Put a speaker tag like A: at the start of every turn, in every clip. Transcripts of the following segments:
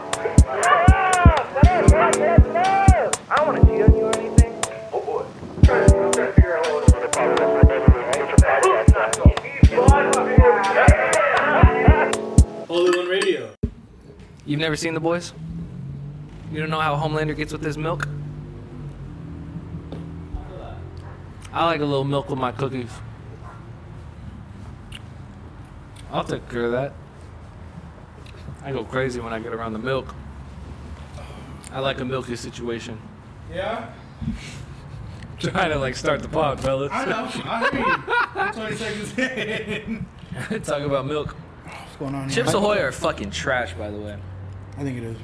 A: Oh,
B: You've never seen the boys? You don't know how Homelander gets with his milk? I like a little milk with my cookies. I'll take care of that. I go crazy when I get around the milk. I like a milky situation.
C: Yeah,
B: Trying to like start the pod, fellas.
C: I know. I hear you. I'm 20 seconds in.
B: Talk about milk.
D: What's going on here?
B: Chips Ahoy are fucking trash, by the way.
D: I think it is.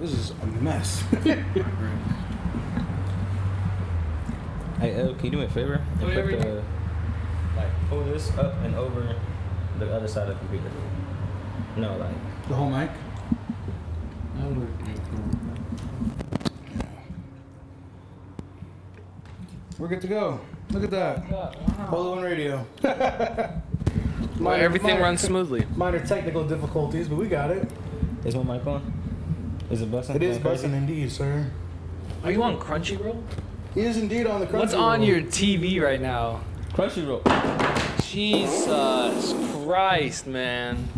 D: This is a mess.
E: Hey, El, can you do me a favor? And
B: Oh, yeah,
E: put
B: we-
E: the, like, pull this up and over the other side of the computer. No, like,
D: the whole mic. We're good to go. Look at that. Hold on radio.
B: Well, everything runs smoothly.
D: Minor technical difficulties, but we got it.
E: is one mic on? Is it busting?
D: It is
E: Going crazy?
D: busting indeed, sir.
B: Are you on Crunchyroll?
D: He is indeed on the.
B: What's
D: crunchy
B: on
D: roll.
B: your TV right now?
E: Crunchyroll.
B: Jesus Christ, man.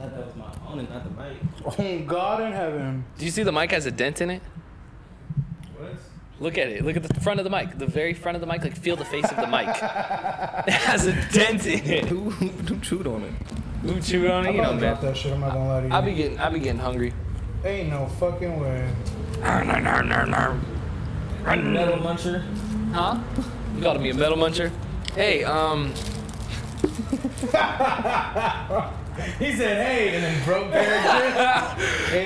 E: That was my phone and not the mic.
D: Oh God in heaven.
B: Do you see the mic has a dent in it?
C: What?
B: Look at it. Look at the front of the mic. The very front of the mic. Like, feel the face of the mic. it has a dent in it.
E: Who, who chewed on it?
B: Who chewed on it?
D: I'm
B: You know,
D: about to drop
B: man.
D: that shit. I'm not gonna lie to you.
B: I be getting, I be getting hungry.
D: Ain't no fucking way.
E: Metal muncher.
B: Huh? You called me a metal muncher? Hey, um,
D: He said, "Hey," and then broke their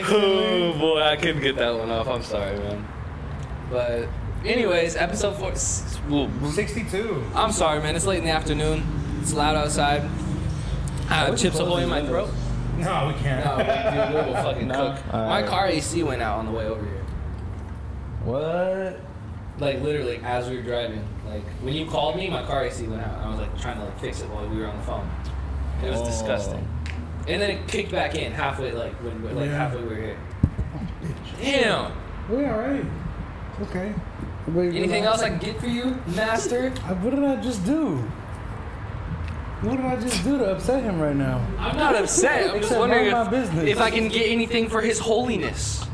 B: Oh boy, I couldn't get that one off. I'm sorry, man. But anyways, episode four. s- whoa.
D: Sixty-two.
B: I'm sorry, man. It's late in the afternoon. It's loud outside. I have chips ahoy in my throat.
D: No, we can't.
B: No, dude, we will fucking
E: No?
B: cook.
E: All
B: My
E: right.
B: car AC went out on the way over here.
E: What?
B: Like literally, as we were driving. Like when you called me, my car AC went out. I was like trying to like fix it while we were on the phone. It was
E: Oh.
B: disgusting. And then it kicked back in halfway, like when we- like
D: Yeah.
B: halfway we were here. Damn.
D: We all right. Okay. Everybody
B: Anything else
D: relax.
B: I can get for you, Master?
D: I, what did I just do? What did I just do to upset him right now?
B: I'm not upset. I'm just
D: Except
B: wondering
D: mind
B: if,
D: my business.
B: if I can get anything for His Holiness.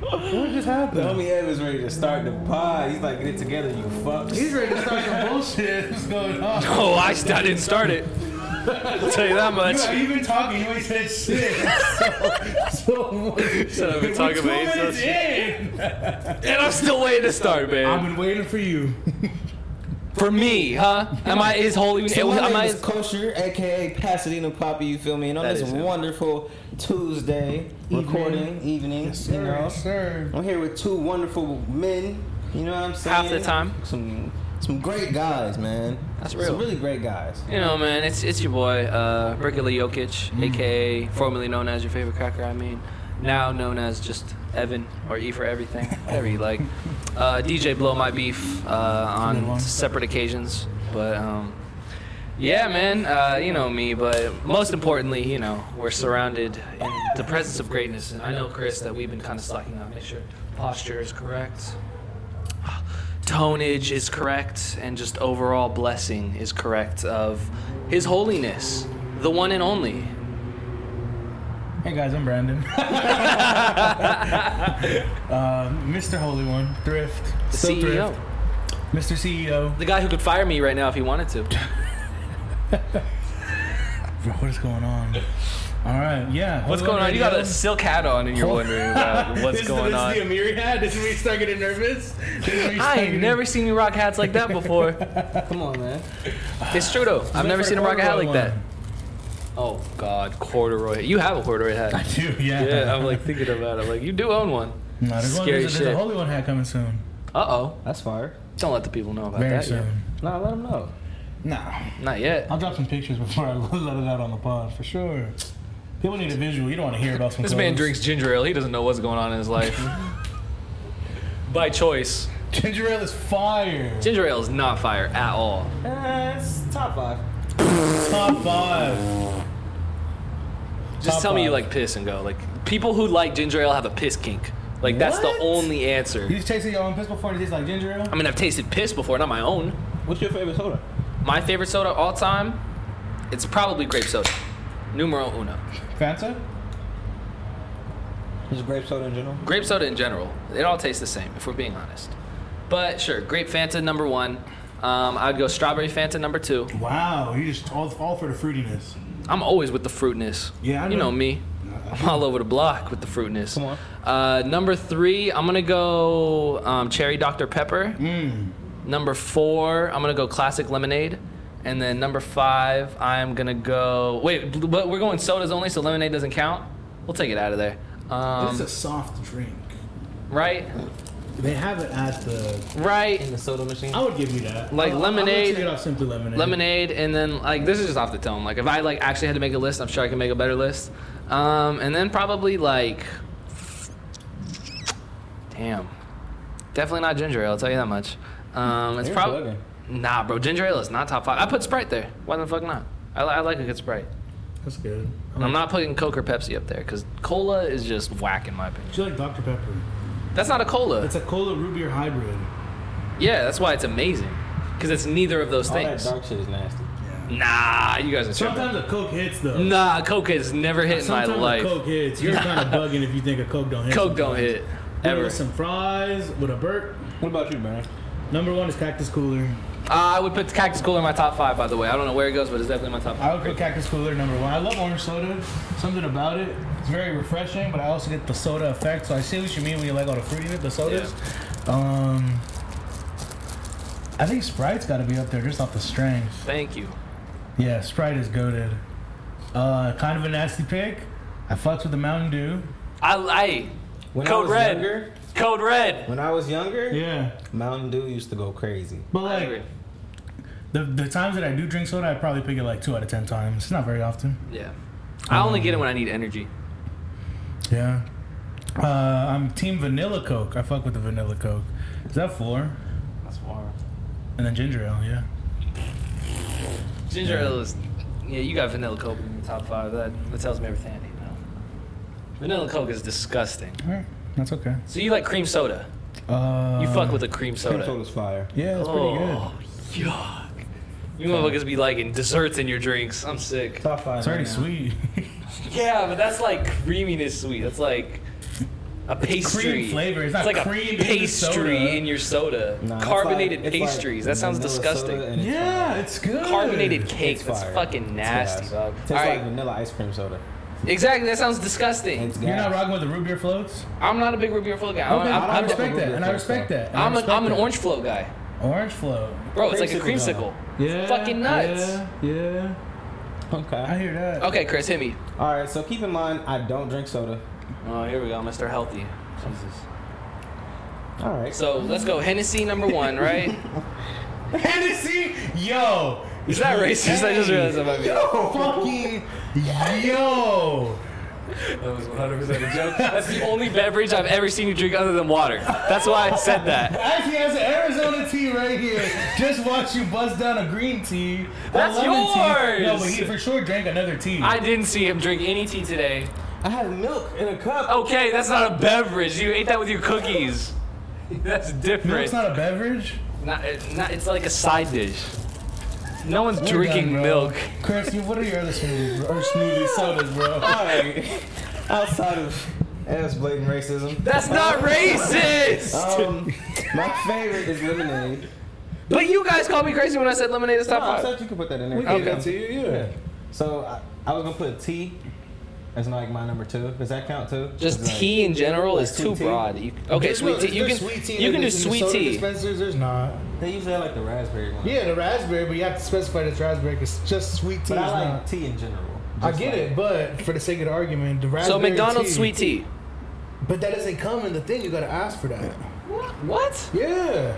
D: What just happened?
E: The homie Ev is ready to start the pod. He's like, get it together, you fucks.
D: He's ready to start some bullshit. What's going on?
B: Oh, I, I didn't start it. I'll tell you that much.
D: You've been talking. You ain't said shit. so,
B: So I've been talking about ASOS.
D: minutes in.
B: And I'm still waiting to start,
D: I've
B: man.
D: been waiting for you.
B: For me, huh? Am I His Holiness?
E: So my
B: Am
E: name
B: I
E: is Kosher, aka Pasadena Poppy. You feel me? And on
B: That
E: this
B: is him.
E: wonderful Tuesday recording evening, you know,
D: sir.
E: I'm here with two wonderful men. You know what I'm saying?
B: Half the time.
E: Some some great guys, man.
B: That's real.
E: Some really great guys.
B: You know, man, it's it's your boy, uh, Regular Jokic, aka formerly known as your favorite cracker. I mean, now known as just Evan or E for everything, whatever you like. Uh, DJ Blow My Beef uh,
D: good
B: on
D: one.
B: separate occasions, but um, yeah, man, uh, you know me. But most importantly, you know, we're surrounded in the presence of greatness, and I know Chris that we've been kind of slacking on. Make sure posture is correct tonage is correct and just overall blessing is correct of his holiness the one and only
D: Hey guys, I'm Brandon. uh, Mr. Holy One, Thrift,
B: the E
D: Still
B: ceo
D: Thrift, E Mr. CEO.
B: the guy who could fire me right now if he wanted to
D: Bro, what is going on? All right, yeah.
B: what's
D: Holy
B: going
D: One
B: on you got
D: Radio.
B: a silk hat on and you're wondering about what's
D: This-
B: going
D: this
B: on
D: Is the Amiri hat? This is when you start getting nervous. This is when you
B: I
D: start
B: ain't
D: getting-
B: never seen you rock hats like that before.
E: Come on, man.
B: It's true though. I've never
D: for
B: seen him
D: the
B: rock a hat like
D: corduroy
B: that. Oh God, corduroy. You have a corduroy hat.
D: Dude, yeah.
B: Yeah, I'm like thinking about it. I'm like, you do own one.
D: No, there's, one,
B: Scary
D: there's, a- there's
B: shit.
D: a Holy One hat coming soon.
B: Uh oh.
E: That's fire.
B: Don't let the people know about
D: Very
B: that.
D: soon.
B: Yet.
E: Nah, let them know.
D: Nah.
B: Not yet.
D: I'll drop some pictures before I let it out on the pod, for sure. People need a visual. You don't want to hear about some
B: This man
D: clothes.
B: drinks ginger ale. He doesn't know what's going on in his life. By choice.
D: Ginger ale is fire.
B: Ginger ale is not fire at all.
E: Eh, it's top five.
D: Top five.
B: Just
D: Top
B: tell me you
D: five.
B: like piss and go. Like people who like ginger ale have a piss kink. Like that's the
E: What?
B: only answer.
D: You just tasted your own piss before and it tastes like ginger ale?
B: I mean, I've tasted piss before, not my own.
E: What's your favorite soda?
B: My favorite soda all time, it's probably grape soda. Numero uno.
D: Fanta?
E: Just grape soda in general.
B: Grape soda in general, it all tastes the same, if we're being honest. But sure, grape Fanta number one. Um, I'd go strawberry Fanta number two.
D: Wow, you just all, all for the fruitiness.
B: I'm always with the fruitness.
D: Yeah, I
B: you
D: know.
B: know me. I'm all over the block with the fruitness.
E: Come on.
B: Uh, number three, I'm gonna go um, cherry Dr Pepper.
D: Mm.
B: Number four, I'm gonna go classic lemonade, and then number five, I'm gonna go. Wait, bl- but we're going sodas only, so lemonade doesn't count. We'll take it out of there. Um,
D: it's a soft drink.
B: right,
D: They have it at the.
B: right.
E: the soda machine.
D: I would give you that.
B: Like
D: I'll- I'll
B: lemonade-
D: let you get off simply lemonade.
B: Lemonade, and then like this is just off the dome. Like if I like actually had to make a list, I'm sure I can make a better list. Um, and then probably like, damn, definitely not ginger ale. I'll tell you that much. Um, it's
E: You're
B: probably
E: bugging.
B: nah, bro. Ginger ale is not top five. I put Sprite there. Why the fuck not? I, li- I like a good Sprite.
D: That's good.
B: And I'm not putting Coke or Pepsi up there because cola is just whack in my opinion.
D: She like Dr Pepper.
B: That's not a cola.
D: It's a cola root beer hybrid.
B: yeah, that's why it's amazing because it's neither of those
E: All that
B: things.
E: dark shit is nasty.
D: Yeah.
B: Nah, you guys are tripping.
D: Sometimes a Coke hits though.
B: Nah, Coke has never hit in my
D: Sometimes a
B: life.
D: Coke hits. You're kind of bugging if you think a Coke don't hit.
B: Coke don't hit
D: Ever.
B: ever.
D: With some fries, with a burp.
E: What about you, Brandon?
D: Number one is Cactus Cooler.
B: Uh, I would put Cactus Cooler in my top five, by the way. I don't know where it goes, but it's definitely my top
D: I
B: five.
D: would put Cactus Cooler number one. I love orange soda. Something about it. It's very refreshing, but I also get the soda effect. So I see what you mean when you like all the fruit in it, the sodas. Um, I think Sprite's got to be up there just off the strength.
B: Thank you.
D: Yeah, Sprite is goaded. Uh, kind of a nasty pick. I fucks with the Mountain Dew.
B: I, I
E: When I
B: Code
E: was
B: Red.
E: younger,
B: Code Red.
E: when I was younger,
D: Yeah,
E: Mountain Dew used to go crazy.
D: but
B: I
D: like
B: agree.
D: the the times that I do drink soda, I probably pick it like two out of ten times. It's not very often.
B: Yeah. I only get it when I need energy.
D: Yeah. Uh, I'm team vanilla Coke. I fuck with the vanilla Coke. Is that four?
B: That's far.
D: And then ginger ale, yeah.
B: Ginger ale is. Yeah, you got vanilla Coke in your top five. That, that tells me everything I need to know. Vanilla Coke is disgusting.
D: All right, that's okay.
B: So you like cream soda?
D: Uh,
B: You fuck with a Um, cream soda.
E: Cream soda's fire.
D: Yeah, it's pretty good.
B: Oh, yuck. You motherfuckers be liking desserts in your drinks. I'm sick.
E: Top five.
D: It's already
E: right now.
D: sweet.
B: Yeah, but that's like creaminess sweet. That's like a pastry.
D: cream flavor. It's not
B: like
D: cream in
B: a
D: the
B: pastry
D: soda.
B: in your soda.
E: Nah, it's
B: Carbonated
E: like- it's like
B: pastries. that sounds
E: vanilla soda
B: disgusting.
E: and it's fire.
D: it's good.
B: Carbonated cake.
E: It's
B: That's
E: fire.
B: fucking
E: It's
B: nasty,
E: gas.
B: dog.
E: Tastes
B: All
E: like
B: right,
E: vanilla ice cream soda.
B: exactly. That sounds
E: And
B: disgusting.
E: it's
D: You're
E: gas.
D: not rocking with the root beer floats.
B: I'm not a big root beer float guy. I'm-
D: Okay,
B: I'm,
D: I,
B: I'm the-
D: respect that, and I respect that. and I
B: I'm, an,
D: respect
B: I'm an
D: that.
B: orange float guy,
D: Orange float.
B: bro. It's like a
E: Creamsicle
B: creamsicle.
E: guy.
B: It's fucking nuts.
D: Yeah, yeah. I
E: Okay.
D: hear that.
B: Okay, Chris, hit me.
E: All right. So keep in mind, I don't drink soda.
B: Oh, here we go, Mr. Healthy. Jesus.
E: All right.
B: So let's go. Hennessy number one, right?
D: Hennessy, yo.
B: Is that racist? I just realized that might be.
D: Yo, fucking yo.
B: That was 100% a joke. That's the only beverage I've ever seen you drink other than water. That's why I said that.
D: Actually, has an Arizona tea right here. Just watch you bust down a green tea. a
B: That's
D: lemon Tea. No,
B: yours.
D: but he for sure drank another tea.
B: I didn't see him drink any tea today.
E: I had milk in a cup.
B: Okay, that's not a beverage. You ate that with your cookies. That's different.
D: Milk's not a beverage.
B: Not- it- not- it's like a side dish. No one's
D: We're
B: drinking
D: done, bro.
B: milk.
D: Chris, you- what are your other smoothies? bro? Or smoothie sodas, bro?
E: All right. Outside of ass blatant racism.
B: That's not racist!
E: Um, my favorite is lemonade.
B: But you guys called me crazy when I said lemonade is top
E: I
B: five.
E: thought you could put that in there.
B: gave Okay. that to
D: you, yeah.
E: So I, I was gonna put tea as like my number two. Does that count too?
B: Just
E: It's like-
B: tea in general is
E: sweet
B: too
E: tea?
B: broad. You- okay,
C: There's
B: sweet
C: no-
B: tea. You
C: there's
B: can
C: sweet tea
B: you
C: that
B: can do
C: is in the
B: sweet
C: soda
B: tea.
C: Dispensers, there's not.
E: They usually have like the raspberry one.
C: Yeah, the raspberry, but you have to specify that's raspberry because just sweet tea
E: But
C: is
E: I like
C: not.
E: tea in general.
C: I
E: Just
C: get
E: like-
C: it, but for the sake of the argument, the raspberry.
B: So McDonald's
C: tea-
B: sweet tea.
C: But that doesn't come in the thing. You gotta ask for that.
B: What?
C: Yeah.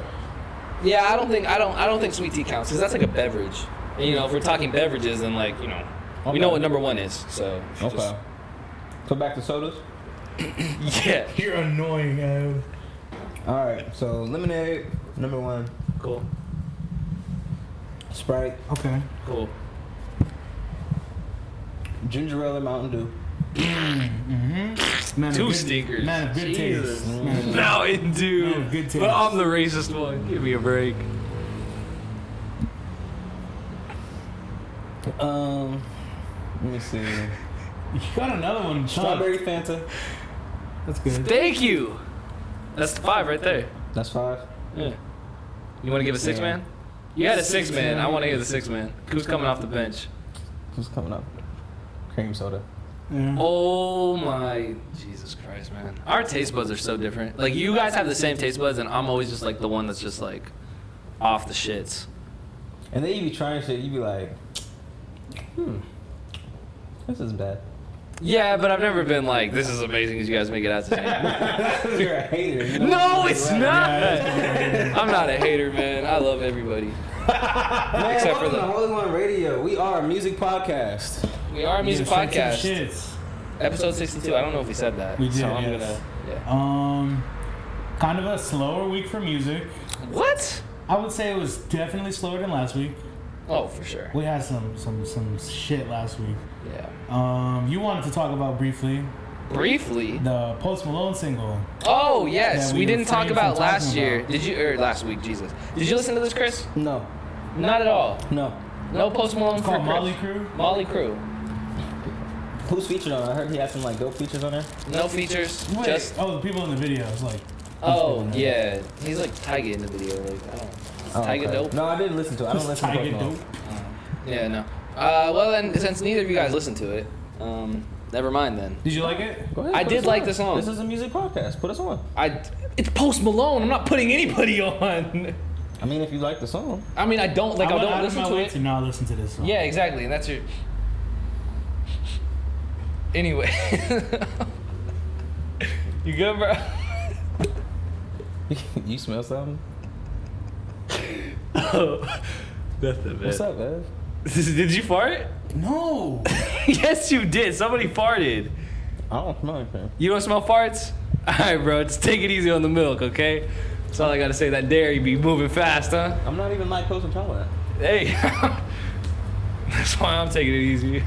B: Yeah, I don't think I don't I don't think sweet tea counts because that's like a beverage. And, you know, if we're talking beverages, then like you know, we know what number one is. So
E: Okay. So back to sodas.
B: just- yeah,
C: You're annoying, Ab.
E: All right. So lemonade number one.
B: cool,
E: Sprite,
D: Okay.
B: cool.
E: ginger ale, and Mountain Dew.
D: Man of
B: Two
D: good-
B: stinkers.
D: Man of good
B: Jesus.
D: taste. Man of good-
B: Mountain
D: No,
B: Dew,
D: good
B: but I'm the racist one. Give me a break.
E: Um, let me see.
D: You got another one. Chuck.
E: Strawberry Fanta.
D: That's good.
B: Thank you. That's the five right there.
E: That's five.
B: Yeah. You want to give a six man? You had a six man. I want to hear the six man. Who's coming off the bench?
E: Who's coming up? Cream soda.
D: Yeah.
B: Oh my Jesus Christ, man! Our taste buds are so different. Like you guys have the same taste buds, and I'm always just like the one that's just like off the shits.
E: And then you be trying shit, you be like, hmm, this is bad.
B: Yeah, but I've never been like this is amazing as you guys make it out to be.
E: You're a hater. You know?
B: No, it's not.
D: Yeah,
B: I'm not a hater, man. I love everybody.
E: Man,
B: Except
E: welcome
B: for the-
E: to Holy One Radio. We are a music podcast.
B: We are a music
D: Yeah,
B: podcast.
D: send some
B: Episode 62. I don't know if we said that.
D: We did,
B: So I'm
D: yes.
B: gonna.
D: shits. Um, kind of a slower week for music.
B: Yeah. What?
D: I would say it was definitely slower than last week.
B: Oh, for sure.
D: We had some some some shit last week.
B: Yeah.
D: Um, you wanted to talk about briefly
B: Briefly.
D: the Post Malone single.
B: Oh yes,
D: Yeah,
B: we,
D: we
B: didn't talk
D: refrained
B: about
D: from
B: last
D: talking
B: year.
D: about-
B: Did you or last week? Jesus. Did you listen to this, Chris?
E: No,
B: Not at all.
E: no.
B: No Post Malone
D: It's
B: for
D: called
B: Chris.
D: Molly Crew.
B: Molly Crew.
E: Who's featured on? it? I heard he had some like dope features on there.
B: No features.
D: Wait,
B: Just.
D: oh, the people in the video. It's like
B: Oh
D: people know.
B: yeah, he's like Tiger in the video. Like I don't. Is Tiger
E: Oh, okay.
B: dope.
E: No, I didn't listen to it. I don't listen to
D: Tiger
E: Post Malone.
D: Dope.
B: Yeah no. Uh, well then, since neither of you guys listened to it, um, never mind then.
D: Did you like it?
E: Go ahead,
B: I
E: put
B: did
E: us
B: like
E: on.
B: this song.
E: This is a music podcast. Put us on.
B: I. It's Post Malone. I'm not putting anybody on.
E: I mean, if you like the song,
B: I mean, I don't like. I,
D: went out
B: don't
D: of
B: listen
D: my
B: to
D: way
B: it.
D: To not listen to this song.
B: Yeah, exactly, and that's your. Anyway, you good, bro?
E: you smell something.
B: Oh, nothing,
E: What's up, Ev?
B: Did you fart?
D: No.
B: yes, you did. Somebody farted.
E: I don't smell anything.
B: You don't smell farts? All right, bro. Just take it easy on the milk, okay? That's all I gotta say. That dairy be moving fast, huh?
E: I'm not even like Post Malone.
B: Hey, that's why I'm taking it easy.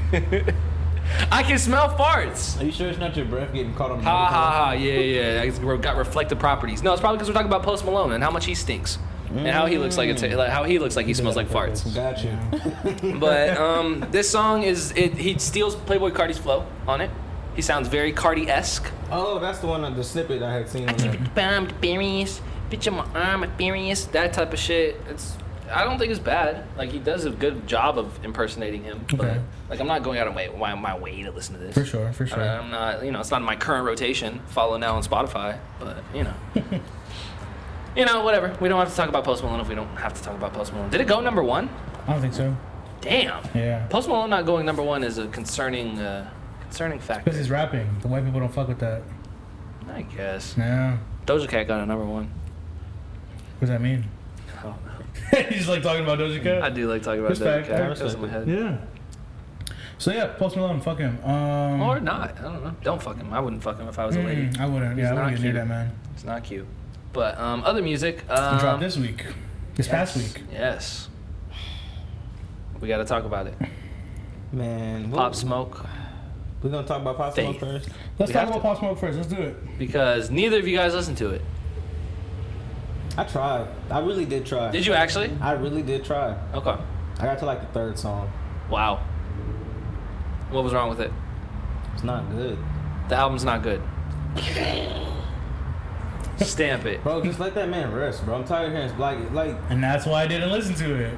B: I can smell farts.
E: Are you sure it's not your breath getting caught on? the
B: Ha ha
E: microphone?
B: ha! Yeah, yeah. It's re- got reflective properties. No, it's probably because we're talking about Post Malone and how much he stinks, and how he looks like a ta- like how he looks like he smells like farts.
E: Got you.
B: But um, this song is it. He steals Playboy Cardi's flow on it. He sounds very Cardi-esque.
E: Oh, that's the one, the snippet I had seen. On
B: Keep
E: there.
B: it bomb experience, bitch on my arm experience, that type of shit. It's I don't think it's bad. Like he does a good job of impersonating him, but
D: Okay.
B: like I'm not going out of my my, my way to listen to this.
D: For sure, for sure.
B: I, am not, you know, it's not in my current rotation. Follow now on Spotify, but you know, you know, whatever. We don't have to talk about Post Malone if we don't have to talk about Post Malone. Did it go number one?
D: I don't think so.
B: Damn.
D: Yeah.
B: Post Malone not going number one is a concerning, uh, concerning factor.
D: Because he's rapping. The white people don't fuck with that.
B: I guess
D: No.
B: Doja Cat got a number one. Oh.
D: What does that mean?
B: I don't know.
D: he's like talking about Doja Cat.
B: I do like talking about
D: It's
B: Doja
D: fact.
B: Cat.
D: I
B: It goes in my head.
D: Yeah. So yeah, Post Malone, fuck him. Um,
B: Or not. I don't know. Don't fuck him. I wouldn't fuck him if I was a lady.
D: mm, I wouldn't.
B: He's
D: Yeah, I
B: not
D: wouldn't get near
B: cute.
D: that man.
B: It's not cute. But um, other music.
D: He
B: Um,
D: dropped this week. This past week.
B: Yes. We got to talk about it.
E: Man,
B: Pop Smoke.
E: We're gonna talk about Pop Smoke
B: Faith.
E: first.
D: Let's
B: We
D: talk
B: have
D: about
B: to.
D: Pop Smoke first. Let's do it.
B: Because neither of you guys listened to it.
E: I tried. I really did try.
B: Did you actually?
E: I really did try.
B: Okay.
E: I got to like the third song.
B: Wow. What was wrong with it?
E: It's not good,
B: The album's not good. Stamp it.
E: bro. Just let that man rest, bro. I'm tired of hearing his black. Like,
D: And that's why I didn't listen to it.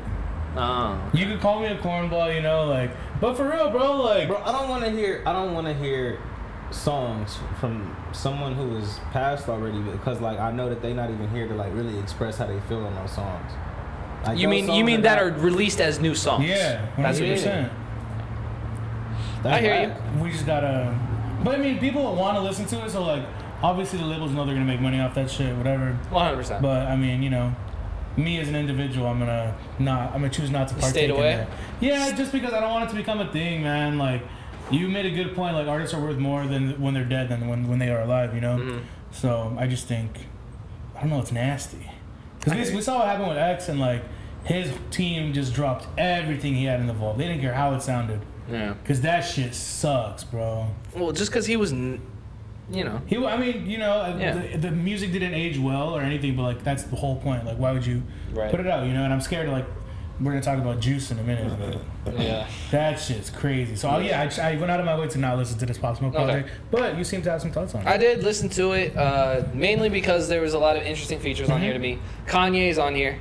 B: Uh,
D: You could call me a cornball, you know, like, but for real, bro, like,
E: bro, I don't want to hear. I don't want to hear songs from someone who is passed already because, like, I know that they not even here to like really express how they feel on those songs. Like,
B: you
E: those
B: mean you
E: songs
B: mean that
E: not-
B: are released as new songs?
D: yeah,
B: That's what you're
D: 100%.
B: saying.
E: that's
B: I hear you.
E: whack.
D: we just gotta. But I mean, people want to listen to it, so like, obviously the labels know they're gonna make money off that shit, whatever.
B: 100%.
D: But I mean, you know, me as an individual, I'm gonna not. I'm gonna choose not to partake
B: away?
D: in that. Yeah, just because I don't want it to become a thing, man. Like, you made a good point. Like, artists are worth more than when they're dead than when when they are alive. You know. So I just think, I don't know. It's nasty. Because we, we saw what happened with X and like. His team just dropped everything he had in the vault. They didn't care how it sounded.
B: yeah.
D: Because that shit sucks, bro.
B: Well, just because he was, n- you know,
D: He, I mean, you know, uh,
B: Yeah.
D: the, the music didn't age well or anything, but like that's the whole point. Like, why would you
B: Right.
D: put it out? You know, and I'm scared of like we're gonna talk about juice in a minute, but
B: Yeah.
D: that shit's crazy. So yeah, I, I went out of my way to not listen to this Pop Smoke
B: Okay.
D: project, but you seem to have some thoughts on it.
B: I did listen to it uh, mainly because there was a lot of interesting features on here to me. Kanye's on here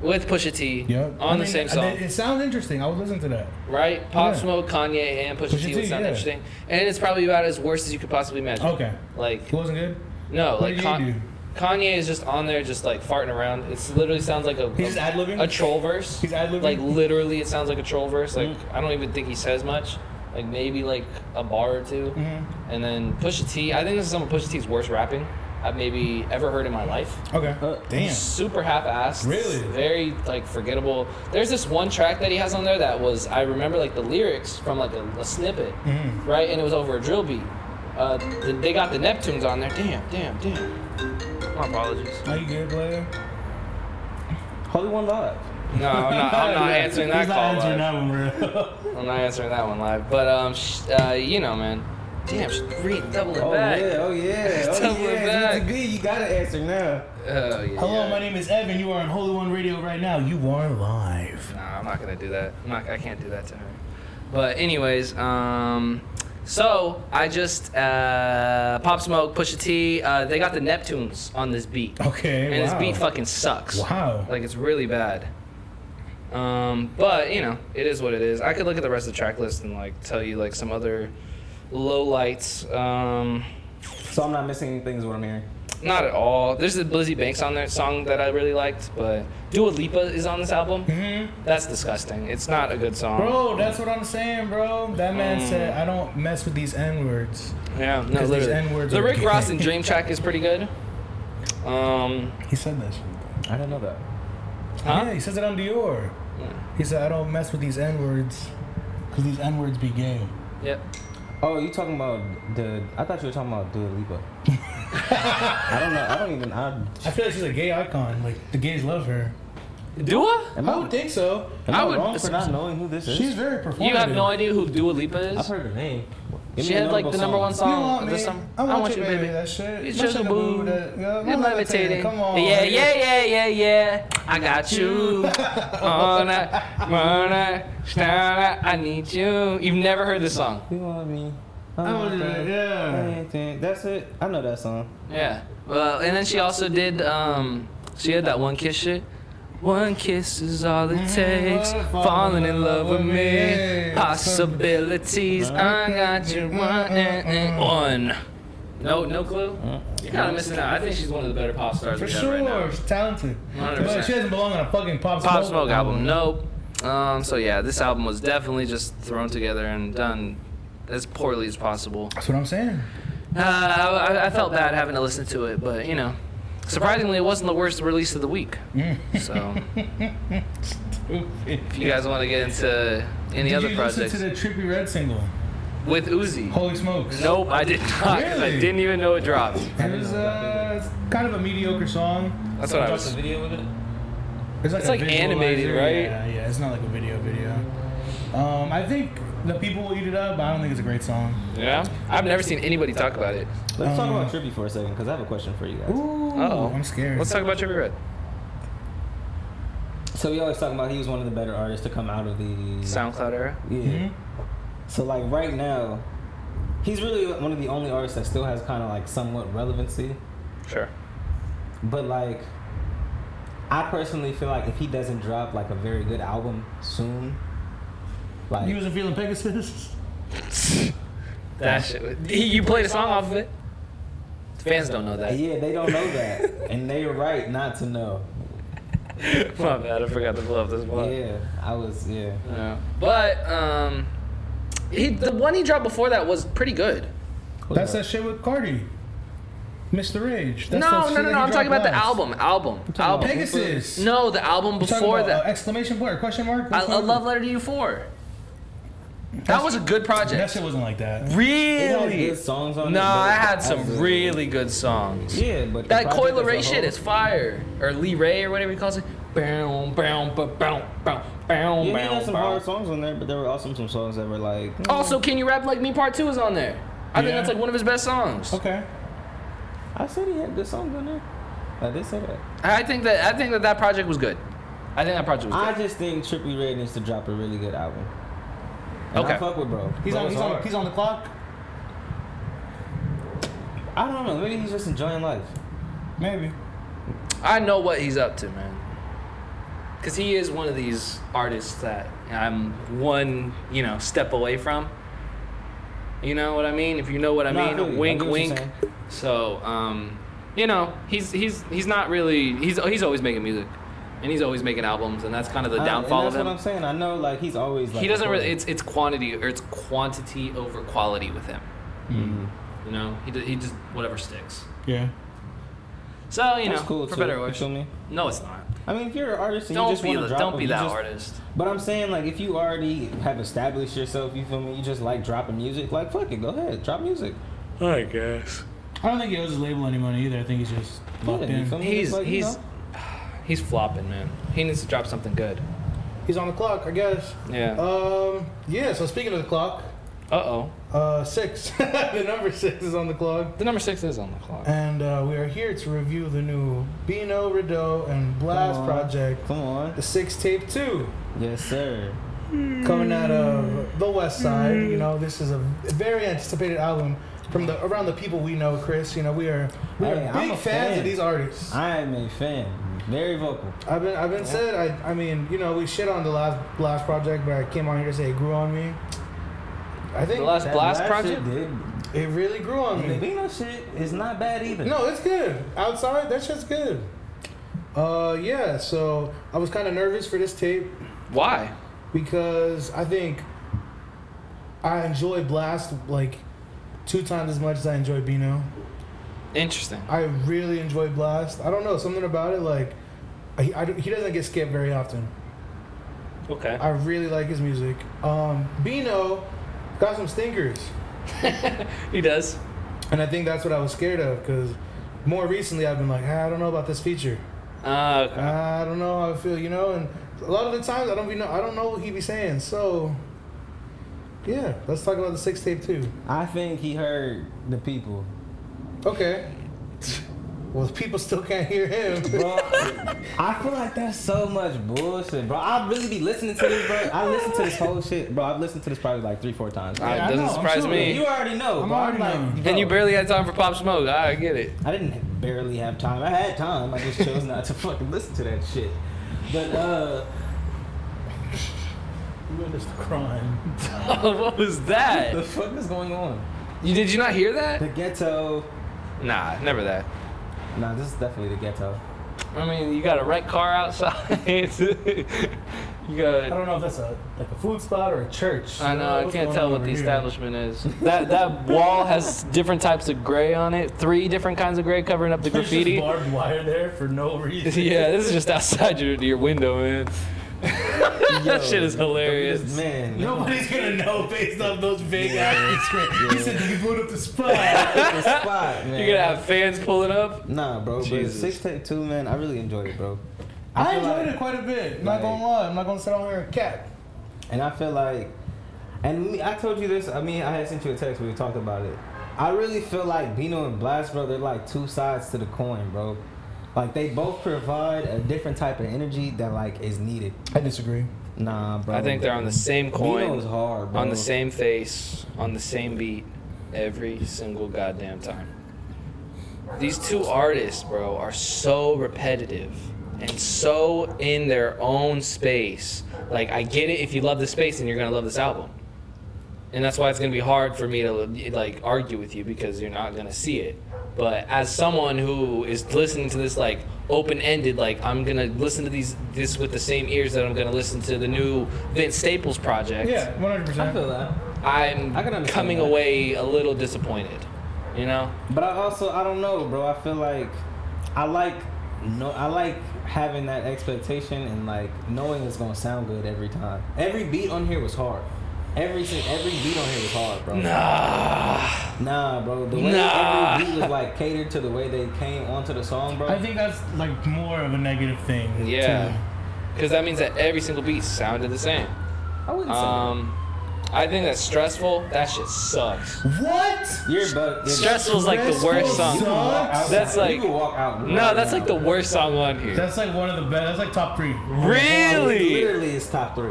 B: with Pusha T
D: Mm-hmm. yeah,
B: on the same song,
D: It, sounds interesting. I would listen to that.
B: right? Pop
D: yeah.
B: Smoke, Kanye, and Pusha,
D: Pusha
B: T
D: T,
B: would sound
D: yeah.
B: interesting, and it's probably about as worse as you could possibly imagine.
D: Okay,
B: Like
D: it wasn't good.
B: no,
D: What
B: like
D: did
B: Con-
D: he do?
B: Kanye is just on there, just like farting around. It literally sounds like a
D: He's just ad
B: a
D: libbing.
B: troll verse.
D: He's ad-libbing?
B: Like literally, it sounds like a troll verse. Like I don't even think he says much. Like maybe like a bar or 2
D: Mm-hmm.
B: and then Pusha T. I think this is some of Pusha T's worst rapping I've maybe ever heard in my life.
D: Okay,
E: Uh,
D: damn.
B: Super half-assed.
D: Really?
B: Very like forgettable. There's this one track that he has on there that was I remember like the lyrics from like a, a snippet,
D: Mm-hmm.
B: right? And it was over a drill beat. Uh, th- they got the Neptunes on there. Damn, damn, damn. My apologies.
D: Are you good, Blair?
E: Holy One Live.
B: No, I'm not, I'm not answering that
D: He's
B: call.
D: Not
B: live.
D: answering that one, bro.
B: I'm not answering that one live, but um, sh- uh, you know, man. Damn, sh- re- double it
E: Oh
B: back.
E: yeah, oh yeah,
B: Double
E: oh yeah.
B: back.
E: It's good. You gotta answer now.
B: Oh, yeah.
D: Hello, my name is Evan. You are on Holy One Radio right now. You are live.
B: Nah, I'm not gonna do that. I'm not. I can't do that to her. But anyways, um, so I just uh, pop smoke, push a T. Uh, they got the Neptunes on this beat,
D: Okay,
B: and
D: Oh, wow.
B: this beat fucking sucks.
D: Wow.
B: Like it's really bad. Um, but you know, it is what it is. I could look at the rest of the track list and like tell you like some other low lights. Um,
E: So I'm not missing anything is what I'm hearing.
B: Not at all. There's a Blizzy Banks on there song that I really liked, but Dua Lipa is on this album.
D: Mhm.
B: That's disgusting. It's not a good song.
D: Bro, that's what I'm saying, bro. That man
B: Mm.
D: said, I don't mess with these N words.
B: Yeah, no,
D: 'Cause these
B: literally.
D: N-words
B: the
D: are
B: Rick
D: gay.
B: Ross and Dream track is pretty good. Um,
D: He said that shit.
E: I didn't know that.
B: huh?
D: Yeah, he says it on Dior. He said, I don't mess with these N words because these N words be gay.
B: Yep.
E: Oh, you talking about the? I thought you were talking about Dua Lipa. I don't know. I don't even. I,
D: I feel like she's a gay icon. Like, the gays love her.
B: Dua?
E: am I,
D: think so.
E: am
B: I
E: I,
B: would-
E: wrong for not knowing who this is?
D: She's very performative.
B: You have no idea who Dua Lipa
E: I've
B: is?
E: heard her name. Give
B: She
E: me a
B: had like the number
E: notable
B: one
E: song.
B: song
D: You want me?
B: this summer.
D: I want, you, baby. That shit.
B: It's
D: My
B: just a
D: sugar boo.
B: boo.
D: That, yeah, my
B: You're levitating.
D: levitating. Come on.
B: Yeah,
D: nigga.
B: yeah, yeah, yeah, yeah. I got you. All night, all night, all night, I need you. You've never heard this song.
E: You want me?
D: I want you, yeah.
E: yeah. That's it. I know that song.
B: Yeah. Well, and then she also did. Um, she had that one kiss shit. One kiss is all
D: Mm-hmm.
B: it takes. Falling in love with me. Possibilities. I got you one and, and one. No, no clue. You're kind of missing out. I think she's one of the better pop stars
D: Mm-hmm. For
B: we have right
D: sure.
B: now.
D: She's talented.
B: 100%.
D: But she doesn't belong on a fucking Pop Smoke,
B: Pop Smoke album. Nope. Um, so yeah, this album was definitely just thrown together and done as poorly as possible.
D: That's what I'm saying.
B: Uh, I, I felt bad having to listen to it, but you know, surprisingly, it wasn't the worst release of the week. So, if you guys want to get into any
D: Did
B: other
D: you
B: projects
D: listen to the Trippy Red single?
B: with Uzi,
D: Holy smokes.
B: nope, I did not. 'cause I
D: Really?
B: didn't even know it dropped.
D: It was uh, it's kind of a mediocre song.
B: That's what I was.
E: video with it.
B: It's
D: a
B: like animated,
D: visualizer.
B: right?
D: Yeah, yeah. It's not like a video video. Um, I think the people will eat it up, but I don't think it's a great song.
B: Yeah, I've never seen anybody talk about it.
E: Let's talk
D: Um,
E: about Trippy for a second, cause I have a question for you guys.
B: Oh.
D: Ooh,
B: Uh-oh.
D: I'm scared.
B: Let's talk about Trippie Red.
E: So we always talk about he was one of the better artists to come out of the
B: SoundCloud era.
E: Yeah.
D: Mhm.
E: So like right now, he's really one of the only artists that still has kind of like somewhat relevancy.
B: Sure.
E: But like, I personally feel like if he doesn't drop like a very good album soon, like
D: You wasn't feeling Pegasus?
B: That shit. He, you played a song off of it. Fans don't know that.
E: yeah, they don't know that, and they're right not to know.
B: My bad. I forgot to pull up this one.
E: Yeah, I was yeah.
B: Yeah. But um, he, the one he dropped before that was pretty good.
D: That's that shit with Cardi. Mr. Rage. That's that
B: no, no,
D: shit
B: no,
D: that
B: no.
D: he
B: I'm talking about
D: dropped
B: the
D: last.
B: album. Album.
E: about
B: Album.
D: Pegasus.
B: No, the album
D: Talking
B: before
D: about, uh,
B: that.
D: exclamation mark, question mark.
B: I,
D: which
B: a
D: one?
B: love letter to you four. That was a good
D: That
B: project.
D: shit wasn't like that.
E: It had
B: Really.
E: good songs on it.
B: Nah,
E: but
B: I had
E: as
B: some
E: a-
B: really good songs.
E: Yeah, but the
B: That
E: project
B: Coil
E: as a
B: Ray shit
E: whole-
B: is fire. Or Lee Ray or whatever he calls it. Bow, bow, bow, bow, bow, bow,
E: Yeah, he
B: bow,
E: had some
B: bow.
E: hard songs on there, but there were also some songs that were like. hmm,
B: Also, Can You Rap Like Me Part 2 is on there. I think
D: Yeah.
B: that's like one of his best songs.
D: Okay.
E: I said he had good songs on there. I did say that.
B: I think that I think that that project was good. I think that project was
E: I
B: good.
E: just think Trippy Red needs to drop a really good album. And
B: Okay.
E: I fuck with bro.
D: He's
E: Bro
D: on,
E: is
D: he's, on,
E: hard.
D: he's on the clock.
E: I don't know. Maybe he's just enjoying life.
D: Maybe.
B: I know what he's up to, man. Cause he is one of these artists that I'm one, you know, step away from. You know what I mean? If you know what I
E: No, I
B: mean,
E: feel you. I
B: wink,
E: get what you're
B: wink.
E: saying.
B: So, um, you know, he's he's he's not really he's he's always making music, and he's always making albums, and that's kind of the
E: I- Uh,
B: downfall
E: and that's
B: of
E: what
B: him.
E: I'm saying. I know, like he's always like
B: he doesn't really.
E: recording.
B: It's it's quantity or it's quantity over quality with him. You know, he d- he just whatever sticks.
D: Yeah.
B: So you
E: That's
B: know,
E: cool
B: for
E: too.
B: better or
E: You
B: worse.
E: feel me?
B: No, it's not.
E: I mean, if you're an artist and you
B: Don't
E: just
B: be
E: want
B: the,
E: to drop
B: don't
E: them,
B: be
E: you
B: that
E: just-
B: artist.
E: But I'm saying, like, if you already have established yourself, you feel me? You just like dropping music, like, fuck it, go ahead, drop music.
B: I guess.
D: I don't think he owes his label any money either. I think he's just locked
E: Yeah, you feel
D: in.
E: me?
B: He's
E: It's like, you
B: he's
E: know.
B: he's flopping, man. He needs to drop something good.
D: He's on the clock, I guess.
B: Yeah.
D: Um. Yeah. So speaking of the clock,
B: Uh oh.
D: uh, six. the number six is on the clock.
B: The number six is on the clock.
D: And uh, we are here to review the new Bino Rideau and Blast
E: Come on.
D: project,
E: Come on.
D: the Six Tape Two,
E: Yes, sir.
D: coming out of the West Side. You know, this is a very anticipated album from the around the people we know. Chris, you know, we are we are
E: Hey, I'm
D: big
E: a
D: fans
E: fan.
D: of these artists.
E: I am a fan. Very vocal.
D: I've been I've been said I I mean you know we shit on the last last project but I came on here to say it grew on me. I think
B: The last
E: That
B: blast
E: last
B: project.
E: Shit, dude.
D: it really grew on
E: The
D: me.
E: Beano shit is not bad either.
D: No, it's good. Outside, that shit's good. Uh yeah, so I was kind of nervous for this tape
B: Why?
D: because I think I enjoy Blast like two times as much as I enjoy Beano.
B: Interesting.
D: I really enjoy Blast. I don't know something about it like I, I, he doesn't get skipped very often.
B: Okay.
D: I really like his music. Um, Bino got some stinkers,
B: He does.
D: and I think that's what I was scared of because more recently I've been like, "Ah, I don't know about this feature. Ah,
B: Uh, okay.
D: I don't know how I feel, you know. And a lot of the times I don't be know I don't know what he be saying. So yeah, let's talk about the six tape too.
E: I think he heard the people.
D: Okay. Well, people still can't hear him.
E: Bro, I feel like that's so much bullshit, bro. I really be listening to this, bro. I listen to this whole shit, bro. I've listened to this probably like three, four times.
B: Uh,
D: Yeah, I
B: doesn't
D: know, I'm
B: surprise
D: sure.
B: me.
E: You already know.
D: I'm
E: bro.
D: already knowing.
E: like, bro.
B: and you barely had time for pop smoke. I get it.
E: I didn't barely have time. I had time. I just chose not to fucking listen to that shit. But uh,
D: What is the crime?
B: Oh, what was
E: the
B: that?
E: fuck is going on?
B: You did you not hear that?
E: The ghetto.
B: Nah, never that.
E: Nah, this is definitely the ghetto.
B: I mean, you got a wrecked car outside. you
D: I
B: got.
D: don't know if that's a like a food spot or a church.
B: I know. I
D: What's
B: can't
D: going
B: tell
D: on
B: what
D: over
B: the
D: here?
B: establishment is. That that wall has different types of gray on it. Three different kinds of gray covering up the
C: There's just
B: graffiti.
C: barbed wire there for no reason.
B: yeah, this is just outside your your window, man. that shit is hilarious.
E: Man,
C: Nobody's gonna know based off those vague ass descriptions. He said you can put up the spot.
E: the spot, man.
B: You're gonna have fans pulling up.
E: Nah, bro. But
B: Jesus.
E: six take two, man. I really enjoyed it, bro.
D: I,
E: feel
D: enjoyed
E: like-
D: it quite a bit.
E: like-
D: not gonna lie. I'm not gonna sit on here and cap.
E: And I feel like, and me, I told you this. I mean, I had sent you a text. We talked about it. I really feel like Bino and Blast, bro. They're like two sides to the coin, bro. Like they both provide a different type of energy that like is needed.
D: I disagree.
E: Nah, bro.
B: I think they're on the same
E: Bino
B: coin,
E: is hard, bro.
B: on the same face, on the same beat, every single goddamn time. These two artists, bro, are so repetitive and so in their own space. Like, I get it if you love this space and you're gonna love this album. And that's why it's gonna be hard for me to like argue with you because you're not gonna see it. But as someone who is listening to this like open-ended, like I'm gonna listen to these this with the same ears that I'm gonna listen to the new Vince Staples project.
D: Yeah, 100.
E: I feel
D: percent
E: that.
B: I'm
E: I can understand
B: coming
E: that.
B: away a little disappointed. You know?
E: But I also I don't know, bro. I feel like I like no I like having that expectation and like knowing it's gonna sound good every time. Every beat on here was hard. Every si- every beat on here was hard, bro.
B: Nah.
E: Nah, bro. The way
B: Nah.
E: every beat was like catered to the way they came onto the song, bro.
C: I think that's like more of a negative thing.
B: Yeah. Because that means that every single beat sounded the same.
E: I wouldn't say.
B: Um, I think that's stressful. That shit sucks.
D: What?
E: You're but
B: Stressful is like the worst
D: Stressful
B: song.
D: sucks.
B: That's like
E: you can walk out.
B: no,
E: right
B: that's
E: now.
B: like the worst song on here.
D: That's like one of the best. That's like top three.
B: Really?
E: Literally, it's top three.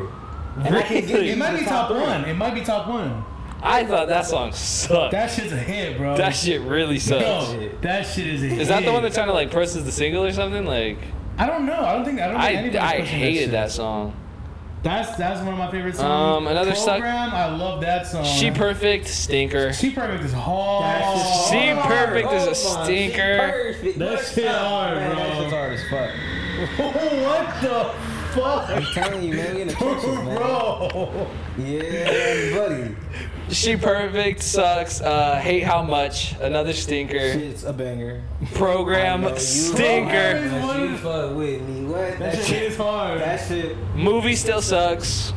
B: Really?
D: It might be top one. It might be top one.
B: I thought that song sucked.
D: That shit's a hit, bro.
B: That shit really sucks.
D: Yo, that shit is a hit.
B: Is that the one that's trying to like versus the single or something? Like
D: I don't know. I don't think. I don't think
B: I
D: anybody's
B: I
D: pushing
B: hated that
D: shit.
B: song.
D: That's that's one of my favorite songs.
B: Um, another suck-
D: program. I love that song.
B: She perfect stinker.
D: She perfect is hard.
E: That's-
B: She
E: Oh,
B: perfect is a
E: oh my,
B: stinker.
E: she perfect.
D: That shit hard,
E: man,
D: bro.
E: That shit's hard as fuck.
D: what the
E: I'm telling you, man, we in the
D: fuck,
E: trenches, man.
D: bro?
E: Yeah, buddy.
B: She perfect sucks. Uh, hate how much. Another stinker.
E: Shit's a banger. I know
B: Program
E: you-
B: stinker.
D: Always
E: But
D: wanted-
E: you fuck with me. What?
D: That shit is hard.
E: That shit.
B: Movie still sucks.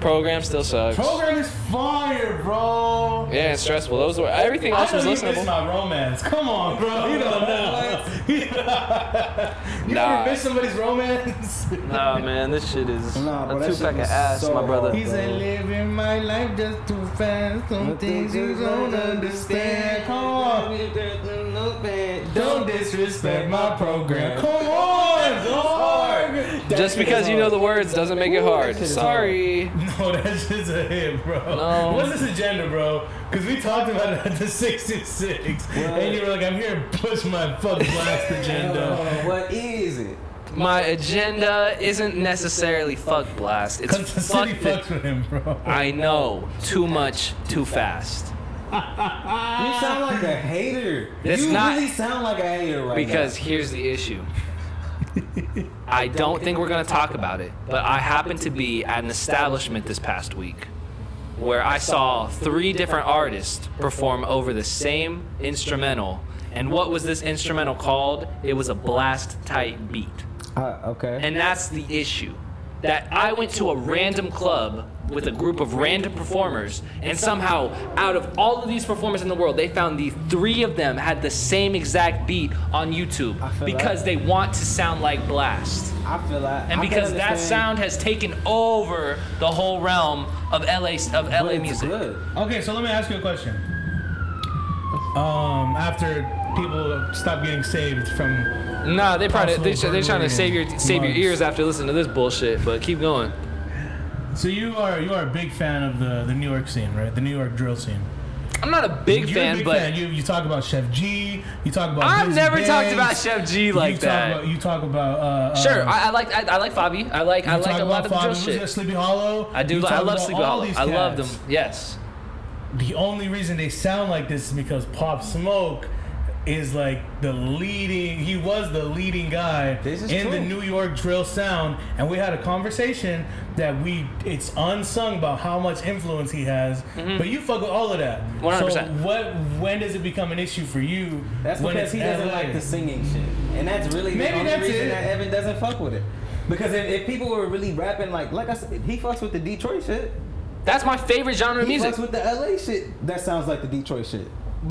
B: Program still sucks.
D: program is fire, bro.
B: Yeah, it's stressful. Those were everything
D: I
B: else
D: know
B: was
D: you missed
B: listenable.
D: my romance. Come on, bro. You don't know. you
B: Nah.
D: ever miss somebody's romance?
B: Nah, man, this shit is
E: Nah, bro,
B: a
E: that
B: two
E: shit
B: pack of
E: was
B: ass,
E: so
B: my brother.
E: hard.
D: He's a living my life just too fast. Some things you don't understand. Come on. Don't disrespect my program. Come on, dog.
B: Just because you know the words doesn't make it hard.
E: shit is
B: Sorry.
D: No, that shit's a hit, bro.
B: No.
D: What's this agenda, bro? Because we talked about it at the 66. And you were like, I'm here to push my fuck blast agenda.
E: Oh, what is it?
B: My agenda isn't necessarily fuck blast. It's
D: Because the
B: fuck
D: city
B: the,
D: fucks with him, bro.
B: I know too much too fast
E: You sound like a hater.
B: It's
E: you
B: not-
E: really sound like a hater right
B: because here's the issue. I don't think we're going to talk about it, but I happened to be at an establishment this past week where I saw three different artists perform over the same instrumental. And what was this instrumental called? It was a blast type beat.
E: now. Uh, okay.
B: And that's the issue. That I went to a random club with a group of random performers, and somehow, out of all of these performers in the world, they found the three of them had the same exact beat on YouTube
E: I feel
B: because
E: that.
B: they want to sound like Blast.
E: I feel like.
B: And
E: I can
B: because that
E: understand,
B: sound has taken over the whole realm of LA of
E: but
B: LA
E: it's
B: music.
E: Good.
D: Okay, so let me ask you a question. Um, after people stop getting saved from,
B: Nah, they probably they,
D: Also,
B: they trying to
D: Burning
B: save your save your
D: Mars.
B: ears after listening to this bullshit. But keep going.
D: so you are you are a big fan of the the New York scene, right? The New York drill scene.
B: I'm not a big
D: You're
B: fan,
D: a big
B: but
D: fan. You, you talk about Chef G. You talk about.
B: I've
D: Dizzy
B: never talked
D: Diggs,
B: about Chef G
D: you
B: like
D: talk
B: that.
D: About, you talk about. Uh,
B: Sure,
D: um,
B: I, I like I, I like Fabi. I like I
D: you talk
B: like a lot
D: about
B: of the drill
D: Fabi. Who's that,
B: shit.
D: Sleepy Hollow.
B: I do.
D: You
B: Li- I
D: talk
B: love
D: about
B: Sleepy
D: all
B: Hollow.
D: these
B: I love them.
D: cats.
B: Yes.
D: the only reason they sound like this is because Pop Smoke is like the leading he was the leading guy
E: This is
D: in the
E: true.
D: New York drill sound and we had a conversation that we it's unsung about how much influence he has but you fuck with all of that
B: 100%.
D: so what when does it become an issue for you
E: That's
D: when
E: because he
D: it's
E: doesn't
D: LA?
E: like the singing shit, and that's really
D: Maybe
E: the only
D: that's
E: reason
D: it.
E: that Evan doesn't fuck with it. Because if, if people were really rapping like like I said, he fucks with the Detroit shit.
B: That's my favorite genre of
E: He
B: music
E: fucks with the LA shit. That sounds like the Detroit shit.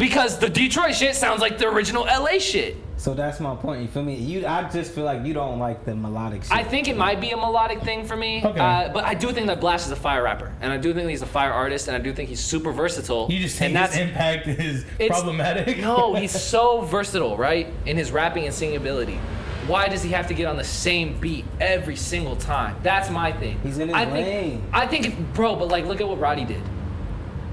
B: because the Detroit shit sounds like the original LA shit.
E: So that's my point. You feel me? You, I just feel like you don't like the melodic shit.
B: I think it might be a melodic thing for me,
D: Okay.
B: uh, but I do think that Blast is a fire rapper, and I do think he's a fire artist, and I do think he's super versatile.
D: you just
B: and
D: think his impact is
B: It's-
D: problematic
B: No, he's so versatile, right? In his rapping and singing ability. Why does he have to get on the same beat every single time? That's my thing.
E: He's in his
B: I think,
E: lane.
B: I think, if, bro, but like, look at what Roddy did.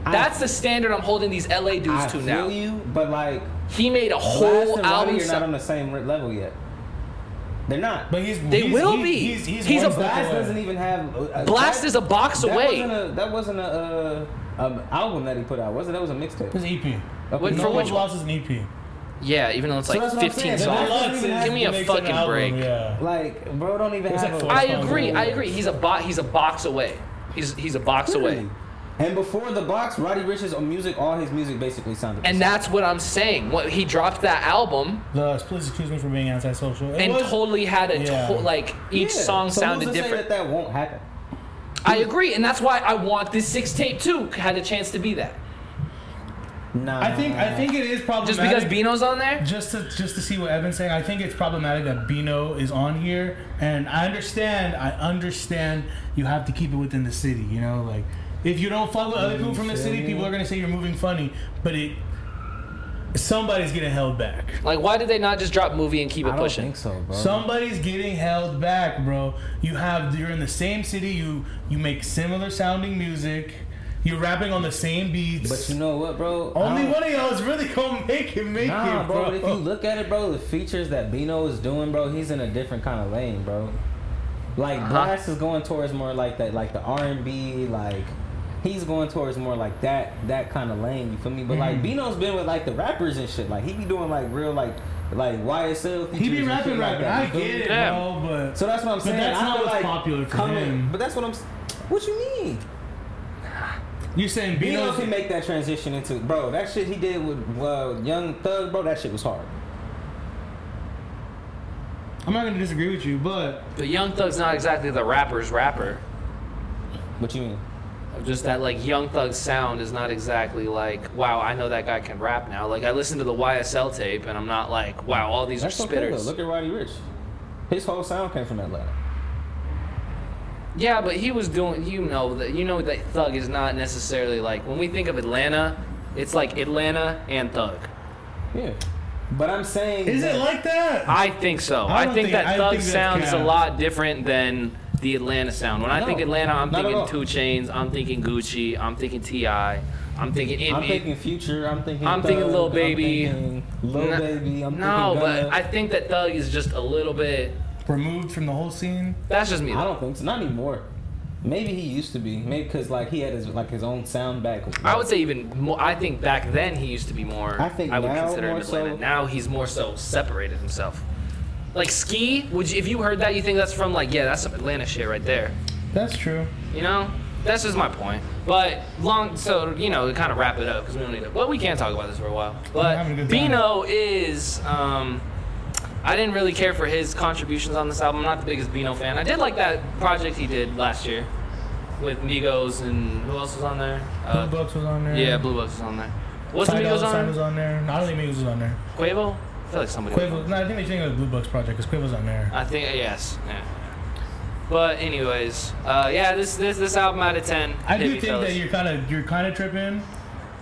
E: I-
B: That's the standard I'm holding these LA dudes
E: I
B: to
E: feel
B: now.
E: you, but like
B: He made a
E: Blast
B: whole
E: and Roddy
B: album.
E: are
B: so-
E: not on the same re- level yet. They're not.
D: but he's
B: They
D: he's-
B: will
D: he-
B: be.
D: he's, he's,
B: He's
D: one
B: a
D: step
E: Blast
D: away.
E: doesn't even have. uh,
B: Blast
E: that-
B: is a box
E: that
B: away.
E: Wasn't a, that wasn't a uh, um, album that he put out. Was it? That was a mixtape.
D: It's an EP
B: What-
D: E no
B: for
D: one's
B: which one?
D: lost E is an EP
B: yeah, even though it's
E: So
B: like
E: that's what I'm saying.
B: 15
E: They're
B: songs.
E: not-
D: Deluxe is-
B: Give me a
D: makes an
B: fucking
D: album,
B: break.
D: yeah.
E: Like, bro, don't even
D: It's
E: have.
D: like
E: a-
D: four
B: I
D: songs
B: agree. I
D: away.
B: agree. He's a box. He's a box away. He's he's a box away.
E: Really. And before the box, Roddy Rich's music, all his music basically sounded. the
B: And
E: same.
B: that's what I'm saying. What he dropped that album
D: Thus, please excuse me for being antisocial. It
B: and
D: was-
B: totally had a
D: Yeah.
B: to- like each
E: Yeah.
B: song
E: So who's
B: sounded
E: to say
B: different.
E: that that won't happen.
B: I agree, and that's why I want this six tape too had a chance to be that.
E: Nah.
D: I think I think it is problematic.
B: Just because Beano's on there,
D: just to just to see what Evan's saying, I think it's problematic that Bino is on here, and I understand. I understand you have to keep it within the city. You know, like If you don't fuck with other people from the
E: feel
D: city,
E: me?
D: people are gonna say you're moving funny, but it somebody's getting held back.
B: Like, why did they not just drop movie and keep it
E: I don't
B: pushing?
E: think so, bro.
D: Somebody's getting held back, bro. You have you're in the same city. You you make similar sounding music. You're rapping on the same beats.
E: but you know what, bro? I
D: Only
E: don't-
D: one of y'all is really gonna make it, make
E: Nah,
D: it,
E: bro.
D: bro.
E: But if you look at it, bro, the features that Bino is doing, bro, he's in a different kind of lane, bro. Like
B: Uh-huh.
E: Blast is going towards more like that, like the R and B, like he's going towards more like that, that kind of lane. You feel me? But
D: Mm-hmm.
E: like Bino's been with like the rappers and shit. Like he be doing like real like like YSL.
D: he
E: features
D: be
E: and
D: rapping,
E: shit like
D: rapping.
E: that,
D: I
E: you feel me?
D: get it,
B: Yeah.
D: bro. But
E: So that's what I'm
D: But
E: saying.
D: that's
E: I
D: not
E: feel
D: what's
E: like
D: popular for
E: coming-
D: him.
E: But that's what I'm. s- What you mean?
D: you're saying
E: Bino
D: Bino's
E: can make that transition into bro. That shit he did with uh, Young Thug, bro. That shit was hard.
D: I'm not gonna disagree with you, but
B: But Young Thug's not exactly the rapper's rapper.
E: What you mean?
B: Just that, like, Young Thug sound is not exactly like, wow, I know that guy can rap now. Like, I listen to the YSL tape and I'm not like, wow, all these
E: That's
B: are
E: okay, though.
B: spitters.
E: Look at Roddy Rich. His whole sound came from Atlanta.
B: Yeah, but he was doing. You know that. You know that Thug is not necessarily like when we think of Atlanta, it's like Atlanta and Thug.
E: Yeah. But I'm saying
D: is it
E: that-
D: like that?
B: I think so.
D: I
B: I,
D: don't
B: think,
D: think-
B: that
D: I
B: Thug
D: think that's
B: sound is a
D: cap.
B: lot different than the Atlanta sound. When I
E: No,
B: think Atlanta, I'm
E: not at
B: thinking
E: all.
B: Two Chains, I'm thinking Gucci, I'm thinking Ti, I'm thinking
E: I'm
B: Envy.
E: thinking future. I'm thinking.
B: I'm thinking
E: Thug,
B: Lil
E: I'm
B: Baby.
E: thinking Lil
B: No-
E: baby. I'm
B: no,
E: thinking
B: but
E: Gunna.
B: I think that Thug is just a little bit.
D: Removed from the whole scene.
B: That's just me.
E: I
B: though.
E: don't think so. Not anymore. Maybe he used to be. Maybe because like he had his like his own sound back.
B: I would say even more. I think back then he used to be more.
E: I think
B: I would
E: now
B: consider him
E: more
B: Atlanta.
E: so.
B: Now he's more so separated himself. Like ski, would you, if you heard that, you think that's from like yeah, that's some Atlanta shit right there.
D: That's true.
B: You know, that's just my point. But long, so you know, to kind of wrap it up because we don't need to. Well, we can talk about this for a while.
D: having a
B: But
D: good time.
B: Bino is. Um, I didn't really care for his contributions on this album. I'm not the biggest Bino fan. I did like that project he did last year with Migos and who else was on there?
D: Blue
B: Uh,
D: Bucks was on there.
B: yeah, Blue Bucks is on there. What's
D: Ty
B: the Migos
D: Dolla Sign
B: on?
D: was
B: there?
D: on there. No, I don't think Migos was on there.
B: Quavo? I feel like somebody. was on
D: Quavo. No, I think they think it was Blue Bucks project because Quavo's on there.
B: there. I think yes. Yeah. But anyways, uh, yeah, this this this album out of ten.
D: I
B: hit
D: do
B: me,
D: think
B: fellas.
D: that you're kind of you're kind of tripping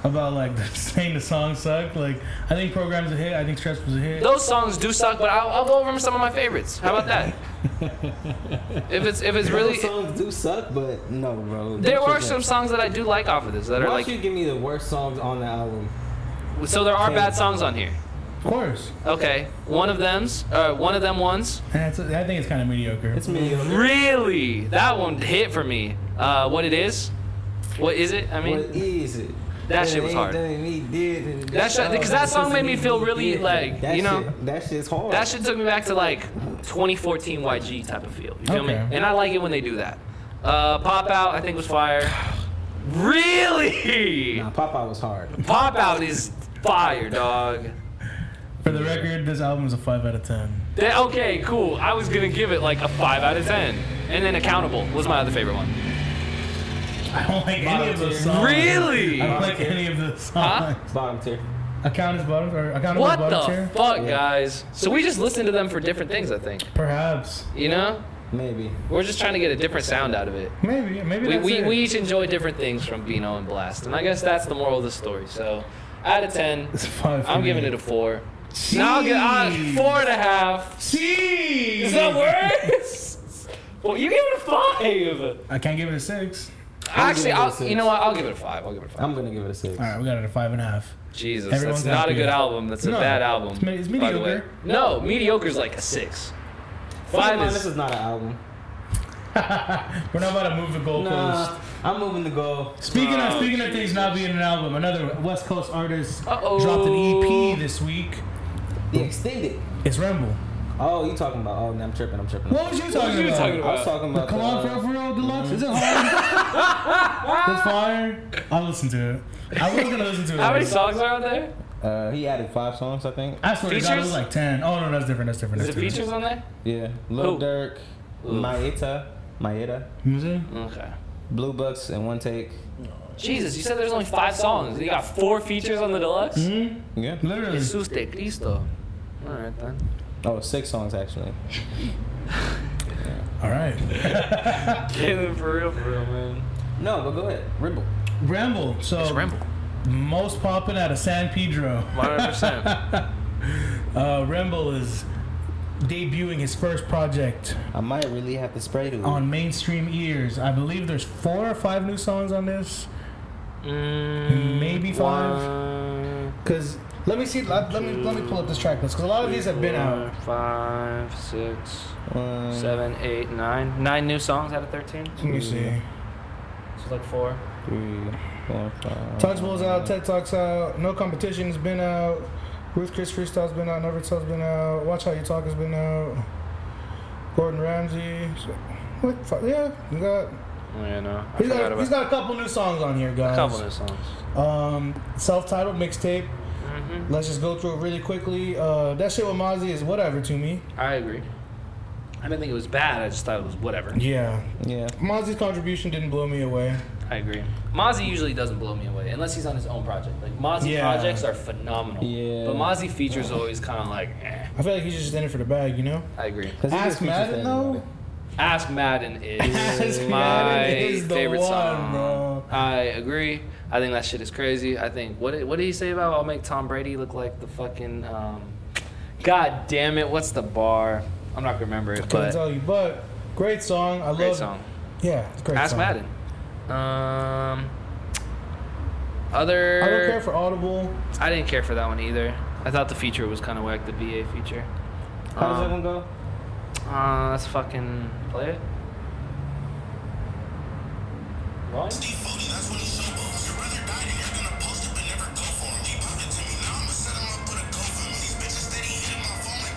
D: about like saying the song sucked. Like I think programs a hit. I think stress was a hit.
B: Those songs do suck, but I'll, I'll go over some of my favorites. How about that? if it's if it's
E: really
B: really,
E: songs do suck, but no, bro.
B: there
E: That
B: are
E: shit
B: some
E: sucks.
B: songs that I do like off of this that
E: Why
B: are
E: don't
B: like.
E: you give me the worst songs on the album?
B: So there are bad songs on here.
D: Of course.
B: Okay, one of them's uh, one of them ones.
D: And it's, I think it's kind of mediocre.
E: It's mediocre.
B: Really, that one hit for me. Uh, what it is? What is it? I mean,
E: What is it?
B: That shit was hard. That shit- 'cause that song made me feel really, like,
E: That
B: you know-
E: shit- that shit's hard.
B: That shit took me back to like 2014 YG type of feel. You feel
D: Okay.
B: me? And I like it when they do that. Uh, Pop out, I think was fire. Really?
E: Nah, Popeye was hard.
B: Pop out is fire, dog.
D: For the record, this album is a five out of ten.
B: That, okay, cool. I was gonna give it like a five out of ten, and then Accountable was my other favorite one.
D: I don't like any of the songs.
B: Really?
D: I don't like any of the songs.
E: Bottom tier.
D: Account is bottom or account
B: What
D: is bottom
B: the
D: tier.
B: fuck, guys? So we just listen to them for different things, I think.
D: Perhaps.
B: You know,
E: Maybe.
B: we're just trying to get a different sound out of it.
D: Maybe. Maybe
B: we,
D: that's
B: we,
D: it.
B: we each enjoy different things from Bino and Blast, and I guess that's the moral of the story. So, out of ten,
D: It's a five. for
B: I'm
D: me.
B: giving it a four. Now I'll get uh, four and a half.
D: Jeez.
B: Is that worse? well, you gave it a five.
D: I can't give it a six.
B: Actually,
E: it a
B: I'll,
E: six.
B: you know what? I'll give it a five. I'll give it a five.
E: I'm gonna give it a six.
D: All right, we got it at five and a half.
B: Jesus,
D: Everyone's
B: that's not a
D: happy.
B: good album. That's a
D: No,
B: bad album.
D: it's me- it's
B: by the way.
D: mediocre.
B: No, mediocre is like a six.
E: Five
B: Five
E: this
B: is
E: is not an album.
D: We're not about to move the goalpost.
E: Nah, I'm moving the goal.
D: Speaking of
B: Oh,
D: speaking of things not being an album, another West Coast artist
B: Uh-oh.
D: dropped an EP this week.
E: The extended.
D: It's Ramble.
E: Oh, you talking about? Oh, no, I'm tripping. I'm tripping.
D: What was you talking
B: you
D: about?
B: talking
E: I was talking
D: The
E: about.
D: Come on,
E: the,
D: for real, deluxe. Is it hard? it's fire. I listened to it. I was gonna listen to it.
B: how many songs are on there?
E: uh, he added five songs, I think.
D: I swear to God, it was
B: Features?
D: like ten. Oh no, that's different. That's different.
B: Is it
D: That's different.
B: features on there?
E: Yeah, Lil
B: Who?
E: Durk, Maeta, Maeta,
D: Music.
B: Okay.
E: Blue Bucks in one take.
B: Jesus, you said there's only five songs. You got four features on the deluxe.
D: hmm
E: Yeah.
B: Mm.
D: Literally.
B: Jesus de Cristo. All right then.
E: Oh, six songs actually.
D: All right.
B: Kidding for real, for real, man.
E: No, but go ahead. Rimble.
D: Ramble. So
B: It's Ramble.
D: most popping out of San Pedro.
B: 100%.
D: Uh, Ramble is debuting his first project
E: I might really have to spray to
D: on mainstream ears. I believe there's four or five new songs on this.
B: Mm,
D: Maybe five.
B: one,
D: Cause let me see. Let, let me let me pull up this track list. Cause a lot of these have been out.
B: four, Five, six,
E: One,
B: seven, eight, nine. Nine new songs out of 13.
D: Let me see.
B: So like four.
E: three, four, five.
D: Touchable's out. TED Talk's out. No competition's been out. Ruth Chris Freestyle's been out. Never Tell's been out. Watch How You Talk has been out. Gordon Ramsay. So- What? the fuck? Yeah, we got.
B: Yeah, no. I
D: He's
B: forgot
D: got, he's
B: about
D: got a couple new songs on here, guys.
B: a couple new songs.
D: Um, self-titled mixtape.
B: hmm
D: Let's just go through it really quickly. Uh, that shit with Mozzie is whatever to me.
B: I agree. I didn't think it was bad. I just thought it was whatever.
D: Yeah,
E: Yeah.
D: Mozzie's contribution didn't blow me away.
B: I agree. Mozzie usually doesn't blow me away unless he's on his own project. Like Mozzie
D: Yeah.
B: projects are phenomenal.
E: Yeah.
B: But Mozzie features always kind of like, eh.
D: I feel like he's just in it for the bag, you know.
B: I agree.
E: 'Cause he
D: Ask
E: just features
D: Madden,
E: to
D: though?
E: everybody.
B: Ask Madden is
D: Ask
B: my
D: Madden is the
B: favorite
D: one,
B: song.
D: bro.
B: I agree. I think that shit is crazy. I think what did, what did he say about I'll make Tom Brady look like the fucking um, God damn it, what's the bar? I'm not gonna remember it,
D: Couldn't
B: but
D: tell you, but great song. I
B: great
D: love.
B: song.
D: Yeah, it's a great
B: Ask
D: song.
B: Madden. Um other
D: I don't care for Audible.
B: I didn't care for that one either. I thought the feature was kind of whack, the BA feature.
E: How does that one
B: Um,
E: go?
B: uh, let's fucking play it. Volume?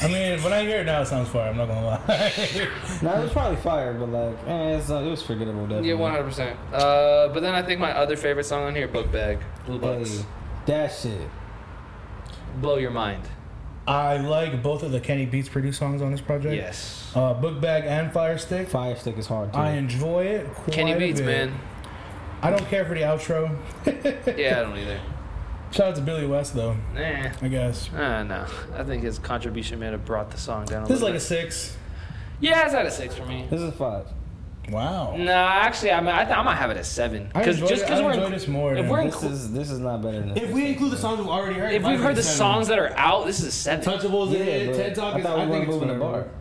D: I mean, when I hear it now, it sounds fire. I'm not gonna lie.
E: No, it was probably fire, but like, eh, it's, uh, it was forgettable. Definitely.
B: Yeah, one hundred percent. Uh, but then I think my other favorite song on here, "Book Bag," Blue Bucks,
E: Hey, that shit.
B: blow your mind.
D: I like both of the Kenny Beats produced songs on this project.
B: Yes,
D: Uh, Book Bag and Fire Stick.
E: Fire stick is hard too.
D: I enjoy it. Quite
B: Kenny
D: a
B: Beats,
D: bit.
B: man.
D: I don't care for the outro.
B: Yeah, I don't either.
D: Shout out to Billy West though.
B: Nah.
D: I guess
B: Uh, no, I think his contribution might have brought the song down. A
D: this is
B: little
D: like a
B: bit.
D: six.
B: yeah, it's at a six for me.
E: This is five.
D: Wow.
B: No, actually, I mean, I, th- I might have it at seven.
D: I
B: Because
D: enjoy,
B: just
D: it- I
B: because we're
D: enjoy
B: in-
D: this more.
B: if
D: than-
B: we're in-
E: This is this is not better than.
D: if
E: this.
D: we include the songs we've already heard,
B: if
D: mine
B: we've
D: would
B: heard
D: be
B: the
D: seven.
B: songs that are out, this is a seven.
D: Touchables in it,
E: but
D: TED Talk
E: I
D: is.
E: thought we
D: I
E: weren't
D: think it's
E: moving the bar.
D: whatever.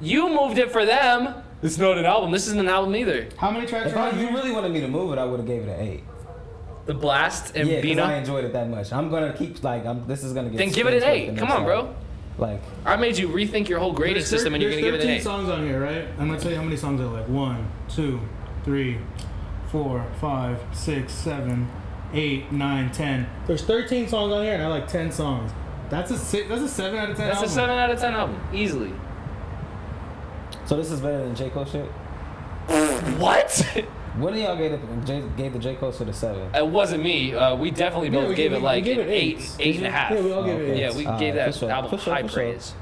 B: You moved it for them. It's not an album. This isn't an album either.
D: How many tracks
E: If
D: are
E: I,
D: on
E: you
D: here?
E: really wanted me to move it, I would have gave it an eight.
B: The Blast and
E: yeah, because I
B: Bina.
E: enjoyed it that much. I'm gonna keep like, I'm. This is gonna get.
B: Then give it an
E: spins with
B: eight.
E: the
B: Come
E: next
B: on,
E: album.
B: bro.
E: Like,
B: I made you rethink your whole grading
D: There's
B: system, and you're
D: thir-
B: gonna give it an
D: There's
B: eight.
D: 13 songs on here, right? I'm gonna tell you how many songs I like. One, two, three, four, five, six, seven, eight, nine, ten. There's 13 songs on here, and I like 10 songs. That's a si That's a seven out of ten.
B: That's a
D: album.
B: seven out of ten album, easily.
E: so this is better than J Cole shit.
B: What?
E: What do y'all gave the J, gave the J Cole shit a seven?
B: it wasn't me. Uh, we definitely
D: Yeah,
B: both
D: we
B: gave
D: gave-
B: it
D: we
B: like
D: gave
B: an
D: it
B: eight,
D: eights.
B: eight and a half.
D: Yeah, we all gave it
E: Okay.
B: Yeah, we
E: All
B: gave
E: right,
B: that
E: for sure,
B: album
E: for sure,
B: high
E: for sure.
B: praise.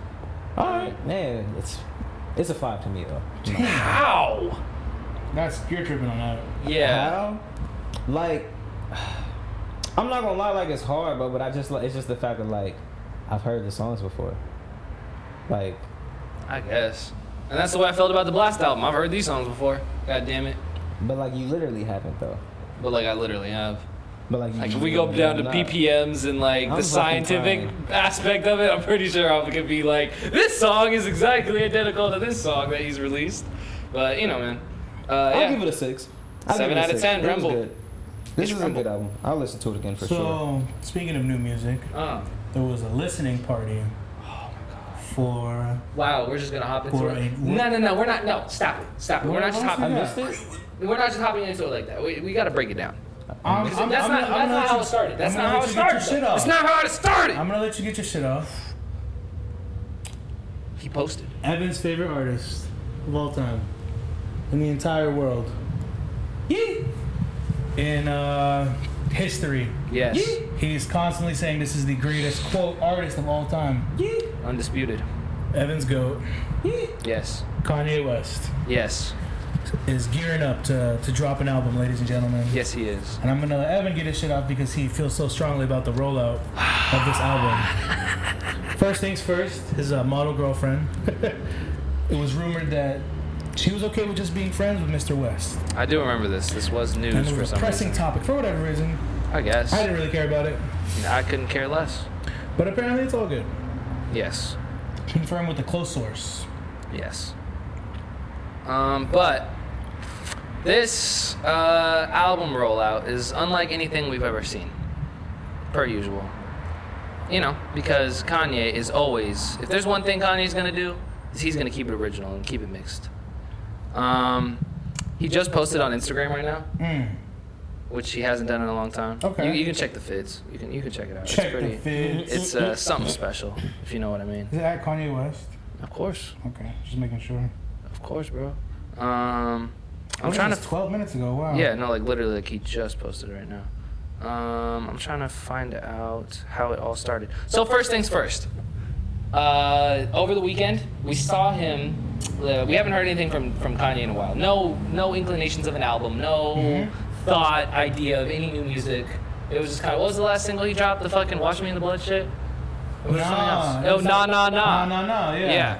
E: All right, yeah, it's it's a five to me though.
B: How?
D: That's you're tripping on that.
B: Yeah.
E: How? Like, I'm not gonna lie, like it's hard, but but I just like it's just the fact that like I've heard the songs before. Like,
B: I guess. And that's the way I felt about the Blast album. I've heard these songs before. God damn it.
E: but like you literally haven't though.
B: But like I literally have.
E: But like,
B: Like
E: you
B: if we go
E: literally
B: down to
E: have not.
B: BPMs and like
E: I'm
B: the
E: fucking
B: scientific
E: trying.
B: aspect of it, I'm pretty sure I'm gonna be like, this song is exactly identical to this song that he's released. But you know, man. Uh,
E: I'll
B: yeah.
E: give it a six. I'll
B: Seven
E: give it a
B: out of
E: six.
B: ten,
E: It was
B: Rumble.
E: good. This
B: It's
E: is
B: Rumble.
E: a good album. I'll listen to it again for
D: so
E: sure.
D: speaking of new music,
B: Uh,
D: there was a listening party.
B: Oh
D: For
B: wow, we're just gonna hop into
D: Or a-
B: it. No, no, no, we're not. No, stop it, stop it. We're not just
D: Why don't
E: I
B: hopping.
D: you
E: missed it.
B: We're not just hopping into it like that. We, we gotta break it down.
D: I'm,
B: That's
D: I'm-
B: not,
D: I'm
B: that's
D: gonna- I'm gonna
B: not
D: let
B: how
D: you-
B: it started. That's
D: I'm
B: not
D: gonna
B: how it
D: let you get your
B: started.
D: shit
B: though.
D: off.
B: That's not how it started.
D: I'm gonna let you get your shit off.
B: He posted.
D: Evan's favorite artist of all time in the entire world. Yee! In uh, history,
B: Yes.
D: he's constantly saying this is the greatest quote artist of all time.
B: Undisputed.
D: Evan's goat.
B: Yes.
D: Kanye West
B: Yes.
D: is gearing up to, to drop an album, ladies and gentlemen.
B: Yes, he is.
D: And I'm gonna let Evan get his shit off because he feels so strongly about the rollout of this album. First things first, his uh, model girlfriend. it was rumored that She was okay with just being friends with Mr. West.
B: I do remember this. This was
D: And
B: news
D: it
B: for
D: was a
B: some
D: pressing
B: reason.
D: topic for whatever reason.
B: I guess.
D: I didn't really care about it,
B: I couldn't care less.
D: but apparently it's all good.
B: Yes.
D: Confirmed with a close source.
B: Yes. Um, but this uh, album rollout is unlike anything we've ever seen, per usual. You know, because Kanye is always, if there's one thing Kanye's gonna do, is he's gonna keep it original and keep it mixed. Um, he just posted on Instagram right now,
D: Mm.
B: which he hasn't done in a long time.
D: Okay.
B: You, you can check the feeds. You can you can check it out.
D: Check
B: it's pretty.
D: the feeds.
B: It's uh, something special, if you know what I mean.
D: Is it at Kanye West?
B: Of course.
D: Okay, just making sure.
B: Of course, bro. Um, I'm
D: Look,
B: trying
D: it's
B: to.
D: 12 minutes ago. Wow.
B: Yeah, no, like literally, like he just posted it right now. Um, I'm trying to find out how it all started. So first things first. Uh, over the weekend, we saw him. Uh, we haven't heard anything from from Kanye in a while. No, no inclinations of an album. No
D: Mhm.
B: thought, idea of any new music. It was just kind of. What was the last single he dropped? The fucking "Watch Me in the Blood" shit. Or was it something
D: Nah,
B: else?
D: it
B: Oh,
D: was
B: nah,
D: like-
B: nah, nah.
D: Nah, nah, nah, yeah.
B: Yeah.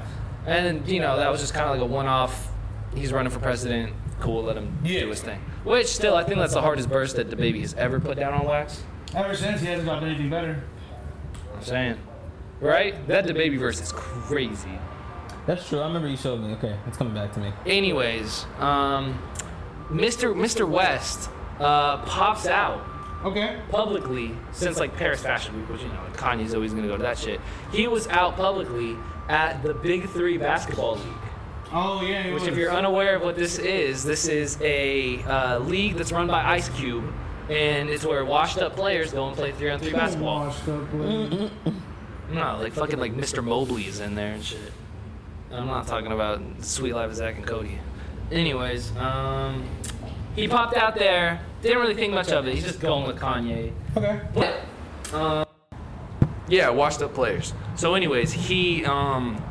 B: And you know that was just kind of like a one-off. He's running for president. Cool, let him do
D: Yeah.
B: his thing. Which still, I think that's the hardest burst that the baby has ever put down on wax.
D: Ever since he hasn't gotten anything better.
B: I'm saying, right? That the baby verse is crazy.
E: That's true. I remember you showed me. Okay, it's coming back to me.
B: Anyways, um, Mr. Mr. West uh, pops out
D: Okay.
B: publicly since like Paris Fashion Week, which you know like Kanye's always gonna go to that shit. He was out publicly at the Big Three basketball league.
D: Oh yeah. it
B: Which, if
D: was.
B: you're unaware of what this is, this is a uh, league that's run by Ice Cube, and it's where washed-up players go and play three-on-three
D: Kinda
B: basketball.
D: washed up, like-
B: No, like fucking like Mr. Mobley is in there and shit. I'm not talking about Sweet Life of Zach and Cody. Anyways, um, he popped out there. Didn't really think much of it. He's just going with Kanye.
D: Okay.
B: But, um, yeah, washed up players. So, anyways, he um,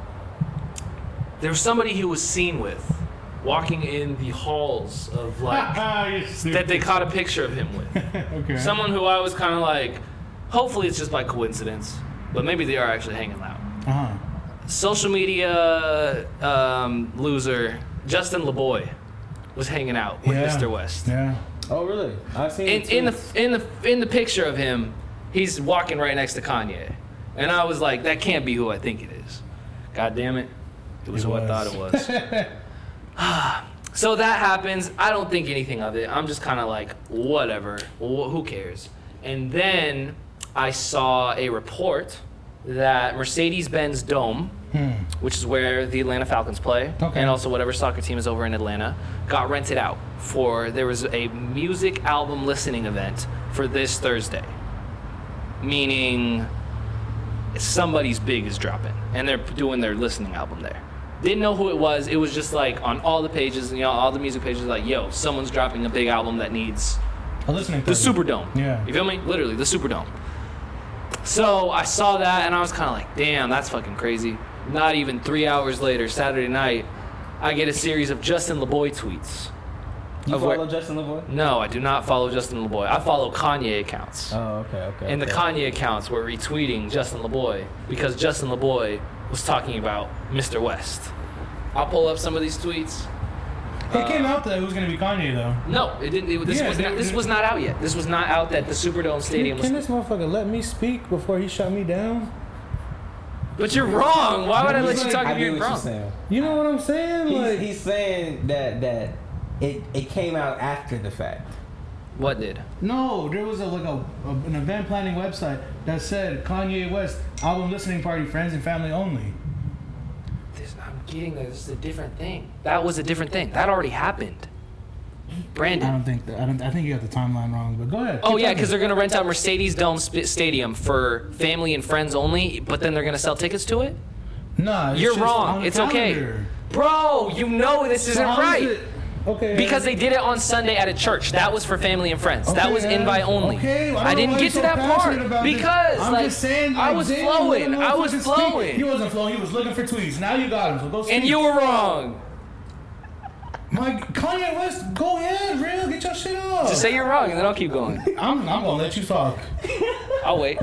B: there was somebody he was seen with walking in the halls of like
D: You're stupid.
B: that they caught a picture of him with.
D: okay.
B: Someone who I was kind of like, hopefully it's just by coincidence, but maybe they are actually hanging out.
D: Uh-huh.
B: Social media um, loser Justin LeBoy was hanging out with
D: Yeah.
B: Mr. West
D: Yeah.
E: Oh, really? I've seen
B: in,
E: it
B: in the
E: too.
B: in the in the picture of him, he's walking right next to Kanye, and I was like, that can't be who I think it is. God damn it, it was
D: It
B: who I
D: was.
B: thought it was. so that happens. I don't think anything of it. I'm just kind of like, whatever. Wh- who cares? And then I saw a report that Mercedes-Benz Dome
D: Hmm.
B: which is where the Atlanta Falcons play,
D: Okay.
B: and also whatever soccer team is over in Atlanta, got rented out for there was a music album listening event for this Thursday, meaning somebody's big is dropping, and they're doing their listening album there. Didn't know who it was. It was just like on all the pages, you know, all the music pages, like, yo, someone's dropping a big album that needs
D: A listening.
B: the
D: party.
B: Superdome.
D: Yeah.
B: You feel me? Literally, the Superdome. So I saw that and I was kind of like, damn, that's fucking crazy. Not even three hours later, Saturday night, I get a series of Justin LeBoy tweets.
E: You
B: of where-
E: follow Justin LeBoy?
B: No, I do not follow Justin LeBoy. I follow Kanye accounts.
E: Oh, okay, okay.
B: and the
E: okay.
B: Kanye accounts were retweeting Justin LeBoy because Justin LeBoy was talking about Mr. West. I'll pull up some of these tweets.
D: It came out that it was gonna be Kanye though.
B: No, it didn't. It, this,
D: Yeah,
B: was
D: they-
B: not, this was not out yet. This was not out that the Superdome Stadium
D: Can,
B: was.
D: can this motherfucker let me speak before he shut me down?
B: But you're wrong. Why would I let you talk
E: I
B: if
E: get
B: you're
E: what you're
B: wrong?
E: saying.
D: You know what I'm saying?
E: He's,
D: Like
E: he's saying that that it it came out after the fact.
B: What did?
D: no, there was a, like a, a an event planning website that said Kanye West album listening party, friends and family only.
B: This, I'm getting this. This is a different thing. That was a different thing. That already happened.
D: I
B: Brandon.
D: don't think that, I don't. I think you got the timeline wrong. But go ahead.
B: Oh
D: Keep
B: yeah,
D: talking.
B: because they're gonna rent out Mercedes Dome sp- Stadium for family and friends only, but then they're gonna sell tickets to it.
D: nah, it's
B: You're
D: just on
B: wrong.
D: the
B: It's okay,
D: calendar.
B: bro. You know this isn't
D: So how is
B: right
D: it- Okay.
B: because they did it on Sunday at a church. That was for family and friends. that
D: Okay,
B: was invite
D: yeah.
B: only.
D: Okay, well,
B: I,
D: don't know
B: didn't get
D: why
B: to
D: you're so
B: that
D: passionate
B: part
D: about this.
B: because
D: I'm
B: like
D: just saying,
B: I
D: like,
B: was
D: Zay, you
B: flowing.
D: let him
B: I was
D: motherfucking speak.
B: flowing.
D: He wasn't flowing. He was looking for tweets. Now you got him. So go speak.
B: and you were wrong.
D: My Kanye West, go ahead, real, get your shit off.
B: Just say you're wrong, and then I'll keep going.
D: I'm, I'm gonna let you talk.
B: I'll wait.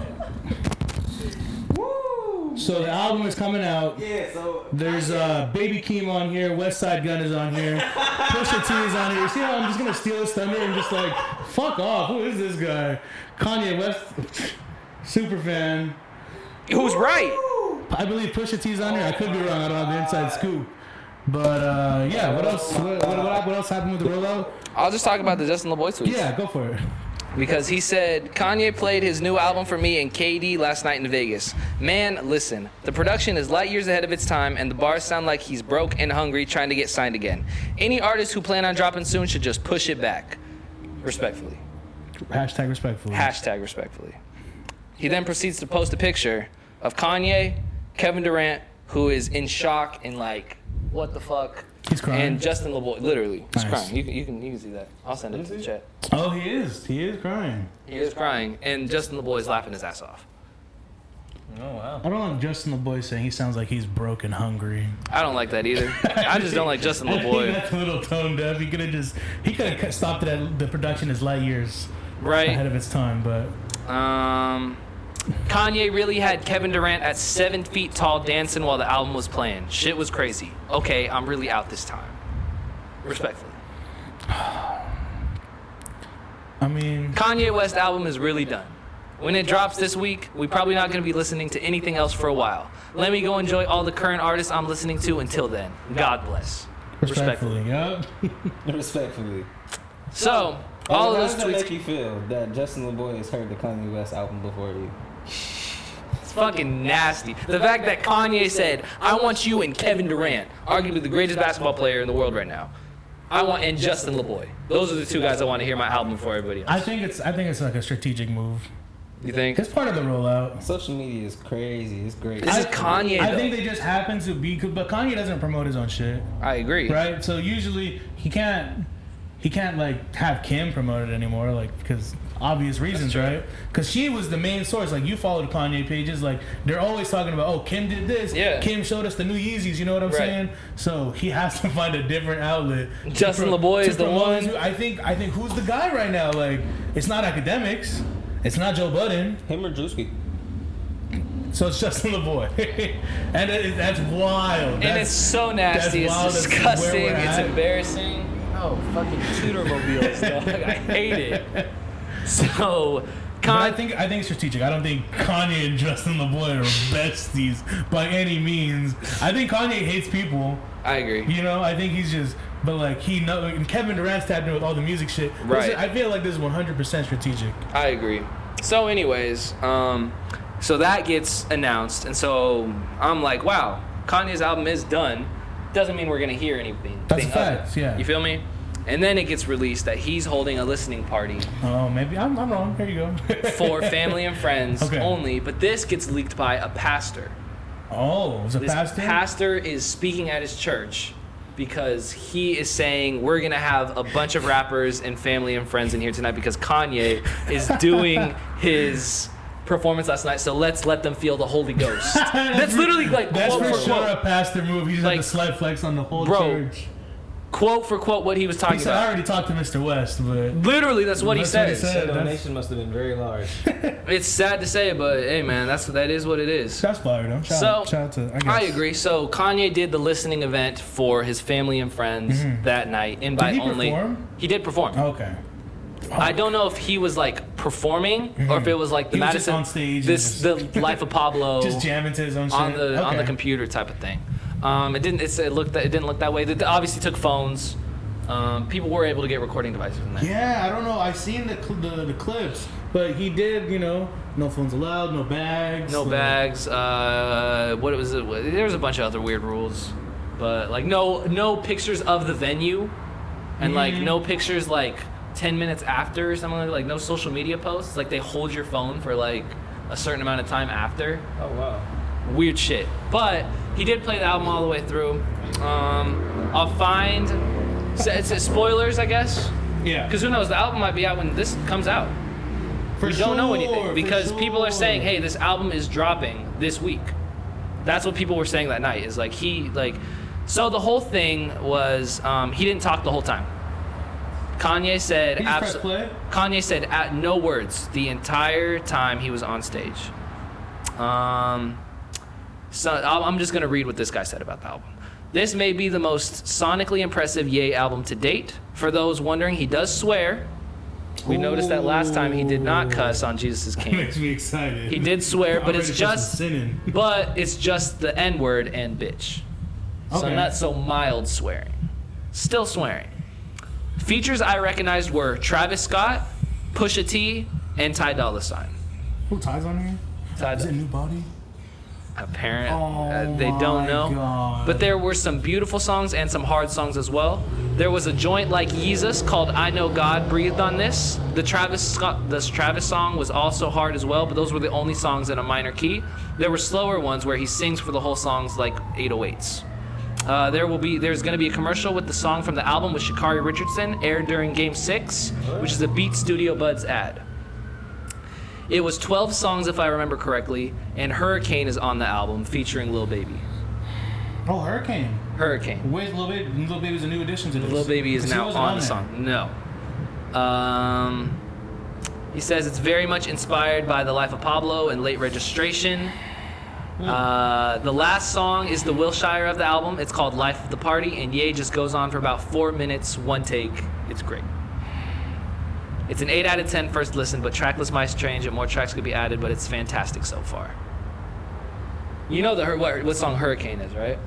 D: So the album is coming out.
E: Yeah, so
D: There's uh, Baby Keem on here. West Side Gun is on here. Pusha T is on here. You see how I'm just gonna steal his thunder and just like, fuck off. Who is this guy? Kanye West, super fan.
B: Who's right?
D: I believe Pusha T's on here. I could be wrong. I don't have the inside scoop. But uh, yeah, what else? What, what, what, what else happened with the rollout?
B: I'll just talk about the Justin LeBoy tweets.
D: Yeah, go for it.
B: because he said Kanye played his new album for me and KD last night in Vegas. Man, listen, the production is light years ahead of its time, and the bars sound like he's broke and hungry trying to get signed again. Any artist who plan on dropping soon should just push it back. Respectfully.
D: Hashtag respectfully.
B: Hashtag respectfully. He then proceeds to post a picture of Kanye, Kevin Durant, who is in shock and like, what the fuck?
D: He's crying.
B: And Justin LeBoy, literally, he's
D: Nice.
B: crying. You can, you can you can see that. I'll send it to the chat.
D: oh, he is. He is crying.
B: He is crying, and Justin LeBoy is laughing his ass off.
C: Oh wow.
D: I don't like Justin LeBoy saying he sounds like he's broke and hungry.
B: I don't like that either. I just don't like Justin
D: I think
B: LeBoy.
D: That's a little tone deaf. He could have just he could have stopped it at the production is light years ahead
B: Right.
D: of its time. But
B: Um, Kanye really had Kevin Durant at seven feet tall dancing while the album was playing. Shit was crazy. Okay, I'm really out this time. Respectfully.
D: I mean,
B: Kanye West album is really done. When it drops this week, we probably not going to be listening to anything else for a while. Let me go enjoy all the current artists I'm listening to until then. God bless. Respectfully.
D: respectfully, yup.
E: respectfully.
B: So, all of
E: How
B: those
E: does that
B: tweets
E: make you feel that Justin LeBoy has heard the Kanye West album before you?
B: It's fucking nasty. The fact that Kanye said, I want you and Kevin Durant, arguably the greatest basketball player in the world right now. I want and Justin LeBoy. Those are the two guys I want to hear my album for everybody
D: I
B: else.
D: think it's I think it's like a strategic move.
B: You think?
D: It's part of the rollout.
E: Social media is crazy. It's great.
B: This is Kanye
D: I
B: though.
D: think they just happen to be, but Kanye doesn't promote his own shit,
B: I agree.
D: right? So usually he can't, he can't like have Kim promote it anymore, like because obvious reasons, right? Because she was the main source. Like you followed Kanye pages, like they're always talking about, oh, Kim did this,
B: Yeah.
D: Kim showed us the new Yeezys, you know what I'm
B: Right.
D: saying? So he has to find a different outlet. to
B: Justin
D: pro-
B: LeBoy
D: to
B: is the
D: promote
B: one.
D: his- I think, I think who's the guy right now? Like it's not academics, it's not Joe Budden.
E: Him or Drewski?
D: So it's Justin LeBoy, and it, that's wild.
B: and
D: That's-
B: it's so nasty.
D: that's
B: It's
D: wild. That's where
B: disgusting.
D: we're
B: It's
D: at.
B: embarrassing. Oh, fucking Tudormobiles, dog. I hate it. So,
D: But I
B: Kanye.
D: think I think it's strategic. I don't think Kanye and Justin LeBoy are besties by any means. I think Kanye hates people.
B: I agree.
D: You know, I think he's just, but like he know. And Kevin Durant's tapped in with all the music shit. This is-
B: Right.
D: I feel like this is 100 percent strategic.
B: I agree. So, anyways, um, so that gets announced, and so I'm like, wow, Kanye's album is done. Doesn't mean we're gonna hear anything.
D: That's a
B: thing of it.
D: fact, yeah.
B: You feel me? And then it gets released that he's holding a listening party
D: Oh, maybe I'm, I'm wrong. Here you go.
B: for family and friends
D: Okay.
B: only, but this gets leaked by a pastor.
D: Oh, it was a
B: This
D: fast thing?
B: pastor is speaking at his church because he is saying we're gonna have a bunch of rappers and family and friends in here tonight because Kanye is doing his performance last night. So let's let them feel the Holy Ghost. That's literally like
D: That's
B: quote
D: for
B: for
D: sure
B: quote,
D: a pastor move. He just
B: Like,
D: had the slight flex on the whole
B: bro,
D: church.
B: quote for quote what he was
D: He
B: talking
D: said, "I
B: about.
D: already talked to Mr. West, but
B: Literally, that's what he
D: That's what he
B: says.
D: said.
E: The
D: that's-
E: donation must have been very large.
B: It's sad to say, but hey, man, that's that is what it is.
D: shots fired." I'm shout,
B: So,
D: shout out to. I, guess.
B: I agree. So Kanye did the listening event for his family and friends that night, invite
D: Mm-hmm. he
B: only.
D: perform? Oh,
B: He did perform.
D: Okay.
B: I don't know if he was like performing or if it was like the
D: Mm-hmm. He was just
B: Madison
D: on stage and
B: this the Life of Pablo
D: Just jamming to his own shit.
B: on the on the
D: Okay.
B: computer type of thing. Um, it didn't it's, it looked that, it didn't look that way. They obviously took phones. Um, people were able to get recording devices in there.
D: Yeah, I don't know. I seen the, cl- the the clips, but he did, you know, no phones allowed, no bags,
B: No
E: Hmm.
D: like-
B: bags. Uh, what was it? What- There was a bunch of other weird rules, but like no no pictures of the venue, and like
E: Hmm.
B: no pictures like ten minutes after or something like, like no social media posts. Like they hold your phone for like a certain amount of time after.
E: Oh wow.
B: Weird shit. But he did play the album all the way through. Um, I'll find. So it's, it's spoilers, I guess.
D: Yeah,
B: Because who knows? The album might be out when this comes out
D: for
B: we don't know
D: sure, for
B: anything because people are
D: sure.
B: saying, "Hey, this album is dropping this week." That's what people were saying that night. Is like he like, so the whole thing was um, he didn't talk the whole time. Kanye said,
D: He just pressed
B: abso-
D: play?
B: Kanye said at no words the entire time he was on stage. Um, So I'll- I'm just gonna read what this guy said about the album. This may be the most sonically impressive Ye album to date. For those wondering, he does swear. We noticed that last time he did not cuss on Jesus' King.
C: Makes me excited.
B: He did swear,
D: I'm
B: but
D: ready
B: it's
D: for some
B: just
D: sinning.
B: but it's just the N word and bitch. So
D: Okay.
B: not so mild swearing. Still swearing. Features I recognized were Travis Scott, Pusha T, and Ty Dolla Sign.
C: Who ties on here?
B: Ty
C: Is it new body?
B: apparent
D: Oh
B: uh, they
D: my
B: don't know.
D: God.
B: But there were some beautiful songs and some hard songs as well. There was a joint like Yeezus called "I Know God" breathed on this. The Travis Scott, this Travis song was also hard as well, but those were the only songs in a minor key. There were slower ones where he sings for the whole songs like 808s. Uh, there will be there's going to be a commercial with the song from the album with Shikari Richardson aired during Game Six, which is a Beat Studio Buds ad. It was 12 songs, if I remember correctly, and Hurricane is on the album featuring Lil Baby.
D: Oh, Hurricane.
B: Hurricane.
D: Where's Lil Baby? Lil Baby's a new addition to this.
B: Lil Baby is
D: 'Cause he
B: now
D: wasn't
B: on the
D: there.
B: song. No. Um, he says it's very much inspired by the life of Pablo and late registration.
D: Hmm.
B: Uh, the last song is the Wilshire of the album. It's called Life of the Party, and Ye just goes on for about four minutes, one take. It's great. It's an 8 out of 10 first listen, but tracklist might change and more tracks could be added, but it's fantastic so far. You know the hur- what, what song Hurricane is, right?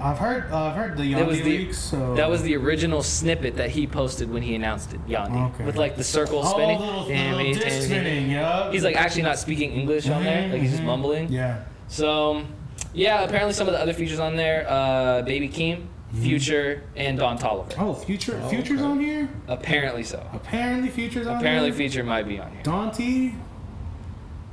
D: I've heard. Uh, I've heard the
B: That
D: Yandi
B: was the
D: leaks. So
B: that was the original snippet that he posted when he announced it, Yandi,
D: Okay.
B: with like the circle
D: oh,
B: spinning.
D: little, little
B: Damn it,
D: disc
B: damn it.
D: spinning. Yeah.
B: He's like actually not speaking English on there,
D: Mhm,
B: like he's just
D: mhm.
B: mumbling.
D: Yeah.
B: So, um, yeah, apparently some of the other features on there, uh, Baby Keem, Future, and Don Tolliver.
D: Mm-hmm. Oh, Future. Future's
E: okay.
D: on here.
B: Apparently so.
D: Apparently, Future's on
B: Apparently,
D: here.
B: Future might be on here.
D: Dante.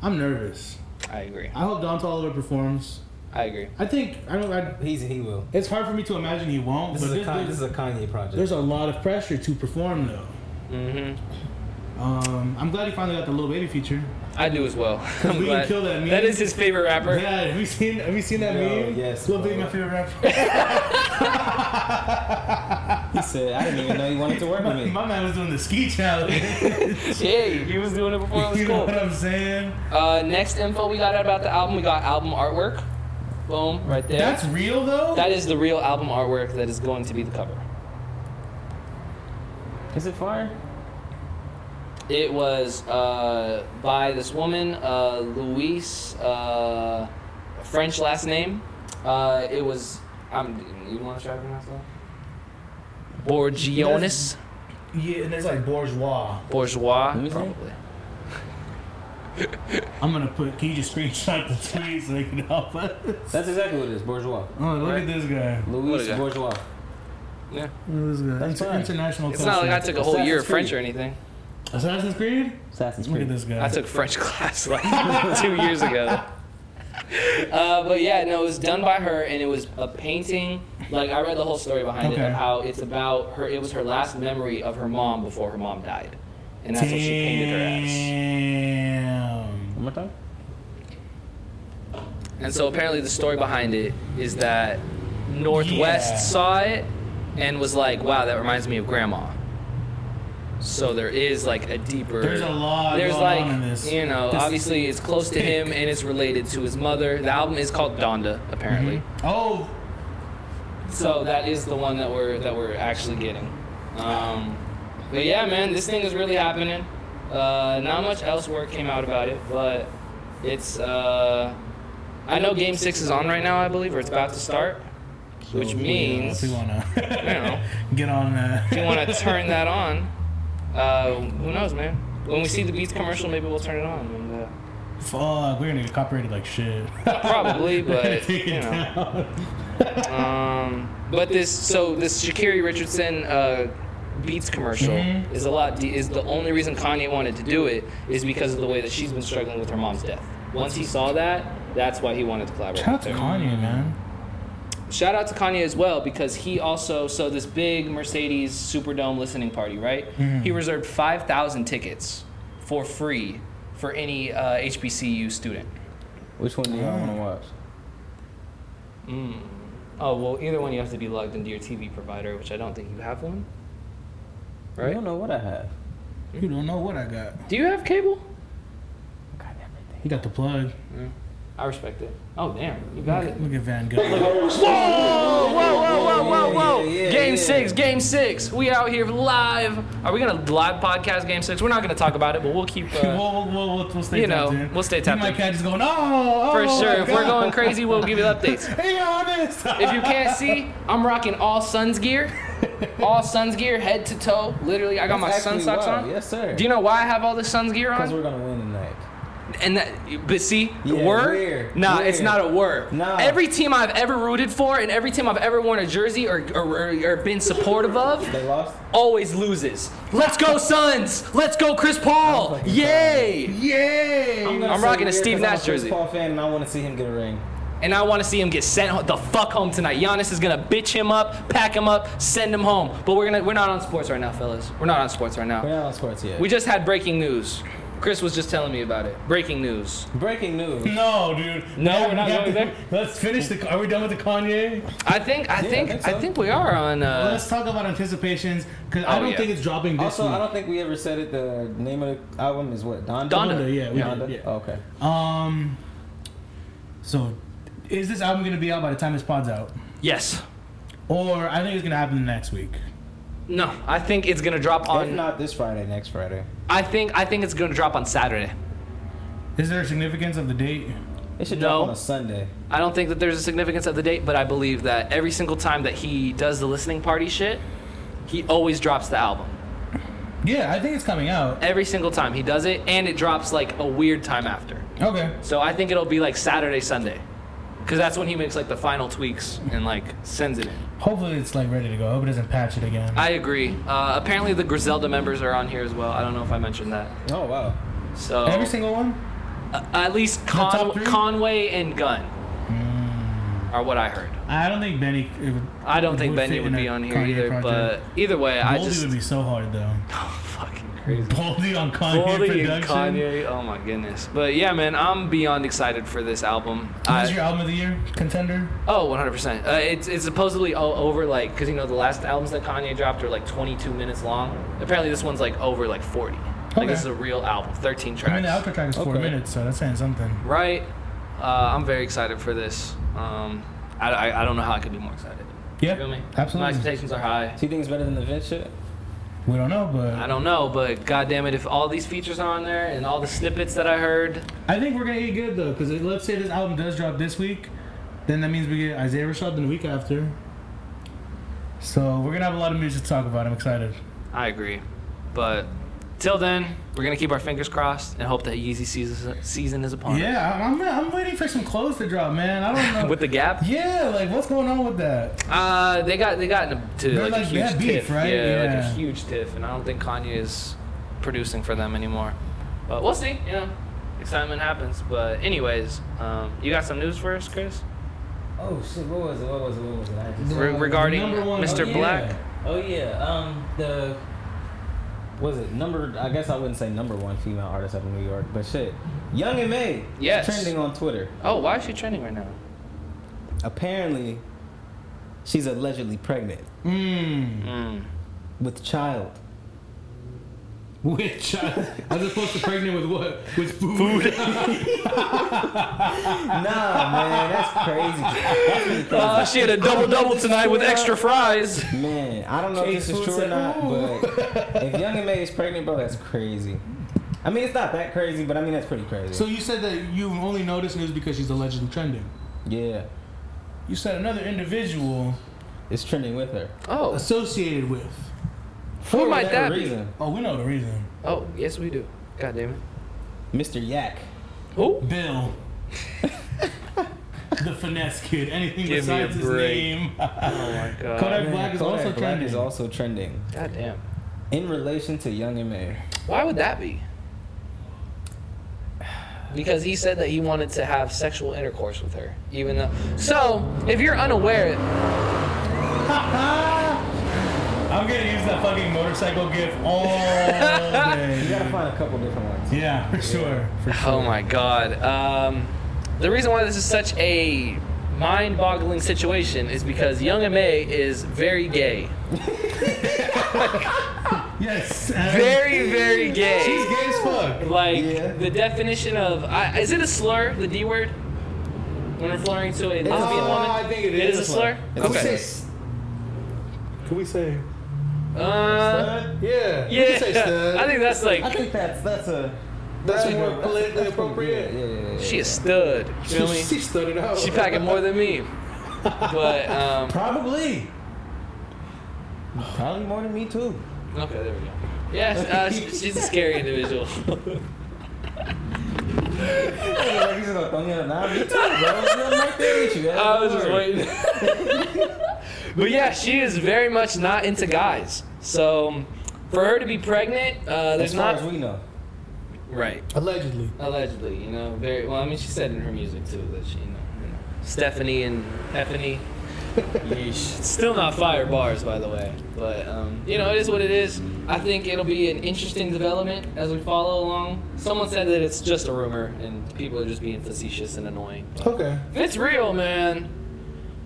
D: I'm nervous.
B: I agree.
D: I hope Dante Oliver performs.
B: I agree.
D: I think I don't. I,
E: He's he will.
D: it's hard for me to imagine he won't.
E: This
D: but
E: is a
D: there's,
E: Kanye,
D: there's,
E: this is a Kanye project.
D: there's a lot of pressure to perform though.
B: hmm
D: Um, I'm glad he finally got the little baby feature.
B: I do as well.
D: we
B: I'm
D: can
B: glad.
D: kill that meme.
B: that is his favorite rapper.
D: Yeah, have you seen have you seen that
E: Yo,
D: meme?
E: yes,
D: Lil
E: bro.
D: Baby, my favorite rapper.
E: he said, I didn't even know you wanted to work with
D: my,
E: me.
D: my man was doing the ski challenge.
B: Hey, he was doing it before it was
D: you know
B: cool.
D: what I'm saying?
B: Uh, next info we got about the album, we got album artwork. Boom, right there.
D: That's real though.
B: that is the real album artwork that is going to be the cover.
E: Is it fire?
B: It was uh, by this woman, uh, Louise, uh, French last name. Uh, it was. I'm. You want to try to pronounce that? Borgionis,
D: yeah, and it's like bourgeois.
B: bourgeois,
E: Who's that?
B: probably.
D: I'm gonna put. Can you just screenshot the tweet so they can help us?
E: That's exactly what it is. Bourgeois.
D: Oh, look
B: Right.
D: at this guy.
B: What a
E: Louis
B: guy.
E: Bourgeois.
B: Yeah.
D: Look at this guy.
E: That's
D: Inter-
E: fine.
D: international.
B: It's not like I
D: culture.
B: took a whole year
E: Assassin's
B: of French
E: Creed.
B: or anything.
D: Assassin's Creed.
E: Assassin's
D: Look at
E: Creed.
D: this guy.
B: I took French class like two years ago. Uh, but yeah, no, it was done by her, and it was a painting. Like I read the whole story behind it
D: Okay.
B: of how it's about her. It was her last memory of her mom before her mom died, and that's what she painted her
D: Damn.
E: One more time?
B: as. And so apparently, the story behind it is that Northwest
D: Yeah.
B: saw it and was like, "Wow, that reminds me of Grandma." So there is like a deeper.
D: There's a lot
B: There's
D: going
B: like,
D: on in this.
B: you know,
D: This-
B: obviously it's close to him and it's related to his mother. The album is called Donda, apparently.
D: Oh,
B: So that is the one that we're that we're actually getting. Um, but yeah, man, this thing is really happening. Uh, not much else work came out about it, but it's. Uh, I know Game Six is on right now, I believe, or it's about to start, which means
D: if we wanna
B: know.
D: get on uh, that.
B: if you want to turn that on, uh, who knows, man? When we see the Beats commercial, maybe we'll turn it on. And, uh,
D: Fuck, we're gonna get copyrighted like shit.
B: Probably, but
D: Take it
B: you know.
D: down.
B: Um, but this so this Shakiri Richardson uh, Beats commercial
D: Mhm.
B: is a lot de- is the only reason Kanye wanted to do it is because of the way that she's been struggling with her mom's death. Once he saw that, that's why he wanted to collaborate.
D: Shout out to
B: with her.
D: Kanye, man.
B: Shout out to Kanye as well because he also so this big Mercedes Superdome listening party, right?
D: Mm-hmm.
B: He reserved 5,000 tickets for free for any uh, HBCU student.
E: Which one do y'all want to watch?
B: Oh well, either one you have to be logged into your TV provider, which I don't think you have one.
E: I
B: Right?
E: don't know what I have.
D: You don't know what I got.
B: Do you have cable?
E: I got everything.
D: He got the plug.
B: I respect it. Oh damn, you got it.
D: Look at Van Gogh.
B: Whoa, whoa, whoa, whoa, whoa, whoa.
E: yeah, yeah,
B: game
E: yeah.
B: six, game six. We out here live. Are we gonna live podcast game six? We're not gonna talk about it, but we'll keep.
E: Oh
B: Uh,
D: We'll, we'll, we'll, we'll, we'll stay
B: You know,
D: tapped in.
B: we'll stay tapped
D: You
B: in.
D: might catch us going, oh, oh
B: for
D: my
B: sure, if we're
D: God."
B: going crazy, we'll give you updates.
D: Hey, honest.
B: If you can't see, I'm rocking all Suns gear. All Suns gear, head to toe. Literally, I got my Sun
E: Actually,
B: socks
E: wow.
B: on.
E: Yes, sir.
B: Do you know why I have all the Suns gear
E: Because we're
B: on?
E: gonna win tonight.
B: And that, but see,
E: Yeah,
B: were
E: we're-
B: nah,
E: we're.
B: it's not a word.
E: Nah.
B: Every team I've ever rooted for and every team I've ever worn a jersey or or, or, or been supportive of
E: They lost.
B: always loses. Let's go Suns! Let's go Chris Paul!
E: fucking
B: Yay!
D: Yay.
E: gonna
B: I'm
E: say
B: rocking
E: we're here
B: a Steve
E: 'cause
B: Nash
E: I'm a Chris
B: jersey.
E: Paul fan, and I want to see him get a ring.
B: And I want to see him get sent ho- the fuck home tonight. Giannis is gonna bitch him up, pack him up, send him home. But we're gonna we're not on sports right now, fellas. We're not on sports right
E: We're
B: now.
E: not on sports yet.
B: We just had breaking news. Chris was just telling me about it. Breaking news.
E: Breaking news.
D: No, dude.
B: No,
D: Yeah,
B: we're not
D: we have
B: going
D: to-
B: there.
D: Let's finish the. Are we done with the Kanye?
B: I think
E: Yeah,
B: I
E: I
B: think I
E: think
B: think,
E: so.
B: we are on. Uh,
D: Let's talk about anticipations because
B: Oh,
D: I don't
B: yeah.
D: think it's dropping this
E: Also,
D: week.
E: I don't think we ever said it. The name of the album is what? Donda.
B: Donda.
D: Donda, yeah, we
E: Donda?
D: did, yeah.
E: Okay.
D: Um. So, is this album gonna be out by the time this pod's out,
B: yes.
D: or I think it's gonna happen next week?
B: No. I think it's gonna drop
E: if
B: on.
E: not this Friday, next Friday.
B: I think I think it's gonna drop on Saturday.
D: Is there a significance of the date?
E: It should
B: No.
E: drop on a Sunday.
B: I don't think that there's a significance of the date, but I believe that every single time that he does the listening party shit, he always drops the album.
D: Yeah, I think it's coming out.
B: Every single time he does it, and it drops like a weird time after.
D: Okay.
B: So I think it'll be like Saturday, Sunday, because that's when he makes like the final tweaks and like sends it in.
D: Hopefully, it's like ready to go. I hope it doesn't patch it again.
B: I agree. Uh, apparently the Griselda members are on here as well. I don't know if I mentioned that.
E: Oh wow.
B: So
D: Every single one.
B: uh, at least
D: top
B: Con-
D: three? Hmm.
B: Conway and Gunn are what I heard.
D: I don't think Benny. it would-
B: I don't
D: it
B: think Benny
D: fit
B: would
D: in
B: be
D: a
B: on here
D: Kanye
B: either,
D: project.
B: but either way, I
D: Boldy
B: just
D: would be so hard though.
B: fucking crazy.
D: Boldy on Kanye
B: Boldy and
D: production.
B: Kanye, oh my goodness. But yeah, man, I'm beyond excited for this album.
D: What's
B: I-
D: your album of the year contender?
B: Oh, 100%. Uh, it's, it's supposedly o- over like, because you know, the last albums that Kanye dropped are like 22 minutes long. Apparently, this one's like over like 40. Like,
D: Okay.
B: this is a real album, 13 tracks.
D: I mean, the outro track is four
E: Okay.
D: minutes, so that's saying something.
B: right? Uh, I'm very excited for this. Um, I, I, I don't know how I could be more excited.
D: Yeah,
B: You feel me? My
D: absolutely.
B: expectations are high.
E: Do you think it's better than the Vince shit?
D: We don't know, but
B: I don't know, but goddamn it, if all these features are on there and all the snippets that I heard,
D: I think we're gonna get good though, because let's say this album does drop this week, then that means we get Isaiah Rashad the week after. So we're gonna have a lot of music to talk about. I'm excited.
B: I agree. But till then, we're gonna keep our fingers crossed and hope that Yeezy season season is upon us.
D: Yeah, I- I'm I'm waiting for some clothes to drop, man. I don't know.
B: With the gap,
D: yeah, like what's going on with that?
B: uh, they got they got into
D: They're
B: like, a
D: like,
B: huge
D: yeah, beef,
B: tiff,
D: right?
B: Yeah, like
D: Yeah.
B: a huge tiff, and I don't think Kanye is producing for them anymore. But we'll see. You know, excitement happens. But anyways, um, you got some news for us, Chris,
F: Oh shit, what was it? What was it? What was it? I just,
B: Re- regarding
D: number one-
B: Mr.
D: oh, yeah.
B: Black.
F: oh yeah, um, the
E: Was it number? I guess I wouldn't say number one female artist up in New York, but shit, Young and May.
B: Yes.
E: Trending on Twitter.
B: Oh, why is she trending right now?
E: Apparently, she's allegedly pregnant
D: Mmm.
B: Mm.
E: with child.
D: Which uh, as opposed to pregnant with what? With food.
E: nah, man, that's crazy.
B: Uh, she had a double double tonight with extra fries.
E: Man, I don't know if this is
D: Jesus
E: true or
D: said,
E: not,
D: "Ooh."
E: but if Young and May is pregnant, bro, that's crazy. I mean, it's not that crazy, but I mean, that's pretty crazy.
D: So you said that you only noticed news because she's allegedly trending.
E: yeah,
D: You said another individual
E: it's trending with her.
B: Oh,
D: associated with.
B: who might
E: whatever
B: that be?
E: reason,
D: Oh, we know the reason.
B: Oh, yes, we do. God damn it.
E: Mr. Yak.
B: Oh,
D: Bill. the finesse kid. Anything
B: Give me a
D: besides his
B: break.
D: name.
B: Oh my god.
D: Kodak Black is
E: Kodak
D: also
E: Black
D: trending.
E: is also trending
B: God damn.
E: in relation to Young and May.
B: Why would that be? Because he said that he wanted to have sexual intercourse with her, even though. So, if you're unaware,
D: Ah! I'm gonna use that fucking motorcycle gif all day.
E: You gotta find a couple different ones.
D: Yeah, for sure. For sure.
B: oh my god, um, the reason why this is such a mind-boggling situation is because Young May is very gay,
D: Yes. and-
B: very, very
D: She's
B: gay.
D: gay as fuck.
B: Like
E: Yeah.
B: the definition of I, is it a slur? The D word? when referring to it
E: It
B: as
E: is a
B: being a
E: slur.
B: woman?
C: I think it
B: It
C: is
B: is a slur.
C: It's
E: Who
B: Okay.
E: says-
C: Can we say?
B: Uh,
C: yeah. We
B: yeah.
C: can say stud.
B: I think that's
E: I
B: like
E: think that's that's a
C: that's
E: that's
C: more
E: a-
C: politically
E: that's pretty good.
C: appropriate.
E: Yeah, yeah, yeah.
B: she
E: yeah.
B: a stud. You feel me?
C: She, she studded out.
B: She packing more than me. But um,
E: Probably. Probably more than me too.
B: okay, there we go. Yeah, uh, she- she's a scary individual.
E: like he's gonna throw me out. Nah, me too, bro. I'm right there with you.
B: I was just waiting. but yeah, she is very much not into guys. So for her to be pregnant, uh,
E: As
B: there's
E: far
B: not
E: as we know.
B: right.
C: Allegedly.
B: Allegedly, you know, very well. I mean, she said in her music too that she, you know, you know Stephanie and Stephanie. Yeesh. Still not fire bars, by the way. But um, you know, it is what it is. I think it'll be an interesting development as we follow along. Someone said that it's just a rumor and people are just being facetious and annoying.
C: Okay.
B: If it's real, man,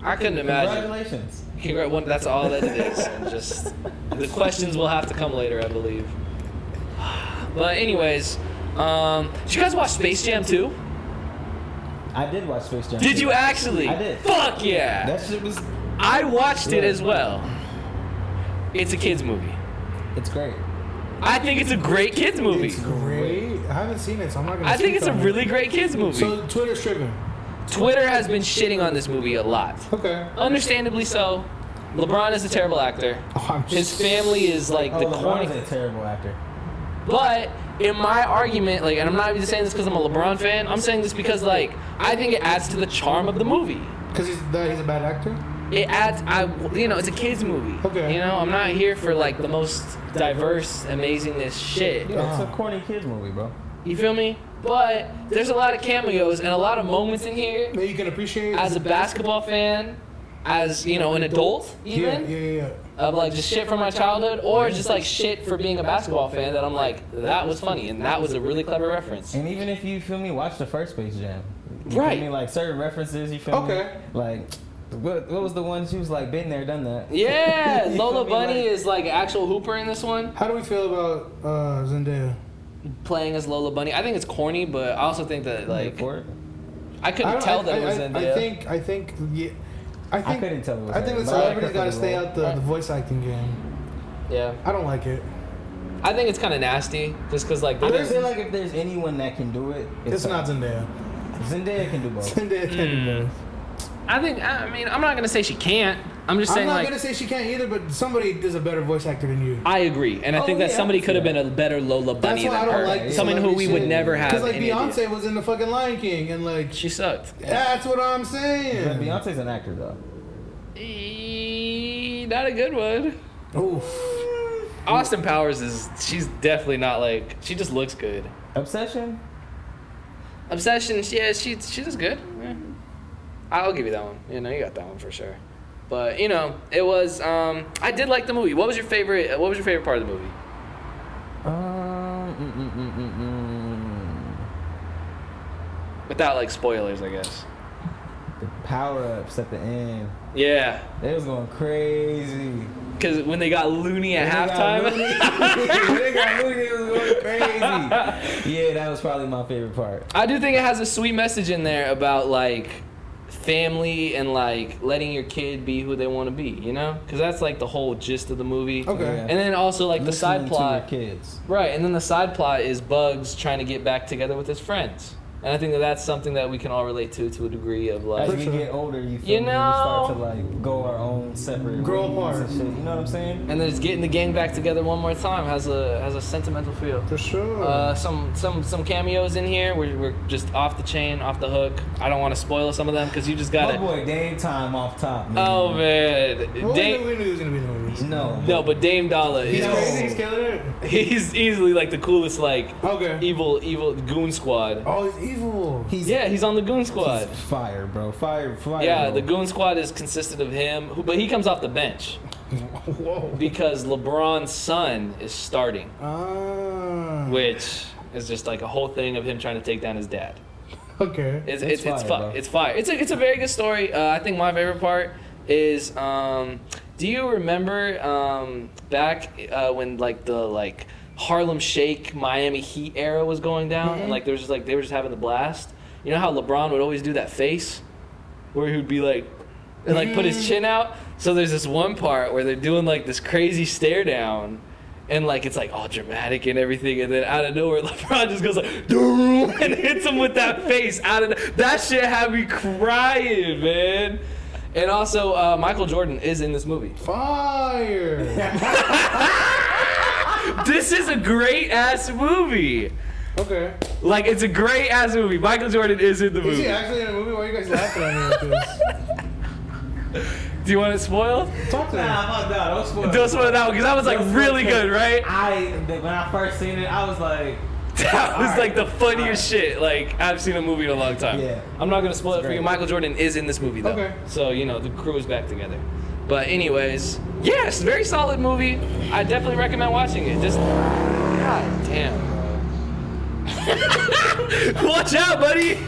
B: I couldn't imagine.
E: Congratulations.
B: Congra- one- that's all that it is. And just the questions will have to come later, I believe. But anyways, um, did you guys watch Space Jam 2?
E: I did watch Space Jam.
B: Did you actually?
E: I did.
B: Fuck yeah!
E: That shit was.
B: I watched it
E: Yeah.
B: as well. It's a kids movie.
E: It's great.
B: I think it's a great kids movie.
C: It's great. I haven't seen it, so I'm not gonna.
B: I think
C: speak
B: it's a
C: on it.
B: really great kids movie.
C: So Twitter's tripping.
B: Twitter has been shitting on this movie a lot.
C: Okay.
B: Understandably so. LeBron is a terrible actor.
C: Oh, I'm
B: His family is like
E: Oh,
B: the
E: LeBron
B: corny.
E: is a terrible actor.
B: But in my argument, like, and I'm not even saying this because I'm a LeBron fan. I'm saying this because, like, I think it adds to the charm of the movie.
C: Because he's that he's a bad actor.
B: It adds, I, you know, it's a kids movie.
C: Okay.
B: You know, I'm not here for like the most diverse, amazingness shit.
E: Yeah, it's
C: Oh.
E: a corny kids movie, bro.
B: You feel me? But there's a lot of cameos and a lot of moments in here.
C: That you can appreciate.
B: As a basketball fan, as you know, an adult
C: yeah,
B: even
C: yeah, yeah,
B: of like just shit from my childhood, or just like shit for being a basketball fan that I'm like, that was funny and that was a really clever reference.
E: And even if you feel me, watch the first Space Jam. You
B: Right.
E: Feel me? Like certain references, you feel me?
C: Okay.
E: Like, what, what was the one she was like, been there, done that?
B: Yeah,
E: You feel
B: Lola
E: me?
B: Bunny
E: Like-
B: is like an actual hooper in this one,
C: How do we feel about uh, Zendaya?
B: playing as Lola Bunny. I think it's corny, but I also think that like
E: Before?
B: I couldn't
C: don't-
B: tell that it was uh,
C: I,
B: Zendaya.
C: I think. I think. Yeah. I think.
E: couldn't tell it was
C: I think
E: her,
C: the
E: but I like
C: celebrities
E: her
C: got to
E: for the
C: stay
E: role.
C: out the, the voice acting game.
B: yeah,
C: I don't like it.
B: I think it's kind of nasty, just because like
E: I
B: there's
E: feel like if there's anyone that can do it,
C: It's,
E: it's, her.
C: not Zendaya.
E: Zendaya can do both.
C: Zendaya can't do
B: Mm.
C: both.
B: I think I I mean I'm not gonna say she can't. I'm just
C: I'm
B: saying
C: not
B: like
C: gonna say she can't either, but somebody is a better voice actor than you.
B: I agree, and I
E: Oh,
B: think that
E: yeah,
B: somebody
E: I see
B: could have
E: that.
B: been a better Lola Bunny
C: why I
B: than
C: don't
B: her,
C: like the
B: someone who we
C: celebrity
B: would
C: shit.
B: never have.
C: Because like
B: any
C: Beyonce
B: idea.
C: was in the fucking Lion King, and like
B: she sucked.
C: that's what I'm
E: But
C: saying.
E: Beyonce's an actor though.
B: Eh, Not a good one.
C: Oof.
B: Austin Powers is she's definitely not like she just looks good.
E: Obsession?
B: Obsession, yeah, she she's just good. Yeah. I'll give you that one. You know, you got that one for sure. But you know, it was. Um, I did like the movie. What was your favorite? What was your favorite part of the movie?
E: Um, mm, mm, mm, mm,
B: Without like spoilers, I guess.
E: mm. the power ups at the end.
B: Yeah,
E: They was going crazy.
B: because when they got loony at
E: They got
B: halftime,
E: Looney- they got Looney, they was going crazy. Yeah, that was probably my favorite part.
B: I do think it has a sweet message in there about like family and like letting your kid be who they want to be. You know, because that's like the whole gist of the movie.
C: Okay.
E: Yeah.
B: And then also like the side
E: Listening
B: plot.
E: To your kids.
B: Right, and then the side plot is Bugs trying to get back together with his friends. And I think that that's something that we can all relate to to a degree of
E: As
B: like.
E: we
C: sure.
E: get older, you feel
B: You
E: me, we start
B: know-
E: to like go our own separate
C: Grow
E: ways
C: apart.
E: and shit. You know what I'm saying?
B: And then it's getting the gang back together one more time has a has a sentimental feel.
C: For sure.
B: Uh, some some some cameos in here. We're, we're just off the chain, off the hook. I don't want to spoil some of them because you just
E: My
B: gotta.
E: boy, Dame time off top. Man.
B: Oh man,
C: well, we, knew,
B: Dame.
C: we knew he was gonna be in the movies.
E: no,
B: No, but Dame Dollar
C: He's
B: is
E: No.
C: crazy. He's killing it.
B: he's easily like the coolest like
E: Oh.
C: Okay.
B: evil evil goon squad.
C: Oh, he's evil.
E: he's
B: Yeah, he's on the goon squad.
E: he's fire, bro. Fire, fire.
B: Yeah,
E: bro.
B: the goon squad is consisted of him, who, but he comes off the bench
C: Whoa.
B: because LeBron's son is starting,
C: Ah.
B: which is just like a whole thing of him trying to take down his dad.
C: Okay.
B: It's
E: That's
B: it's it's
E: fire,
B: fire.
E: bro.
B: It's fire. It's a it's a very good story. Uh, I think my favorite part is um, do you remember um, back uh, when like the like Harlem Shake Miami Heat
E: Mm-hmm.
B: era was going down and like there was just like they were just having the blast. You know how LeBron would always do that face. where he would be like, and like put his chin out. So there's this one part where they're doing like this crazy stare down, and like it's like all dramatic and everything, and then out of nowhere LeBron just goes like, "Doom," and hits him with that face out of that shit had me crying, man. And also, uh, Michael Jordan is in this movie.
C: Fire.
B: This is a great ass movie.
C: Okay.
B: Like it's a great ass movie. Michael Jordan is in the
C: Is he
B: movie.
C: actually in a movie? Why are you guys laughing at me like this?
B: Do you want it spoiled?
C: Talk to me.
E: Nah, fuck that. Don't spoil
B: Don't spoil that one because that was like
E: Don't spoil
B: really
E: it.
B: good, right?
E: I when I first seen it, I was like,
B: That was
E: Alright.
B: like the funniest shit like I've seen a movie in a long time.
E: Yeah.
B: I'm not gonna spoil it for
E: great.
B: you. Michael Jordan is in this movie though.
C: Okay.
B: So you know the crew is back together. But anyways, yes, very solid movie. I definitely recommend watching it. Just God damn. Watch out, buddy!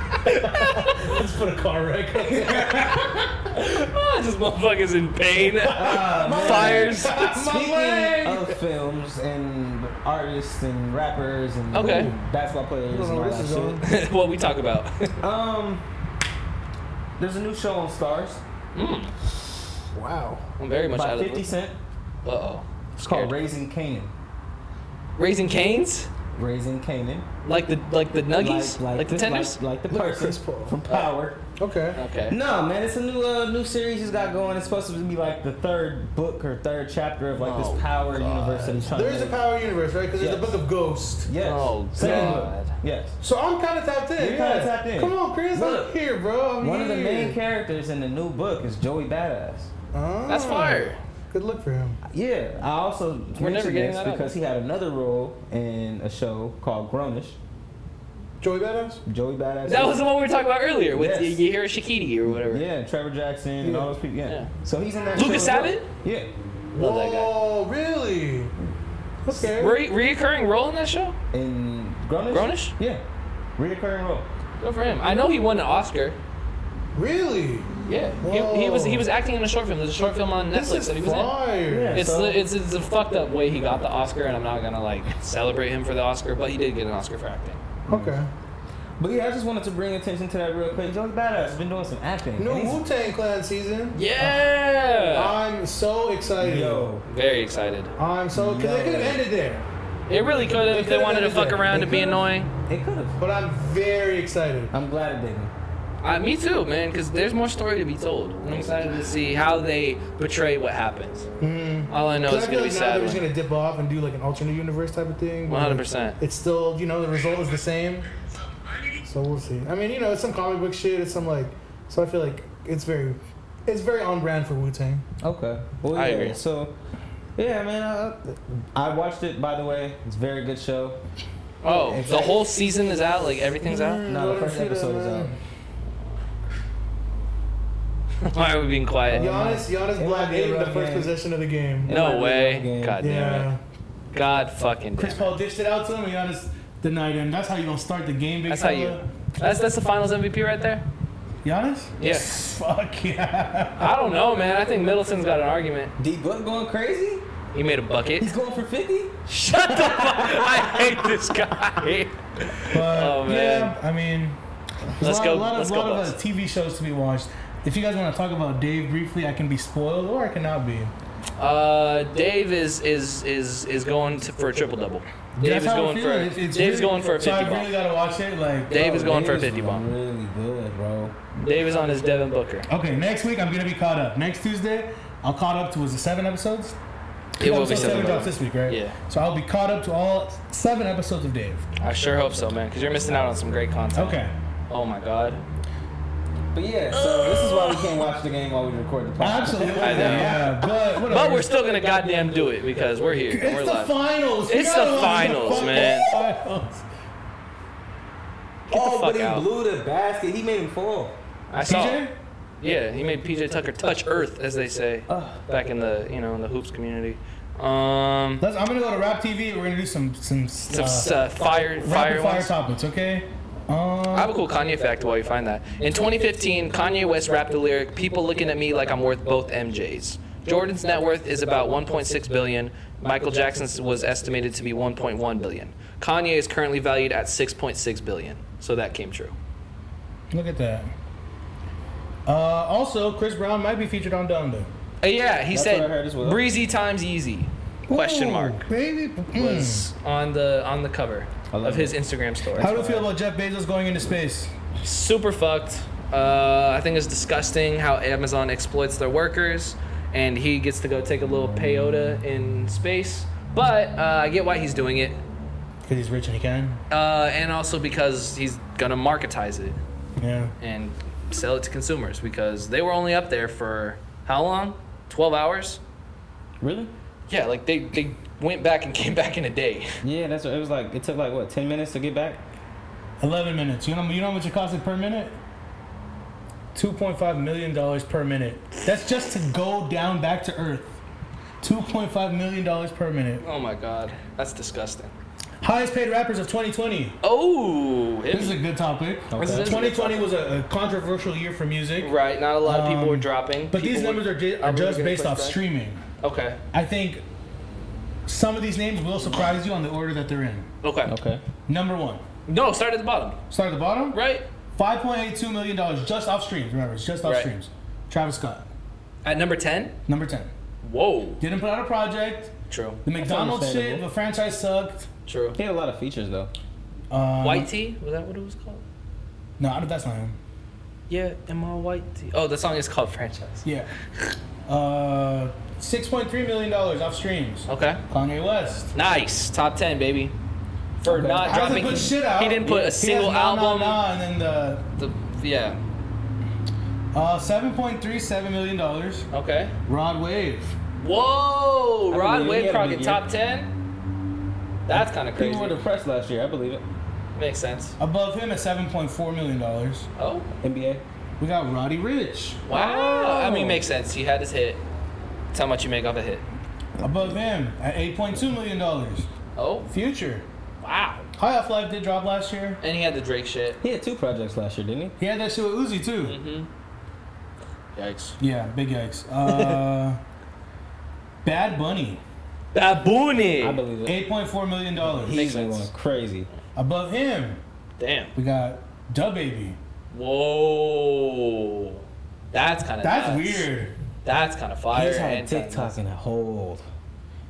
D: Let's put a car wreck.
B: Ah, this motherfucker's in pain. Fires.
E: uh, speaking of films and artists and rappers and
B: Okay.
E: basketball players and all that shit.
B: what we talk about.
E: Um, there's a new show on Stars
C: Wow.
B: I'm very much
E: by
B: out of
E: 50
B: the.
E: Cent.
B: Uh oh.
E: It's called Raising Canaan.
B: Raising Canes?
E: Raising Canaan.
B: Like the like the nuggies? Like, the
E: this-
B: tenders?
E: Like, like the
C: Look at
E: person
C: Chris Paul.
E: from Power.
C: Okay.
B: okay.
E: No, man, it's a new uh, new series he's got going. It's supposed to be like the third book or third chapter of like
B: Oh,
E: this Power universe that he's trying
C: There
E: to
C: is a
E: make.
C: power universe, right? Because there's the
E: Uh, Yes.
C: book of ghosts.
E: Yes.
B: Oh,
E: Second
B: God.
E: book. Yes.
C: So I'm kind of tapped in.
E: You're
C: yeah.
E: kinda tapped in.
C: Come on, Chris. I'm
E: Look,
C: here, bro. I'm
E: One of the
C: here.
E: main characters in the new book is Joey Badass.
C: Ah,
B: That's fire.
C: Good look for him.
E: Yeah, I also
B: never
E: mentioned
B: getting
E: this
B: that out.
E: because he had another role in a show called Grownish.
C: Joey Badass?
E: Joey Badass.
B: That was the one we were talking about earlier with
E: Yes.
B: you hear Shakiti or whatever.
E: yeah, and Trevor Jackson and all those people. Yeah.
B: Yeah.
E: So he's in that.
B: Lucas
E: show as well.
B: Abbott?
E: Yeah.
B: Love that guy.
C: Whoa, really? Okay.
B: Re- reoccurring role in that show?
E: In Grownish.
B: Grownish?
E: Yeah. Reoccurring role.
B: Good for him. I know he won an Oscar.
C: Really?
B: Yeah. He, he was he was acting in a short film. There's a short film on
C: This
B: Netflix
C: is
B: that he was in.
C: fire.
E: Yeah.
B: It's,
E: so-
B: the- it's it's a fucked up way he got the Oscar, and I'm not gonna like celebrate him for the Oscar, but he did get an Oscar for acting.
C: Okay.
E: But yeah, I just wanted to bring attention to that real quick. Joey Badass has been doing some acting.
C: New
E: and he's-
C: Wu Tang Clan season.
B: Yeah.
C: I'm so excited.
E: Yo.
B: Very excited.
C: I'm so because they could have ended there,
B: It really could have if they
C: could've
B: wanted to
C: ended
B: fuck
C: there.
B: around
E: They
B: and be
E: could've.
B: annoying.
E: It could have.
C: but I'm very excited.
E: I'm glad it didn't.
B: Uh, me too, man. Because there's more story to be told. I'm excited to see how they portray what happens.
D: Mm-hmm.
B: All I know
C: Because
B: is
C: I
B: gonna
C: feel
B: be
C: like now
B: sad.
C: they're just gonna dip off and do like an alternate universe type of thing. but,
B: One hundred
C: like,
B: percent.
C: It's still, you know, the result is the same. So we'll see. I mean, you know, it's some comic book shit. It's some like, so I feel like it's very, it's very on brand for Wu Tang.
E: Okay. Well, yeah.
B: I agree.
E: So, yeah, man, I, I watched it. By the way, it's a very good show.
B: Oh,
E: In
B: the
E: fact-
B: whole season is out. Like everything's
D: Mm.
B: out.
E: No, the first episode is out.
B: Why are we being quiet?
C: Giannis, Giannis
E: It might
C: Black
E: be a
C: ate the
E: rough
C: first
E: game.
C: possession of the game.
E: It might be
B: No
E: a long
B: way.
E: game.
B: God damn
C: yeah.
B: it. God fucking damn
D: Chris
B: it.
D: Paul dished it out to him, and Giannis denied him. That's how you gonna start the game, big
B: That's how you.
D: fella.
B: That's that's the Finals MVP right there.
D: Giannis?
B: Yeah.
D: Fuck yeah.
B: I don't know, man. I think Middleton's got an argument.
E: D Book going crazy?
B: He made a bucket.
E: He's going for 50?
B: Shut the fuck. I hate this guy.
D: But
B: Oh, man.
D: yeah, I mean,
B: Let's
D: there's a lot,
B: go-
D: A lot of,
B: let's go,
D: lot of uh,
B: Bucks.
D: TV shows to be watched. If you guys want to talk about Dave briefly, I can be spoiled or I cannot be.
B: Uh, Dave is is is is going to, for a triple double. Dave
D: That's
B: is
D: how
B: going
D: it
B: for
D: feels. It's- it's
B: Dave's
D: really-
B: going for a
D: So
B: fifty
D: I really
B: ball.
D: gotta watch it. Like,
B: Dave is
E: Oh,
B: going for a
E: Davis
B: fifty
E: was
B: ball.
E: Really good, bro.
B: Dave is on his Devin Booker.
D: okay, next week I'm gonna be caught up. Next Tuesday, I'll caught up to was it seven episodes?
B: It will be
D: Episode
B: something. better.
D: drops this week, right?
B: Yeah.
D: So I'll be caught up to all seven episodes of Dave.
B: I sure hope so, man, because you're missing out on some great content.
D: Okay.
B: Oh my God.
E: But yeah, so this is why we can't watch the game while we record the podcast.
D: Absolutely.
B: I know.
D: Yeah, but whatever.
B: But we're still gonna goddamn do it because we're here. and
D: It's
B: we're
D: the
B: live.
D: finals. We
B: It's the
D: gotta watch
B: finals,
D: fucking
B: man.
D: finals.
B: Get the
E: oh,
B: fuck
E: but he
B: out.
E: blew the basket. He made him fall.
B: I saw.
D: TJ?
B: Yeah, he made PJ Tucker touch earth, as they say, back in the you know in the hoops community. Um,
D: Let's, I'm gonna go to Rap TV. We're gonna do some some,
B: some
D: uh,
B: uh, fire fire
D: rapid fire
B: ones.
D: topics, okay?
B: I
D: Um,
B: have a cool Kanye fact while you find that. In 2015, Kanye West rapped the lyric, "People looking at me like I'm worth both MJs." Jordan's net worth is about 1.6 billion. Michael Jackson's was estimated to be 1.1 billion. Kanye is currently valued at 6.6 billion. So that came true.
D: Look at that. Uh, also, Chris Brown might be featured on Donda.
B: Uh, yeah, he
E: That's what I heard as
B: said
E: well.
B: breezy times easy. Question
D: Ooh,
B: mark
D: Baby. Mm.
B: was on the on the cover
E: love
B: of his
E: it.
B: Instagram story.
D: How do you feel about Jeff Bezos going into space?
B: super fucked. Uh, I think it's disgusting how Amazon exploits their workers, and he gets to go take a little peyote in space. But uh, I get why he's doing it,
D: Because he's rich and he can.
B: uh, and also because he's gonna marketize it
D: Yeah.
B: and sell it to consumers because they were only up there for how long? Twelve hours?
E: Really?
B: Yeah, like they they went back and came back in a day.
E: Yeah, that's what it was like. It took like what ten minutes to get back.
D: 11 minutes. You know, you know how much it costs it per minute? $2.5 million dollars per minute. That's just to go down back to Earth. $2.5 million dollars per minute.
B: Oh my god, that's disgusting.
D: Highest paid rappers of 2020.
B: Oh, hit
D: This is
B: me.
D: a good topic.
B: This is-
D: 2020 was a, a controversial year for music.
B: right. Not a lot of people
D: Um,
B: were dropping,
D: But these
B: People were-
D: numbers are, ju-
B: are
D: are
B: really
D: just
B: gonna
D: based
B: push
D: off
B: back?
D: streaming.
B: Okay.
D: I think some of these names will surprise you on the order that they're in.
B: Okay.
E: Okay.
D: Number one,
B: No, start at the bottom.
D: start at the bottom.
B: Right?
D: $5.82 million just off streams. Remember, it's just off
B: Right.
D: streams. Travis Scott,
B: At number 10?
D: number 10.
B: Whoa.
D: Didn't put out a project.
B: True.
D: The McDonald's shit,
E: understandable.
D: the franchise sucked.
B: True.
E: He had a lot of features though.
D: Um,
B: White tea? Was that what it was called?
D: No, I don't- that's not him.
B: Yeah, am I white tea? Oh, the song is called Franchise.
D: Yeah. Uh, $6.3 million off streams.
B: Okay.
D: Kanye West.
B: Nice. Top 10, baby. For not
D: Hasn't
B: dropping.
D: put shit out.
B: He didn't put
D: He
B: a
D: has
B: single
D: Nah, Nah,
B: album.
D: Nah, and then the
B: The, yeah.
D: Uh, seven point three seven million dollars.
B: Okay.
D: Rod Wave.
B: Whoa.
E: I
B: Rod
E: believe
B: Wave
E: it.
B: Crockett,
E: Yeah.
B: top 10? That's kind of crazy.
E: People were depressed last year. I believe it.
B: Makes sense.
D: Above him at seven point four million dollars.
B: Oh.
E: NBA.
D: We got Roddy Rich.
B: Wow. I mean, makes sense. He had his hit. It's how much you make off a hit.
D: Above him at eight point two million dollars.
B: Oh.
D: Future.
B: Wow.
D: High Off Life did drop last year.
B: And he had the Drake shit.
E: He had two projects last year, didn't he?
D: He had that shit with Uzi too.
B: Mm-hmm. Yikes.
D: Yeah, big yikes. Uh, Bad Bunny.
E: I
B: Babuni.
E: believe it.
D: Eight point four million dollars.
B: Makes
E: He's been
B: sense.
E: going crazy.
D: Above him,
B: Damn.
D: we got Dub Baby.
B: Whoa. That's kind of
D: That's weird.
B: That's kind of fire.
E: He's had
B: and
E: TikTok in a hold.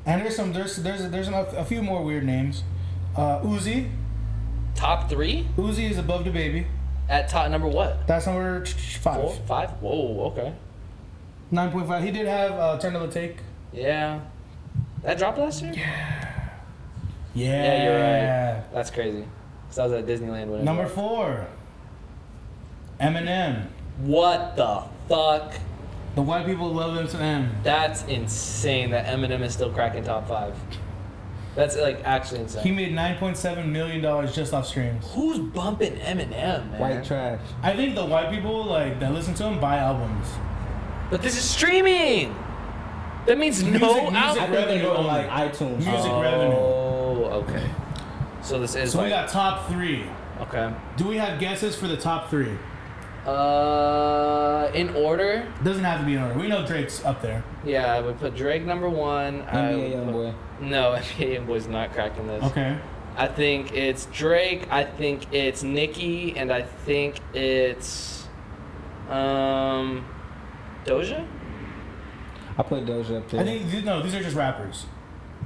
D: And there's some there's there's there's a a few more weird names. Uh, Uzi.
B: Top three
D: Uzi is above the baby.
B: at top number what?
D: That's number t- t- five.
B: Four, five. Whoa. Okay.
D: Nine point five. He did have uh, turn of the take.
B: Yeah. That dropped last year.
D: Yeah.
B: Yeah, you're right. That's crazy. Cause I was at Disneyland when. it
D: Number
B: dropped.
D: four. Eminem.
B: What the fuck?
D: The white people love Eminem.
B: That's insane. That Eminem is still cracking top five. That's like actually insane.
D: He made nine point seven million dollars just off streams.
B: Who's bumping Eminem, man?
E: White trash.
D: I think the white people like that listen to him buy albums.
B: But this is streaming. That means no
D: Music-
B: out.
D: music
E: I think they
D: revenue
E: go on
D: only.
E: like iTunes.
D: Music
E: Oh.
D: revenue.
B: Oh, okay. So this is
D: So we
B: like,
D: got top three.
B: okay.
D: Do we have guesses for the top three?
B: Uh, in order,
D: Doesn't have to be in order. We know Drake's up there.
B: yeah, I would put Drake number one. I
E: NBA
B: would
E: YoungBoy.
B: put- No, NBA YoungBoy's not cracking this.
D: Okay.
B: I think it's Drake. I think it's Nicki, and I think it's um, Doja.
E: I put Doja up there.
D: I think th- no, these are just rappers.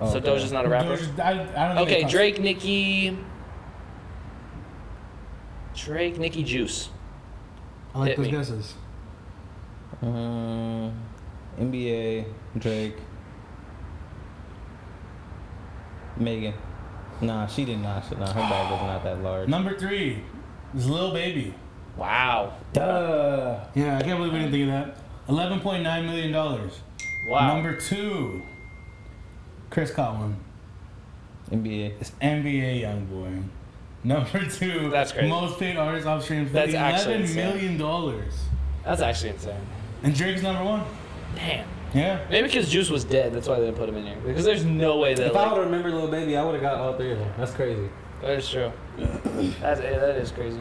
E: Oh,
B: so
E: okay.
B: Doja's not a rapper.
D: Doja's- I, I don't think it
B: Okay,
D: counts.
B: Drake, Nicki. Drake, Nicki, Juice.
D: I like
B: hit
D: those
B: me.
D: guesses.
E: Mm, NBA, Drake, Megan. Nah, she did not. Nah, her bag was not that large.
D: Number three is Lil Baby.
B: Wow.
E: Duh.
D: Yeah, I can't believe we didn't think of that. Eleven point nine million dollars.
B: Wow.
D: Number two, Chris caught one.
E: NBA.
D: It's NBA YoungBoy. Number two,
B: That's crazy.
D: most paid artist off stream for
B: That's actually
D: eleven
B: insane.
D: million dollars.
B: That's actually insane.
D: And Drake's number one.
B: Damn.
D: Yeah.
B: Maybe because Juice was dead, that's why they put him in here. Because there's no way that.
E: If I
B: Like,
E: would remember Lil Baby, I would have got all three of them. That's crazy.
B: that is true. That's eh, that is crazy.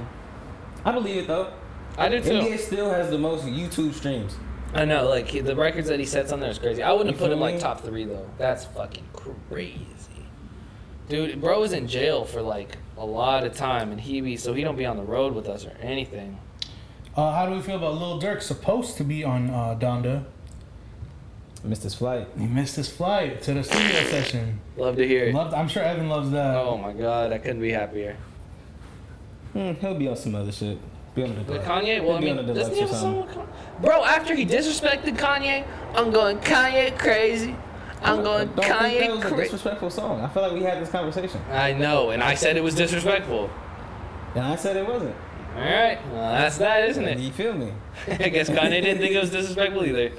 E: I believe it though.
B: I do too.
E: NBA still has the most YouTube streams.
B: I know, like he- the records that he sets on there is crazy. I wouldn't have
E: You
B: put
E: feel
B: him like
E: me?
B: top three though. That's fucking crazy, dude. Bro was in jail for like a lot of time, and he be so he don't be on the road with us or anything.
D: Uh, how do we feel about Lil Durk supposed to be on uh, Donda?
E: Missed his flight.
D: He missed his flight to the studio session.
B: Love to hear it.
D: Loved, I'm sure Evan loves that.
B: Oh my god, I couldn't be happier.
E: Hmm, he'll be on some other shit. Be on the
B: With
E: deluxe.
B: Kanye, well,
E: He'll
B: I
E: be
B: mean,
E: on the
B: doesn't
E: deluxe or
B: he have a song
E: something.
B: with Kanye? Bro, after he disrespected Kanye, I'm going Kanye crazy. I'm going
E: Don't think that
B: Kanye
E: was a
B: crazy.
E: disrespectful song. I feel like we had this conversation,
B: I know, and I said it was disrespectful.
E: and I said it wasn't.
B: All right, well, that's that, isn't it?
E: You feel me?
B: I guess Kanye didn't think it was disrespectful either.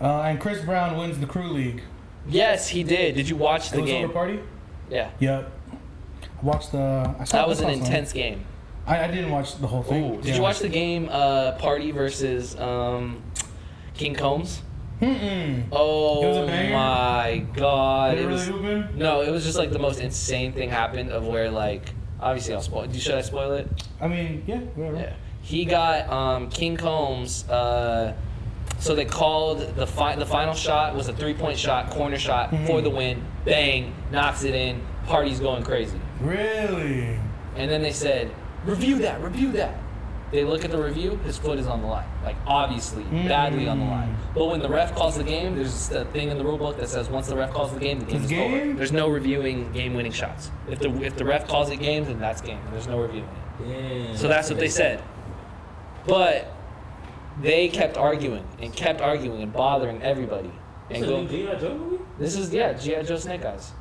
D: Uh, and Chris Brown wins the Crew League.
B: Yes, he did. Did you watch
D: it
B: the
D: was
B: game?
D: over party.
B: Yeah,
D: Yep. I watched the. I saw
B: that was
D: I
B: an
D: saw some.
B: intense game.
D: I, I didn't watch the whole thing.
B: Ooh, did you watch the game? Uh, Party versus um, King Combs.
D: Mm-mm. It was
B: Oh
D: a banger?
B: my god!
D: They
B: It
D: really
B: was
D: hooping?
B: no, it was just like the most insane thing happened of where like obviously I'll spoil. Should I spoil it?
D: I mean, yeah, whatever.
B: Yeah. He got um, King Combs. Uh, so they called the fi- the final shot was a three point shot, corner shot for the win. Bang, knocks it in. Party's going crazy.
D: Really?
B: And then they said, review that, review that. They look at the review, his foot is on the line. Like, obviously,
D: Mm.
B: badly on the line. But when the ref calls the game, there's a thing in the rule book that says once the ref calls the game, the game is
D: It's
B: over.
D: game?
B: There's no reviewing game winning shots. If the, if the ref calls it game, then that's game. There's no reviewing it.
F: Damn.
B: So that's what they said. But they kept arguing and kept arguing and bothering everybody. And
F: It's a new
B: go,
F: G.I. Joe movie?
B: this is, yeah, G.I. Joe Snake Eyes.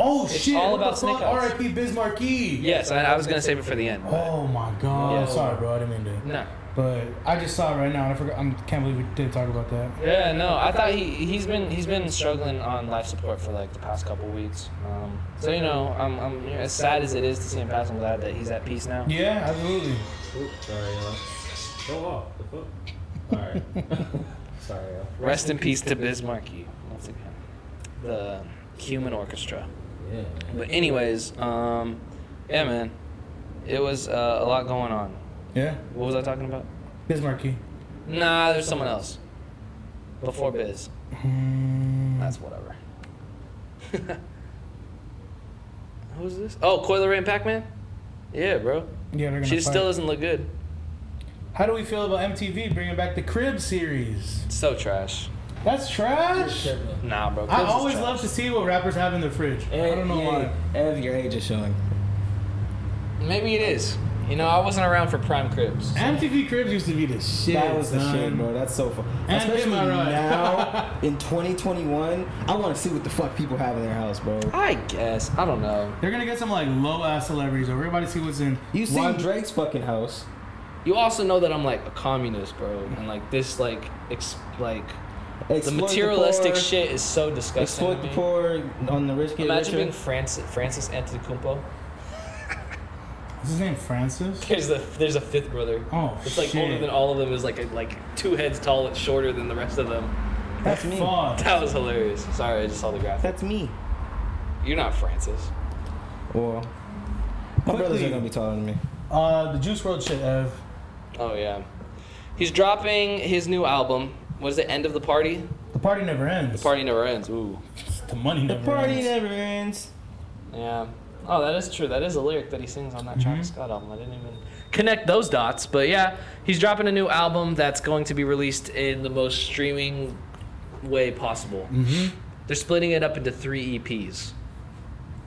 D: Oh
B: It's
D: shit!
B: all
D: what
B: about
D: the
B: Snake
D: fuck?
B: Eyes.
D: R.I.P. Biz Markie.
B: Yes, I, I was going to save it for the end. but-
D: Oh my god.
B: Yeah.
D: Sorry, bro. I didn't mean to.
B: No.
D: But I just saw it right now, and I forgot. I can't believe we did talk about that.
B: Yeah, no, I thought he he's been he's been struggling on life support for like the past couple weeks. Um, so you know, I'm I'm you know, as sad as it is to see him pass. I'm glad that he's at peace now.
D: Yeah, absolutely.
F: Oops, sorry, y'all. Go off. The fuck? Alright. sorry, y'all.
B: Rest in peace to Biz Markie once again, the human orchestra.
F: Yeah, man.
B: But anyways, um, yeah, man, it was uh, a lot going on.
D: Yeah.
B: What was I talking about?
D: Biz Markie.
B: Nah, there's someone else before Biz.
E: Hmm.
D: Mm,
B: That's whatever. Who's this? Oh, Coiler Ray and Pac Man? Yeah, bro.
D: yeah, they're gonna.
B: She
D: fight.
B: still doesn't look good.
D: How do we feel about MTV bringing back the Crib series?
B: So trash.
D: That's trash.
F: Tripping.
B: Nah, bro.
D: I
B: Cribs is
D: always
B: trash.
D: love to see what rappers have in their fridge. I don't know
E: Eh, yeah,
D: why.
E: Ev, your age is showing.
B: Maybe it is. You know, I wasn't around for Prime Cribs.
D: MTV Cribs used to be the shit.
E: That was the
D: son.
E: shit, bro. That's so fun.
D: And
E: Especially
D: Pimp My Ride.
E: now in 2021, I want to see what the fuck people have in their house, bro.
B: I guess. I don't know.
D: They're gonna get some like low ass celebrities over. Everybody see what's in.
E: You seen
D: one-
E: Drake's fucking house?
B: You also know that I'm like a communist, bro. And like this, like, ex- like the
E: Exploit
B: materialistic
E: poor,
B: shit is so disgusting.
E: Exploit
B: to
E: the
B: me.
E: poor on the rich kid.
B: Imagine being
E: richer.
B: Francis, Francis Antetokounmpo.
D: Is his name Francis?
B: There's a there's a fifth brother.
D: Oh,
B: It's like
D: shit.
B: older than all of them. Is like like two heads tall and shorter than the rest of them.
E: That's me.
D: Fuck.
B: That was hilarious. Sorry, I just saw the graphic.
E: That's me.
B: You're not Francis.
E: Well, my brothers
D: Quickly.
E: are gonna be taller than me.
D: Uh, the Juice World shit, Ev.
B: Oh yeah, he's dropping his new album. What is it? End of the party.
D: The party never ends.
B: The party never ends. Ooh.
D: The money
E: The
D: never
E: party
D: ends.
E: never ends.
B: Yeah. Oh, that is true. That is a lyric that he sings on that Travis Scott album. I didn't even connect those dots, but yeah, he's dropping a new album that's going to be released in the most streaming way possible. Mm-hmm. They're splitting it up into three EPs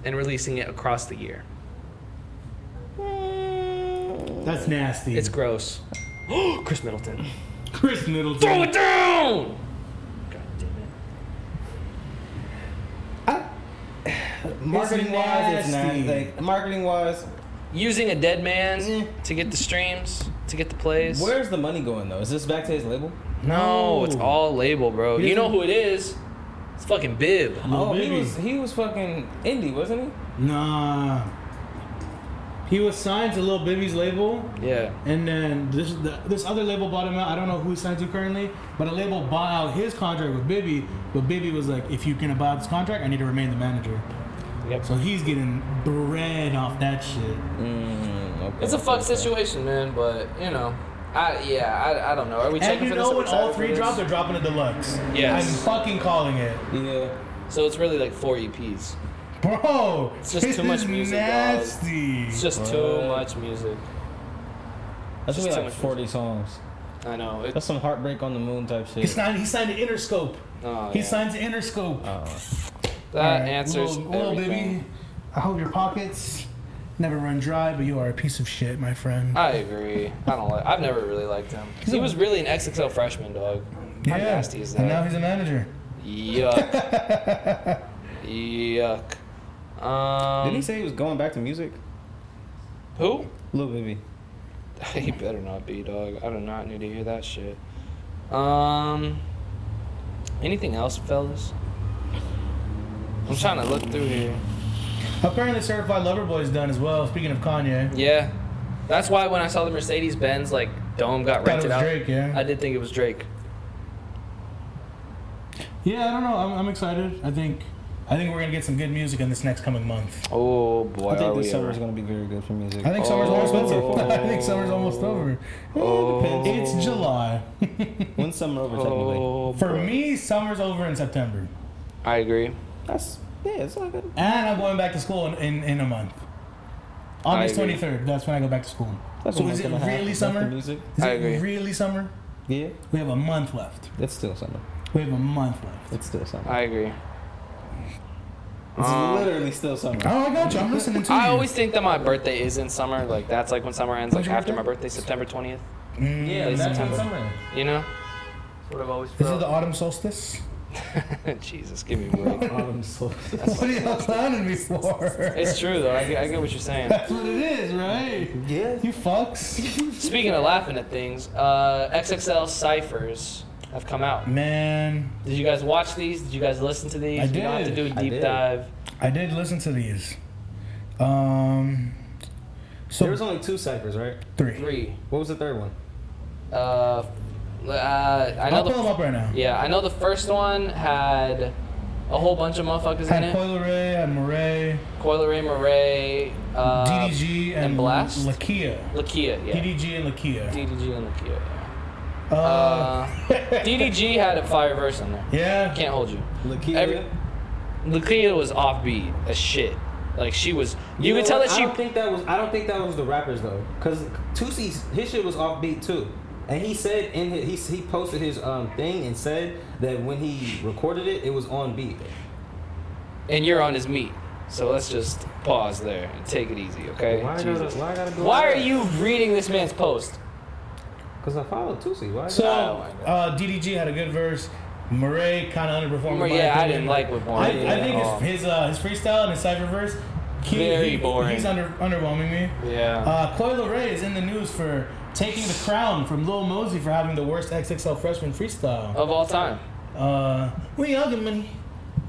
B: and releasing it across the year.
D: That's nasty.
B: It's gross. Chris Middleton.
D: Chris Middleton.
B: Throw it down! God damn it.
E: Marketing wise, it's
D: nasty.
E: not like marketing wise.
B: Using a dead man
E: Mm.
B: to get the streams, to get the plays.
E: Where's the money going though? Is this back to his label?
B: No, it's all label, bro.
D: He
B: You know
D: doesn't-
B: who it is? It's fucking Bib.
D: Lil
E: oh,
D: Baby.
E: he was he was fucking indie, wasn't he?
D: Nah. He was signed to Lil Bibby's label,
B: Yeah.
D: and then this the, this other label bought him out. I don't know who he's signed to currently, but a label bought out his contract with Bibby. But Bibby was like, "If you can abide this contract, I need to remain the manager."
B: Yep.
D: So he's getting bread off that shit.
B: Mm-hmm.
E: Mm, okay.
B: It's a fucked
E: Okay.
B: situation, man, but you know. I yeah, I, I don't know. Are we
D: And
B: checking
D: you
B: for this?
D: know
B: Are we
D: when all
B: excited for
D: three
B: this?
D: drop, they're dropping a deluxe.
B: Yes.
D: I'm fucking calling it,
E: Yeah.
B: So it's really like four E EPs.
D: bro.
B: It's just
D: this
B: too much
D: is
B: music, dog.
D: Nasty.
B: It's just too
E: What?
B: much music.
E: That's only
B: Just too
E: like
B: much
E: 40 songs.
B: I know. It,
E: That's some heartbreak on the moon type shit.
D: He signed. He signed to Interscope.
B: oh,
D: He
B: yeah. Uh,
D: signs to Interscope.
E: Oh.
B: that answers
D: Little, little baby,
B: everything.
D: I hope your pockets never run dry, but you are a piece of shit, my friend.
B: I agree. I don't like. I've never really liked him. 'Cause He was really an XXL freshman, dog. How nasty is
D: And now
B: that?
D: he's a manager.
B: Yuck. Yuck. Um,
E: Didn't he say he was going back to music?
B: who?
E: Lil Baby.
B: He better not be, dog. I do not need to hear that shit. Um, anything else, fellas? I'm trying to look through here.
D: Apparently, Certified Lover Boy's done as well. Speaking of Kanye,
B: Yeah, that's why when I saw the Mercedes Benz like dome got
D: thought it
B: rented
D: was
B: out,
D: Drake. Yeah.
B: I did think it was Drake.
D: yeah, I don't know. I'm, I'm excited. I think, I think we're gonna get some good music in this next coming month.
B: Oh boy,
E: I think
B: are
E: this
B: we
E: summer
B: ever.
E: is going to be very good for music.
D: I think summer's almost
B: Oh.
D: over. I think summer's almost over.
B: Oh.
D: It's July.
E: When's summer over, technically?
B: Oh,
D: For
B: boy.
D: me, summer's over in September,
B: I agree.
E: That's, yeah, it's all good.
D: and I'm going back to school in, in, in a month. August
B: agree.
D: 23rd. That's when I go back to school.
E: That's
D: So
E: when
D: is
E: it's
D: it
E: gonna happen.
D: really
E: That's the
D: summer?
E: music.
D: Is
B: I
D: it
B: agree.
D: really summer?
E: Yeah,
D: We have a month left.
E: it's still summer.
D: We have a month left.
E: It's still summer.
B: I agree.
E: it's
B: Um,
E: literally still summer.
D: Oh, I got you. I'm listening to you.
B: I always think that my birthday is in summer. Like that's like when summer ends.
D: When's
B: Like
D: your
B: after my
D: birthday?
B: birthday, September twentieth.
D: Mm,
F: Yeah,
B: Late
F: that's when
B: September.
F: summer. ends.
B: You know. That's what I've always
D: Is it the
B: felt.
D: autumn solstice?
B: Jesus, give me a
E: Oh,
B: break.
F: Autumn so
D: what are y'all clowning me for?
B: It's true though. I get, I get what you're saying.
D: That's what it is, right?
E: Yeah.
D: You fucks.
B: Speaking of laughing at things, uh, XXL ciphers have come out.
D: Man,
B: Did you guys watch these? Did you guys listen to these?
D: I
B: You don't have to
D: did.
B: do a
E: I
B: deep
E: did.
B: dive.
D: I did listen to these. Um, so
E: There was only two ciphers, right?
D: three.
B: Three.
E: What was the third one?
B: Uh, uh, I know
D: I'll pull them
B: the
D: up right now.
B: yeah. I know the first one had a whole bunch of motherfuckers in
D: Had
B: it.
D: Coil Ray, had Murray,
B: Coil Ray Murray, uh,
D: DDG, and,
B: and Blast?
D: Lakia.
B: Lakia, yeah.
D: DDG and Lakia.
B: DDG and Lakia. yeah.
D: Uh,
B: Uh, DDG had a fire verse in there.
D: yeah.
B: Can't hold you.
E: Lakia.
B: Every- Lakia was offbeat as shit. Like she was, you,
E: know
B: could tell
E: what?
B: that
E: I
B: she.
E: don't think that was. I don't think that was the rappers though, because Tucci's his shit was offbeat too, and he said in his, he he posted his um thing and said that when he recorded it, it was on beat.
B: and you're on his meat. So let's just pause there and take it easy, okay?
E: Why,
B: Jesus.
E: gotta, why I gotta go?
B: Why are you reading this man's post?
E: Because I follow Tucci. Why?
D: So
B: Oh my
D: uh, DDG had a good verse. Murray kind of underperformed. in my
B: yeah, I
D: opinion.
B: didn't like what
D: I,
B: Murray did
D: I think
B: at all.
D: his his, uh, his freestyle and his cipher verse. he-
B: Very
D: he-
B: boring.
D: He's under underwhelming me.
B: Yeah.
D: Uh, Coil Ray is in the news for taking the crown from Lil Mosey for having the worst XXL freshman freestyle.
B: of all time.
D: Uh, we all get money.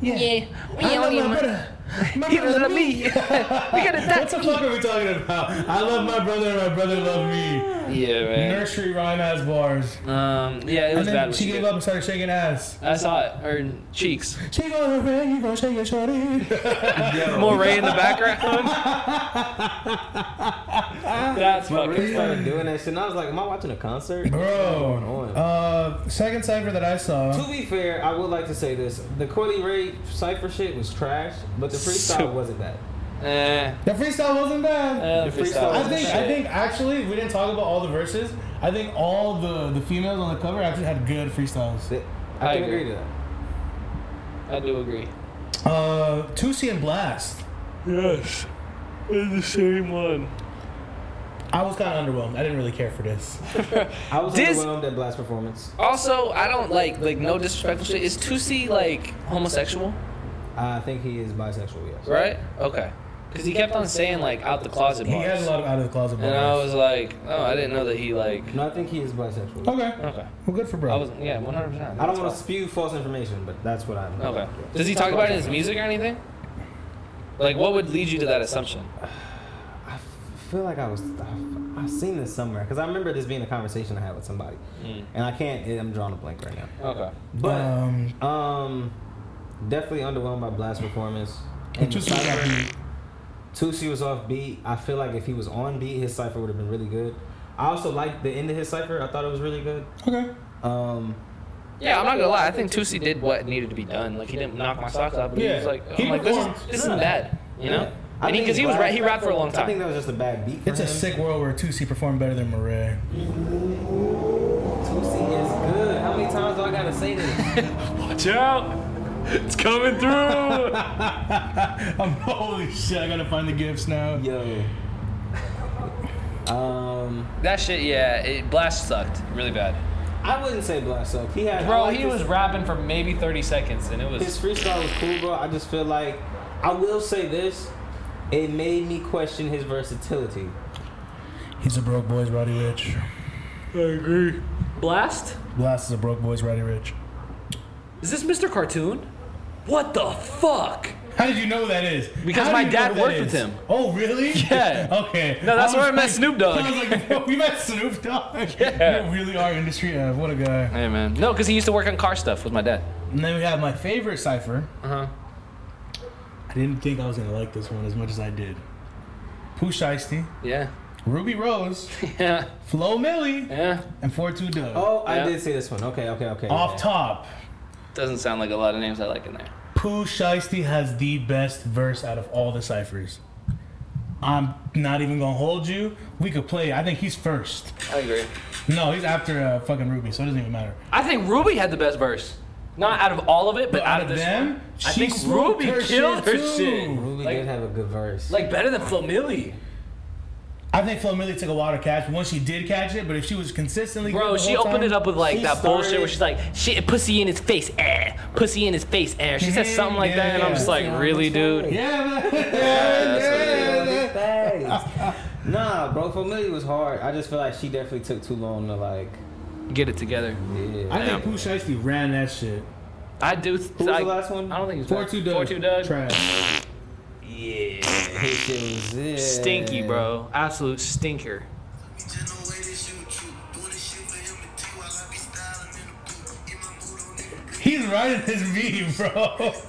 D: Yeah.
B: we
D: I
B: all
D: love
B: get
D: my
B: money.
D: brother. My
B: You
D: brother
B: love
D: love
B: me. We gotta
D: What the fuck are we talking about? I love my brother and my brother love me.
B: Yeah,
D: Nursery rhyme ass bars.
B: man. Um, yeah, it was bad.
D: And then
B: what
D: she gave
B: did.
D: up and started shaking ass.
B: I saw it. Her cheeks.
D: She gonna ring, you gonna shake your shorty.
B: More Ray in the background. That's
E: Really
B: fucking funny.
E: started doing that shit, and I was like, "Am I watching a concert?"
D: Bro,
E: on?
D: uh, second cipher that I saw.
E: To be fair, I would like to say this: the Cordy Ray cipher shit was trash, but the freestyle
B: So-
E: wasn't that.
B: Eh,
D: The freestyle wasn't bad.
B: eh,
E: The
B: freestyle
E: freestyle
D: I
B: was
D: think I
B: shit.
D: think actually we didn't talk about all the verses. I think all the the females on the cover actually had good freestyles.
E: That- I,
B: I
E: can
B: agree.
E: agree. to that.
B: I do agree.
D: Uh, Tusi and Blast.
B: Yes, it's the same one.
D: I was kind of underwhelmed. I didn't really care for this.
E: I was
B: This-
E: overwhelmed at Blast performance.
B: Also, I don't like like no disrespectful shit. Is Tusi like homosexual?
E: I think he is bisexual. Yes.
B: Right? Okay. Because he kept on saying like out the closet
D: He had a
B: bars,
D: lot of out of the closet bars.
B: and I was like, oh, I didn't know that he like.
E: No, I think he is bisexual.
D: okay.
B: Okay.
D: Well, good for
B: I
D: bro.
B: was yeah, one hundred percent.
E: I don't want to spew false information, but that's what I'm.
B: Okay. Does he talk about it in his music or anything? Like, what would lead you to that assumption?
E: I f- feel like I was. I've, I've seen this somewhere because I remember this being a conversation I had with somebody,
B: Mm.
E: and I can't. I'm drawing a blank right now.
B: Okay.
E: But
D: um,
E: um, definitely underwhelmed by Blast performance.
D: and Tusi was happy.
E: Tusi was off beat. I feel like if he was on beat, his cipher would have been really good. I also liked the end of his cipher. I thought it was really good.
D: Okay.
E: Um,
B: Yeah, I'm not gonna lie. I think Tusi did what needed to be done. Like he didn't knock my socks off, but he
D: Yeah.
B: was like,
D: He
B: I'm like, this is
D: performed.
B: this isn't bad, you know?
E: yeah. I
B: And he-
E: think
B: 'cause he was
E: Black-
B: ra- he rapped for a long time.
E: I think that was just a bad beat. For
D: It's a
E: him.
D: sick world where Tusi performed better than Murray.
E: Tusi is good. How many times do I gotta say this?
B: Watch out! It's coming through.
D: I'm holy shit. I gotta find the gifts now.
E: Yo. Um,
B: that shit, yeah. It, Blast sucked really bad.
E: I wouldn't say Black Soap. He had I
B: Bro,
E: like
B: he
E: his-
B: was rapping for maybe 30 seconds, and it
E: His
B: was.
E: freestyle was cool, bro. I just feel like I will say this. It made me question his versatility.
D: He's a broke boy's Roddy Rich.
B: Blast?
D: Blast is a broke boy's Roddy Rich.
B: Is this Mr. Cartoon? What the fuck?
D: How did you know who that is?
B: Because
D: How
B: my
D: do you
B: dad
D: know who that
B: worked with
D: is?
B: him.
D: Oh, really?
B: Yeah.
D: okay.
B: No, that's
D: I
B: where I
D: was
B: met Snoop Dogg.
D: I was like, "Yo, we met Snoop Dogg.
B: Yeah.
D: You really are industry F. What a guy.
B: Hey, man. No, because he used to work on car stuff with my dad.
D: And then we have my favorite cipher.
B: Uh huh.
D: I didn't think I was gonna like this one as much as I did. Pooh Shiesty,
B: Yeah.
D: Ruby Rose,
B: Yeah.
D: Flo Millie,
B: Yeah.
D: and 42 Doug.
E: Oh,
B: Yeah.
E: I did see this one. Okay, okay, okay.
D: Off top,
B: Doesn't sound like a lot of names I like in there.
D: Pooh Shiesty has the best verse out of all the ciphers. I'm not even gonna hold you. We could play. I think he's first.
B: I agree.
D: No, he's after uh, fucking Ruby, so it doesn't even matter.
B: I think Ruby had the best verse. Not out of all of it, but,
D: But
B: out,
D: out
B: of
D: of
B: this
D: them,
B: one. I
D: she
B: think
D: smoked
B: Ruby
D: her
B: killed
D: shit,
B: her
D: too.
B: shit.
E: Ruby
B: Like-
E: did have a good verse.
B: Like better than Flo Milli.
D: I think Flo Millie took a while to catch. Once she did catch it, but if she was consistently,
B: Bro,
D: good the
B: she
D: whole
B: opened
D: time-
B: it up with like
E: she
B: that bullshit where
E: started-
B: she's like, shit, pussy in his face, eh. Pussy in his face, eh. She said something like that, and I'm just like,
E: Yeah.
B: really, dude?
D: Yeah, man.
E: Thanks. nah, bro, familiar was hard. I just feel like she definitely took too long to like.
B: Get it together.
E: Yeah.
D: I think Pooh Shiesty ran that shit.
B: I do. Who
E: was the last one?
B: I don't think it was
D: Four two Doug.
B: Four two Doug.
D: Trash.
B: Yeah.
E: His shit was- yeah.
B: Stinky, bro. Absolute stinker.
D: He's riding his V, bro.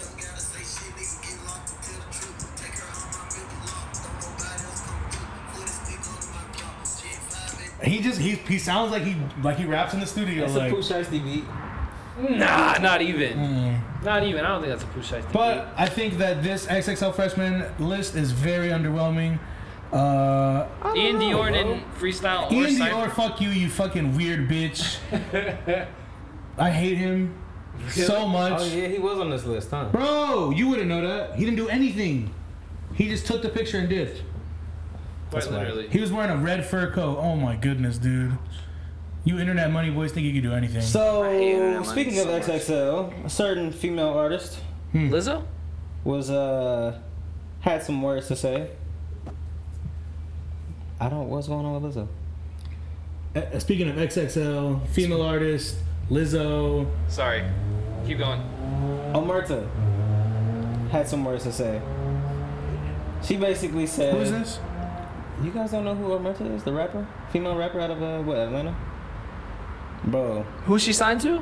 D: He just he, he sounds like he like he raps in the studio
E: It's a
D: like
E: Pooh Shiesty beat.
B: Nah, not even. Not even. I don't think that's a push I think.
D: Mm. But I think that this XXL freshman list is very underwhelming. Uh,
B: Ian Dior didn't freestyle or
D: Ian
B: cypher.
D: Dior, fuck you, you fucking weird bitch. I hate him so much.
E: Oh yeah, he was on this list, huh?
D: Bro, you wouldn't know that. He didn't do anything. He just took the picture and did.
B: Quite literally.
D: He was wearing a red fur coat. Oh my goodness, dude. You internet money boys think you can do anything.
B: hate that
E: So
B: line
E: speaking of
B: so much.
E: XXL, a certain female artist
D: Hmm.
B: Lizzo?
E: was uh had some words to say. I don't. What's going on with Lizzo?
D: Uh, speaking of XXL, female artist, Lizzo.
B: Sorry. Keep going.
E: Omerta had some words to say. She basically said,
D: Who is this?
E: "You guys don't know who Omerta is? The rapper, female rapper out of uh, what Atlanta? Bro,
B: Who's she signed to?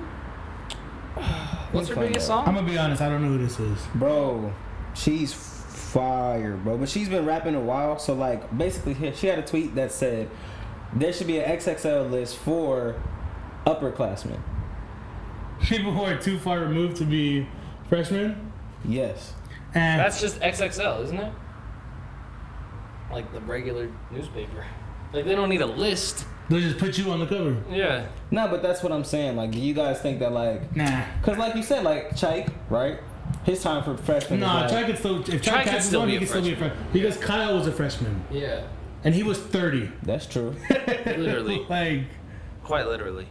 B: What's her
E: find
B: biggest
E: out.
B: song?
D: I'm gonna be honest, I don't know who this is.
E: bro, she's fire, bro. But she's been rapping a while, so like basically, here- she had a tweet that said there should be an XXL list for upperclassmen.
D: People who are too far removed to be freshmen.
E: Yes,
D: And
B: That's just XXL, isn't it? Like the regular newspaper. Like they don't need a list.
D: they'll just put you on the cover.
B: Yeah.
E: no, but that's what I'm saying. Like, do you guys think that like,
D: Nah.
E: cause like you said, like Chike, right? His time for freshman. is,
D: Nah,
E: like-
D: Chai could still if
B: Chai
D: Chai
B: could
D: catches
B: still
D: on,
B: be
D: he
B: a
D: could still be a freshman. Because Kyle was a freshman.
B: Yeah.
D: And he was 30.
E: That's true.
B: Literally.
D: like
B: Quite literally.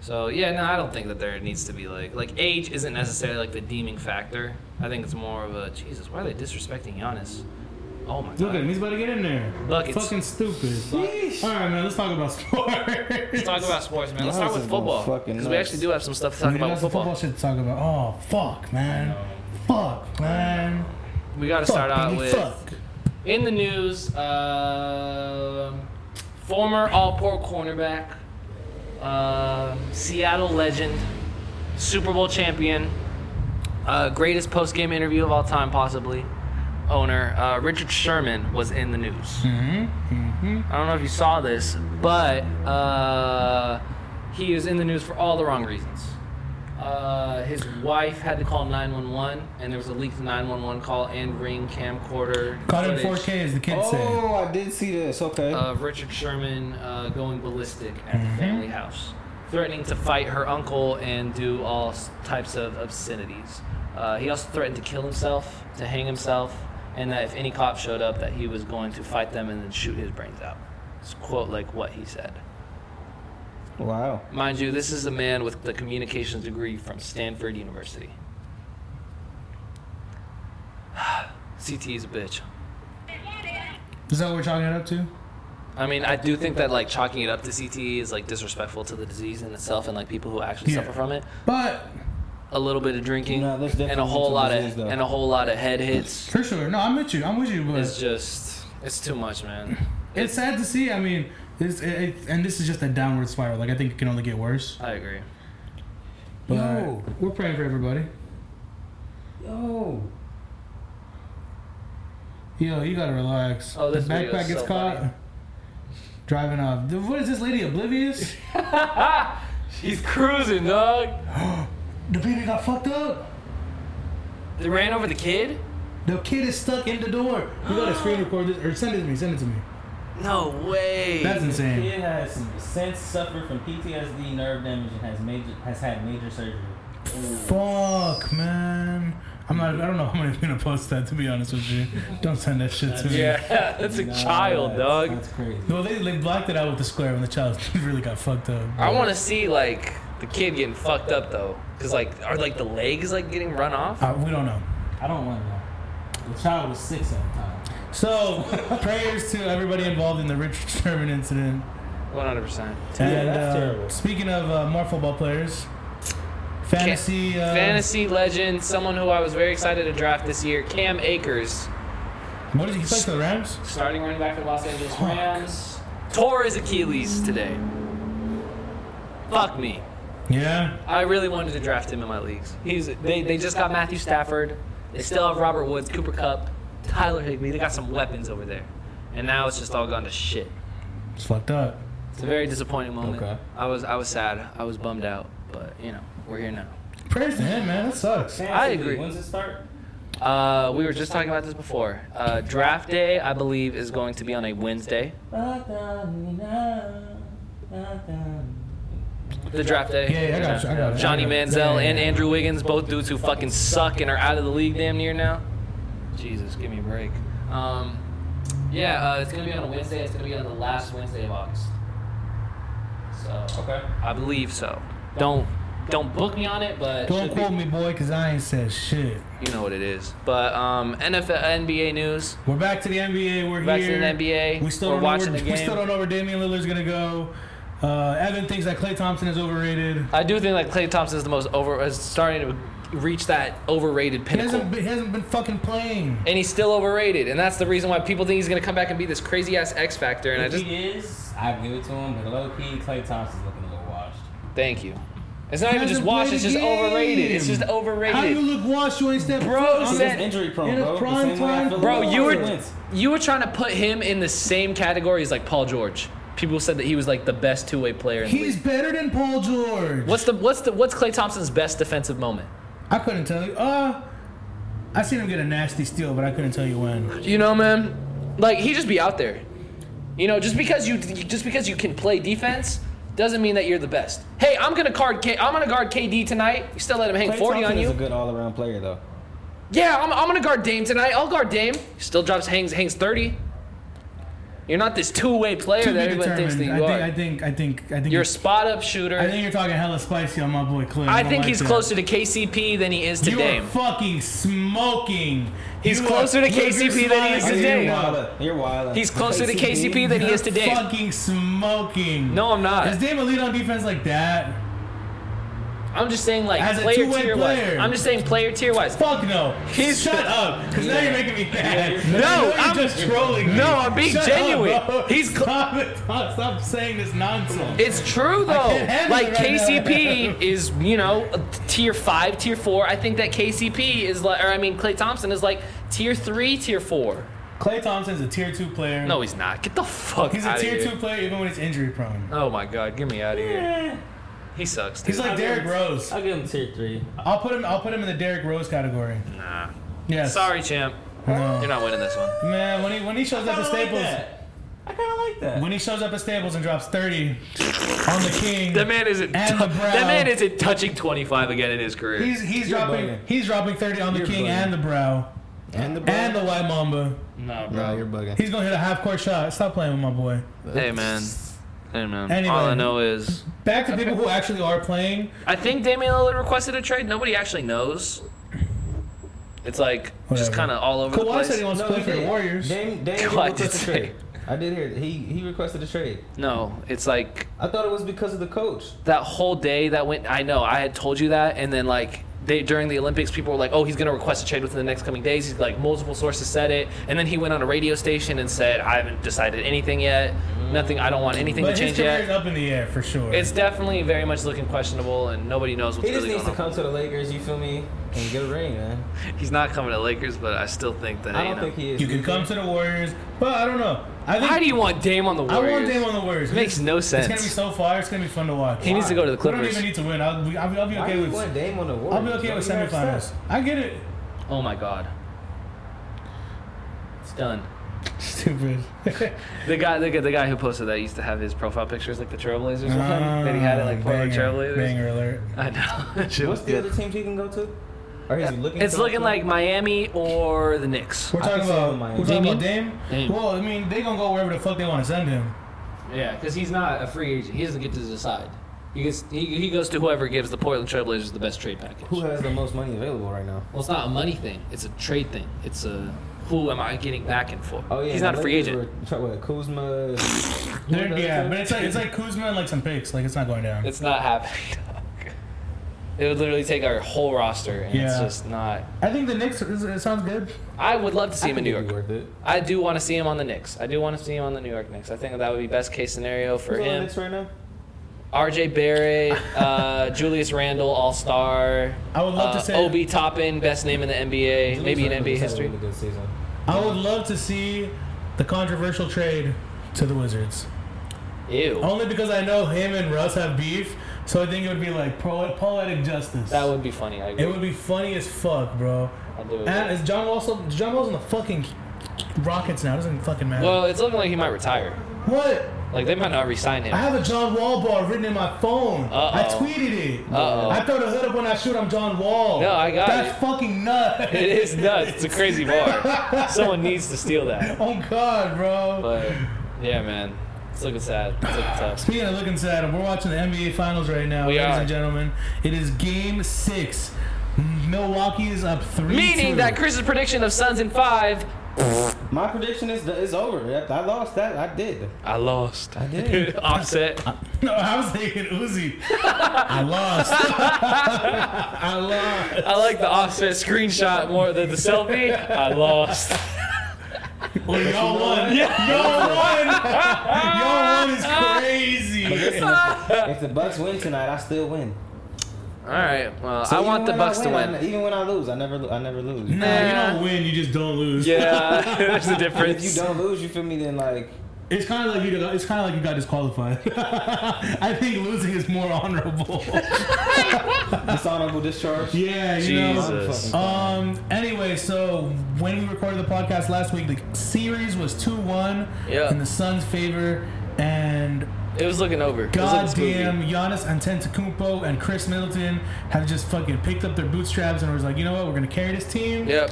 B: So yeah, no, I don't think that there needs to be like like age isn't necessarily like the deeming factor. I think it's more of a Jesus. Why are they disrespecting Giannis? Oh my
D: Look at him,
B: god.
D: he's about to get in there.
B: Buckets.
D: Fucking stupid.
E: Yeesh.
D: All right, man, let's talk about sports.
B: Let's talk about sports, man. Let's start
E: Giannis
B: with
E: is going
B: football
E: fucking
B: because we
E: nuts.
B: actually do have some stuff to talk about with
D: football.
B: football.
D: shit to talk about. Oh, fuck, man. Fuck, man.
B: We got to
D: Fuck,
B: start out
D: baby,
B: with
D: fuck.
B: in the news. um former All-Pro cornerback, um Seattle legend, Super Bowl champion, uh, greatest post-game interview of all time, possibly. Owner uh, Richard Sherman was in the news. I don't know if you saw this, but uh, he is in the news for all the wrong reasons. Uh, his wife had to call 911, and there was a leaked 911 call and ring camcorder.
D: Caught in
B: footage
D: 4K, as the kids say.
E: Oh, I did see this. Okay.
B: Of Richard Sherman uh, going ballistic at the family house, threatening to fight her uncle and do all s- types of obscenities. Uh, he also threatened to kill himself, to hang himself, and that if any cop showed up, that he was going to fight them and then shoot his brains out. It's quote like what he said.
E: wow.
B: Mind you, this is a man with the communications degree from Stanford University. CT E is a bitch.
D: Is that what we're talking it up to?
B: I mean, I do think that like chalking it up to CT is like disrespectful to the disease in itself and like people who actually
D: Yeah.
B: suffer from it.
D: But
B: A little bit of drinking
E: No, that's
B: and a
E: definitely
B: whole
E: mental
B: lot
E: disease,
B: of
E: though.
B: and a whole lot of head hits
D: for sure, no, I'm with you. I'm with you, but
B: is just it's too much, man.
D: it's sad to see. I mean, it's it, it, and this is just a downward spiral. Like I think it can only get worse.
B: I agree.
D: But
E: Yo.
D: we're praying for everybody.
E: Yo.
D: Yo, you gotta relax.
B: Oh, this
D: the
B: video
D: backpack
B: is
D: gets
B: so
D: caught
B: funny.
D: driving off. Dude, What is this lady oblivious?
B: Ah! He's cruising, dog.
D: the baby got fucked up.
B: They ran over the kid?
D: The kid is stuck in the door. You gotta screen record this or send it to me. Send it to me.
B: No way.
D: That's
F: The
D: insane.
F: kid has since suffered from PTSD, nerve damage, and has major has had major surgery.
D: Fuck, man. I'm not. I don't know how many's gonna post that. To be honest with you, don't send that shit to me.
B: yeah, that's a child,
E: Nah,
B: dog.
E: That's crazy.
D: Well, they, they blocked it out with the square when the child really got fucked up.
B: I want to see like the kid getting fucked up though, cause like are like the legs like getting run off?
D: Uh, we don't know.
F: I don't want to know. The child was six at the time.
D: So, prayers to everybody involved in the Richard Sherman incident.
B: One hundred percent.
D: And
E: that's
D: uh,
E: terrible.
D: speaking of uh, more football players, fantasy. Uh,
B: Fantasy legend, someone who I was very excited to draft this year, Cam Akers,
D: What did he play for the Rams?
B: starting running back for the Los Angeles Rams, tore his Achilles today. Fuck me.
D: Yeah.
B: I really wanted to draft him in my leagues. He's they, they just got Matthew Stafford. They still have Robert Woods, Cooper Cup, Tyler Higbee. They got some weapons over there, and now it's just all gone to shit.
D: It's fucked up.
B: It's a very disappointing moment.
E: Okay.
B: I was I was sad. I was bummed out, but you know, we're here now.
D: Prayers to him, man. That sucks.
B: I agree.
F: When's it start?
B: Uh, we were just talking about this before. Uh, draft day, I believe, is going to be on a Wednesday. The draft day.
D: Yeah, yeah, I got you, I got you.
B: Johnny
D: I got you.
B: Manziel
D: Yeah, yeah,
B: and
D: yeah.
B: Andrew Wiggins, both dudes who fucking suck and are out of the league damn near now. Jesus, give me a break. Um, yeah, uh, it's gonna be on a Wednesday. It's gonna be on the last Wednesday of August. So
F: Okay.
B: I believe so. Don't don't book me on it, but
D: Don't
B: should be-
D: quote me, boy, because I ain't said shit.
B: you know what it is. But um, NFL, NBA news.
D: We're back to the NBA. We're
B: Back to
D: here.
B: the NBA.
D: We still
B: We're
D: don't
B: watching
D: know where,
B: the
D: We
B: game.
D: still don't know where Damian Lillard's gonna go. Uh, Evan thinks that Klay Thompson is overrated.
B: I do think like Clay Thompson is the most over is starting to reach that overrated
D: He
B: pinnacle.
D: hasn't, been, he hasn't been fucking playing.
B: and he's still overrated, and that's the reason why people think he's gonna come back and be this crazy ass X factor. And I
F: If
B: just
F: he is, I give it to him. But low key, Clay Thompson's looking a little washed.
B: thank you. It's not even just
D: hasn't
B: washed;
D: played
B: it's
D: a
B: just overrated. It's
D: game.
B: just
D: How you
B: overrated.
D: look washed? You ain't step
B: Bro
D: foot on
E: He's
B: said-
D: the-
B: Set-
E: injury prone,
D: in a
E: bro. The same
D: prime
E: way I
D: time-
E: feel
B: Bro,
E: about
B: you
E: Carson
B: were
E: Wentz.
B: you were trying to put him in the same category as like Paul George. People said that he was like the best two way player in the
D: He's
B: league.
D: better than Paul George.
B: What's the what's the what's Clay Thompson's best defensive moment?
D: I couldn't tell you. Uh, I seen him get a nasty steal, but I couldn't tell you when.
B: You know, man, like he just be out there. You know, just because you just because you can play defense doesn't mean that you're the best. Hey, I'm gonna guard K. I'm gonna guard KD tonight. You still let him hang
E: Klay
B: 40
E: Thompson
B: on
E: Is a
B: you?
E: good all-around player, though.
B: Yeah, I'm, I'm gonna guard Dame tonight. I'll guard Dame. Still drops hangs hangs 30. You're not this two-way player
D: To
B: that
D: be
B: everybody thinks that
D: determined.
B: you
D: I
B: are.
D: think, I think. I think. I think.
B: you're
D: You're.
B: a spot-up shooter.
D: I think you're talking hella spicy on my boy Clay. don't like
B: he's
D: that.
B: closer to KCP than he is to
D: You
B: Dame.
D: are fucking smoking.
B: He's
D: You
B: closer
D: are-
B: to
D: look,
B: KCP
D: you're
B: than he is
D: smiling.
B: to
D: You're
B: Dame.
D: wild.
E: Wilder. You're wild.
B: He's closer to KCP than he
D: You're
B: is to Dame.
D: Fucking smoking.
B: No, I'm not.
D: Is Dame a lead on defense like that?
B: I'm just saying, like
D: As a
B: player
D: two-way
B: tier wise.
D: player.
B: I'm just saying player tier wise.
D: Fuck no.
B: He's-
D: shut up. Because now you're making me mad.
B: No,
D: Now you're
B: I'm-
D: just trolling. me.
B: No, I'm being
D: Shut
B: genuine.
D: Up, bro.
B: He's cl-
D: stop, it. Stop- stop saying this nonsense.
B: It's true though.
D: can't handle
B: Like
D: it right
B: KCP
D: now.
B: is, you know, a tier five, tier four. I think that KCP is like, or I mean, Clay Thompson is like tier three, tier four.
D: Clay Thompson's a tier two player.
B: No, he's not. Get the fuck
D: he's a
B: out of
D: tier
B: here.
D: two player even when he's injury prone.
B: Oh my god, get me out of here. He sucks. Dude.
D: He's like Derrick Rose.
F: I'll give him tier three.
D: I'll put him. I'll put him in the Derrick Rose category.
B: nah.
D: Yes.
B: Sorry, champ. You're
D: No.
B: not winning this one.
D: Man, when he when he shows up
F: I
D: at
F: kinda like
D: Staples,
F: that. I kind of like that.
D: when he shows up at Staples and drops thirty on the King,
B: That man isn't.
D: And the brow.
B: that man isn't touching 25 again in his career.
D: he's he's
E: You're
D: dropping
E: bugging.
D: he's dropping thirty on the
E: You're
D: King
E: bugging.
D: and the Brow
E: And the bro.
D: and the White Mamba.
B: no,
E: no, you're bugging.
D: He's gonna hit a half court shot. Stop playing with my boy.
B: Hey man. Hey man.
D: Anyway.
B: All I know is
D: Back to people who actually are playing.
B: I think Damian Lillard requested a trade. Nobody actually knows. It's like just
D: Whatever.
B: kind of all over the
D: Kawhi
B: place.
D: said he wants
E: No,
D: to play
E: he
D: for the
E: did.
D: Warriors.
E: Dame, Dame did
B: God, I did
E: request a
B: say.
E: trade. I did hear that. He he requested a trade.
B: no, it's like
E: I thought it was because of the coach.
B: that whole day that went. I know I had told you that, and then like. They, during the Olympics, people were like, "Oh, he's going to request a trade within the next coming days." He's like, multiple sources said it, and then he went on a radio station and said, "I haven't decided anything yet. Nothing. I don't want anything
D: But
B: to
D: his
B: change
D: career's
B: yet."
D: up in the air for sure.
B: It's definitely very much looking questionable, and nobody knows what's
E: He just
B: really
E: needs
B: going
E: to
B: on.
E: come to the Lakers. You feel me? And get a ring, man.
B: He's not coming to Lakers, but I still think that.
E: I
B: you
E: don't
B: know.
E: think he is.
D: you can come to the Warriors, but I don't know. I think
B: Why do you want Dame on the
D: I
B: Warriors?
D: want Dame on the Warriors.
B: It makes no
D: It's gonna be
B: sense.
D: so far. It's gonna be fun to watch.
B: He needs to go to the
D: We don't
B: Clippers.
D: even need to win. I'll be, I'll be, I'll be
E: Why
D: okay
E: you
D: with.
E: want Dame on the Warriors?
D: I'll be okay
E: bro?
D: with
E: You have
D: semifinals.
E: stats.
D: I get it.
B: Oh my god. It's done.
D: Stupid.
B: The guy, the, guy- the guy who posted that used to have his profile pictures like the Trailblazers or something.
D: Ah,
B: that he had it like Portland
D: banger,
B: Trailblazers.
D: banger alert.
B: I know. Shit
E: What's
B: was
E: the
B: good.
E: other teams he can go to? Or is he looking?
B: It's
E: to go
B: looking
E: to?
B: like Miami or the Knicks.
D: We're
E: I can
D: talking
E: see him
D: about
E: in Miami.
D: we're talking about
B: Dame?
D: Dame.
B: Dame.
D: Well, I mean, they gonna go wherever the fuck they want to send him.
B: Yeah, because he's not a free agent. He doesn't get to decide. He gets he, he goes to whoever gives the Portland Trailblazers the best trade package.
E: who has the most money available right now.
B: Well, it's not a money thing. It's a trade thing. It's a who am I getting back and for?
E: Oh yeah,
B: he's
E: the
B: not a free
E: Lakers
B: agent.
E: Were, tra- what, Kuzma. and- who
D: They're-
E: the other
D: yeah,
E: two?
D: but it's like it's like Kuzma and like some picks. Like it's not going down.
B: It's not happening. dog. it would literally take our whole roster, and it's
D: Yeah.
B: just not.
D: I think the Knicks. is- It sounds good.
B: I would love to see
E: I
B: him in
E: think
B: New
E: it'd be
B: York.
E: worth it.
B: I do want to see him on the Knicks. I do want to see him on the New York Knicks. I think that would be best case scenario for
E: Who's on the
B: him.
E: Knicks right now?
B: R.J. Barrett, uh, Julius Randle, All Star.
D: I would love to say-
B: Obi Toppin, best name in the NBA, maybe
E: Julius
B: in
E: Randle's
B: NBA
E: had a
B: history.
E: Really good season.
D: I would love to see the controversial trade to the Wizards.
B: Ew,
D: Only because I know him and Russ have beef, so I think it would be like pro- poetic justice.
B: that would be funny. I agree.
D: It would be funny as fuck, bro.
B: I'll do it.
D: And is John Wall still, John Wall's in the fucking Rockets now? Doesn't fucking matter.
B: well, it's looking like he might retire.
D: what?
B: Like they might not re-sign him.
D: I have a John Wall bar written in my phone. I
B: Uh-oh.
D: tweeted it.
B: Uh-oh.
D: I throw the hood up when I shoot. I'm John Wall.
B: No, I got
D: That's
B: it.
D: fucking nuts.
B: It is nuts. It's a crazy bar. Someone needs to steal that.
D: Oh God, bro.
B: But yeah, man, it's looking sad. It's looking tough.
D: Speaking of looking sad, we're watching the NBA Finals right now,
B: We
D: ladies
B: are.
D: and gentlemen. It is Game Six. Milwaukee is up three.
B: Meaning that Chris's prediction of Suns in five,
E: My prediction is that it's over. I I lost that. I did.
B: I lost. I
E: did.
B: Offset.
D: No, I was thinking Uzi. I lost. I lost.
B: I like the offset screenshot more than the selfie. I lost.
D: Well, y'all won. Y'all won. y'all won is crazy.
B: Uh,
E: if the Bucks win tonight, I still win.
B: All right. Well,
E: So
B: I
E: even
B: want the
E: when I
B: Bucks to
E: win, I-
B: win.
E: even when I lose, I never, lo- I never lose.
D: Nah, you don't win. You just don't lose.
B: Yeah, there's a
E: If you
B: difference.
E: don't lose, you feel me? Then like,
D: It's kind of like you. Got, it's kind of like you got disqualified. I think losing is more honorable.
E: dishonorable discharge.
D: yeah, you know.
B: Jesus.
D: Um. Anyway, so when we recorded the podcast last week, the series was two one
B: Yeah.
D: in the Suns' favor, and
B: It was looking over. It was looking spooky.
D: goddamn Giannis Antetokounmpo and Chris Middleton have just fucking picked up their bootstraps and was like, you know what, we're gonna carry this team.
B: Yep.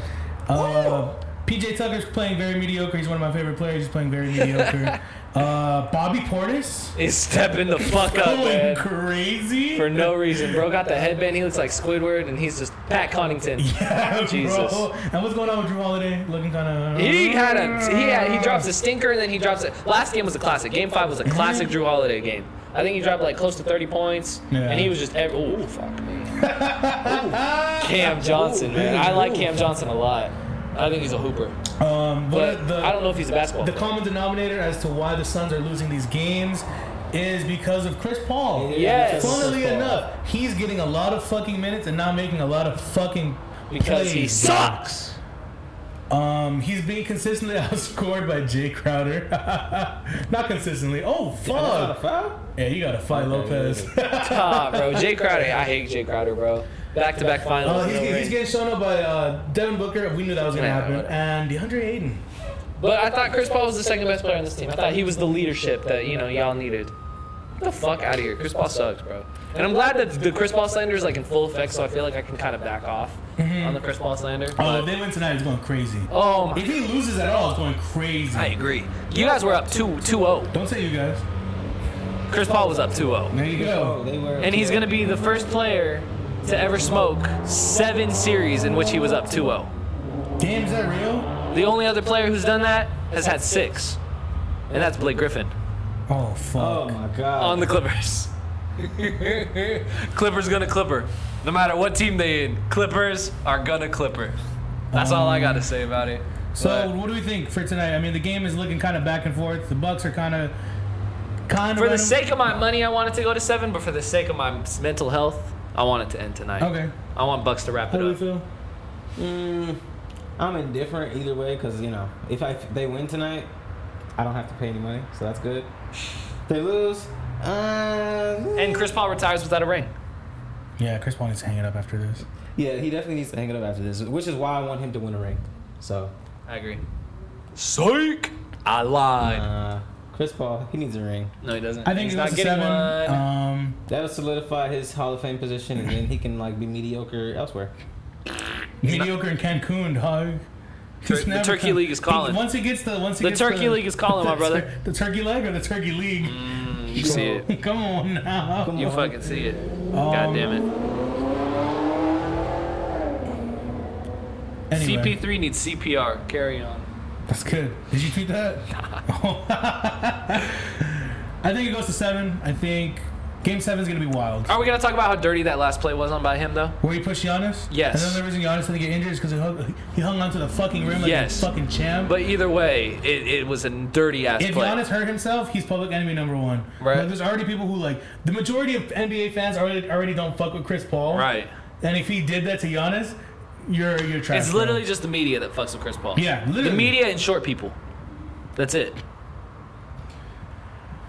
D: Uh, PJ Tucker's playing very mediocre. He's one of my favorite players. He's playing very mediocre. uh, Bobby Portis
B: It's stepping the fuck up,
D: going
B: man.
D: crazy.
B: For no reason, bro. Got the headband. He looks like Squidward, and he's just Pat Connington.
D: yeah,
B: Jesus.
D: Bro. And what's going on with Drew Holiday? Looking kind of.
B: He had a he
D: Oh.
B: had, he drops a stinker and then he drops it. Last game was a classic. Game five was a classic Drew Holiday game. I think he dropped like close to 30 points,
D: Yeah.
B: and he was just ev- ooh fuck me. Ooh. Cam Johnson, man, I like Cam Johnson a lot. I think he's a hooper,
D: Um, what
B: but
D: the,
B: I don't know if he's a basketball.
D: The
B: player.
D: common denominator as to why the Suns are losing these games is because of Chris Paul.
B: Yes.
D: Funnily enough, he's getting a lot of fucking minutes and not making a lot of fucking
B: because he
D: plays.
B: sucks.
D: Um, he's being consistently outscored by Jay Crowder. Not consistently. Oh
E: Not a
D: fuck!
E: foul?
D: Yeah, you gotta fight
E: Okay,
D: Lopez.
B: Ah, bro, Jay Crowder. I hate Jay Crowder, bro. Back to back finals.
D: Uh, he's,
B: no
D: he's
B: ring.
D: getting shown up by uh, Devin Booker. We knew that was gonna
B: Yeah,
D: happen.
B: whatever.
D: And DeAndre Ayton.
B: But I thought Chris Paul was the second best player on this team. I thought he was the leadership that you know y'all needed. Get the fuck out of here. Chris Paul sucks, bro. And I'm glad that the Chris Paul slander is like in full effect, so I feel like I can kind of back off on the Chris Paul slander.
D: Oh,
B: but-
D: if they win tonight, it's going crazy.
B: oh
D: If
B: my.
D: he loses at all, it's going crazy.
B: I agree. You guys were up 2 2-0.
D: Don't say you guys.
B: Chris Paul was up 2-0.
D: There
E: Oh,
D: you go.
E: they were.
B: And he's going to be the first player to ever smoke 7 series in which he was up 2-0.
D: Damn, is that real?
B: The only other player who's done that has had 6. And that's Blake Griffin
D: Oh fuck.
E: Oh my god.
B: on the Clippers. Clippers gonna Clipper. No matter what team they in, Clippers are gonna Clipper. That's all I gotta say about it.
D: So
B: But
D: what do we think for tonight? I mean, the game is looking kind of back and forth. The Bucks are kind of, kind of.
B: for the sake of my money, I wanted to go to seven, but for the sake of my mental health, I want it to end tonight.
D: Okay.
B: I want Bucks to wrap
D: How
B: it
D: do we
B: up.
D: feel?
E: Mm, I'm indifferent either way because you know if I if they win tonight, I don't have to pay any money, so that's good. If they lose, uh,
B: And Chris Paul retires without a ring.
D: Yeah, Chris Paul needs to hang it up after this.
E: yeah, he definitely needs to hang it up after this, which is why I want him to win a ring. So,
B: I agree. Psych. I lied.
E: uh, Chris Paul, he needs a ring.
B: no, he doesn't.
D: I think
B: he's
D: it
B: not
D: goes to
B: getting
D: seven.
B: one.
D: Um,
E: That'll solidify his Hall of Fame position, and then he can like be mediocre elsewhere.
D: mediocre in Cancun, dog.
B: Tur-
D: It's
B: the
D: never
B: Turkey
D: come-
B: League is calling.
D: Once he gets the once he
B: The
D: gets
B: Turkey League is calling, my
D: the
B: brother.
D: Tur- The Turkey leg or the Turkey League?
B: Mm, you see it.
D: Come on now.
E: Come
B: You
E: on.
B: fucking see it.
D: Um,
B: God damn it.
D: Anyway,
B: CP3 needs CPR. Carry on.
D: That's good. Did you tweet that? I think it goes to seven. I think game seven is gonna be wild.
B: Are we gonna talk about how dirty that last play was on by him though?
D: Where he pushed Giannis?
B: Yes.
D: Another reason Giannis didn't get injured is because he hung, he hung onto the fucking rim like
B: Yes.
D: a fucking champ.
B: But either way, it, it was a dirty ass
D: if
B: play.
D: Giannis hurt himself, he's public enemy number one.
B: Right.
D: Like, there's already people who like the majority of NBA fans already already don't fuck with Chris Paul.
B: right.
D: And if he did that to Giannis, you're you're trash.
B: It's
D: bro.
B: literally just the media that fucks with Chris Paul.
D: Yeah, literally.
B: The media and short people. That's it.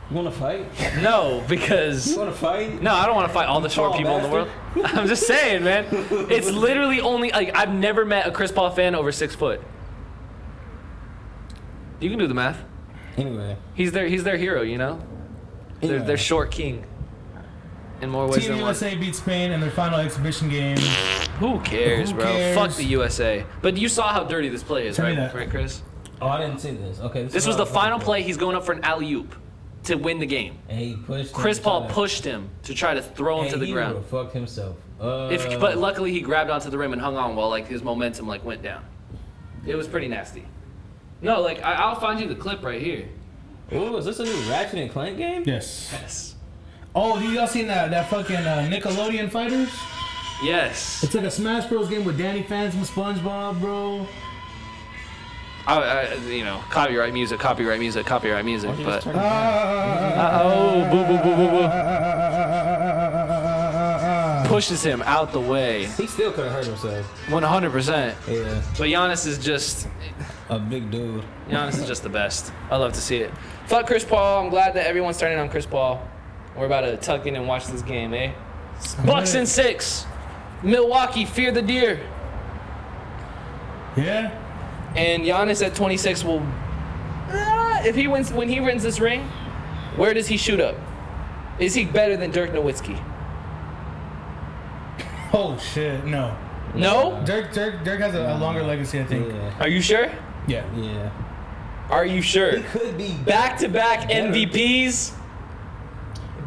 E: You want to fight?
B: No, because
E: You want to fight?
B: no, I don't want to fight all the short
E: Paul
B: people in the world. I'm just saying, man. It's literally only like I've never met a Chris Paul fan over six foot. You can do the math.
E: Anyway,
B: He's their he's their hero, you know. They're,
E: anyway.
B: they're short king. In more ways
D: Team
B: than one.
D: USA beat Spain in their final exhibition game.
B: Who cares,
D: Who
B: bro?
D: cares?
B: Fuck the USA. But you saw how dirty this play is,
D: Tell me
B: right?
D: that.
B: Right, Chris.
E: Oh, I didn't see this. Okay,
B: This
E: is what
B: was the
E: I talking
B: final
E: about.
B: play. He's going up for an alley oop to win the game.
E: And he pushed.
B: Chris
E: him,
B: Paul
E: tried to-
B: pushed him to try to throw him
E: and
B: to the
E: he
B: ground.
E: would've Fucked himself. Uh,
B: If, but luckily he grabbed onto the rim and hung on while like his momentum like went down. It was pretty nasty. No, like I, I'll find you the clip right here.
E: Ooh, is this a new Ratchet and Clank game?
D: Yes.
B: Yes.
D: Oh, you y'all seen that that fucking uh, Nickelodeon fighters?
B: Yes.
D: It's like a Smash Bros game with Danny Phantom, SpongeBob, bro.
B: I, I, you know, copyright music, copyright music, copyright music. But
E: Turn it down.
D: Ah,
B: oh, boo, boo, boo, boo, boo.
D: Push.
B: Pushes him out the way,
E: He still could have hurt himself.
B: 100%.
E: Yeah,
B: But Giannis is just
E: a big dude.
B: Giannis is just the best. I love to see it. Fuck Chris Paul. I'm glad that everyone's turning on Chris Paul. We're about to tuck in and watch this game, eh? Bucks and six. Milwaukee fear the deer,
D: Yeah.
B: and Giannis at 26 will. Ah, if he wins, when he wins this ring, where does he shoot up? Is he better than Dirk Nowitzki?
D: Oh shit, no.
B: No.
D: Dirk Dirk Dirk has a, a longer legacy, I think.
E: Yeah,
B: Are you sure?
D: Yeah.
E: yeah.
B: Are you sure?
E: He could be back.
B: Back to back MVPs.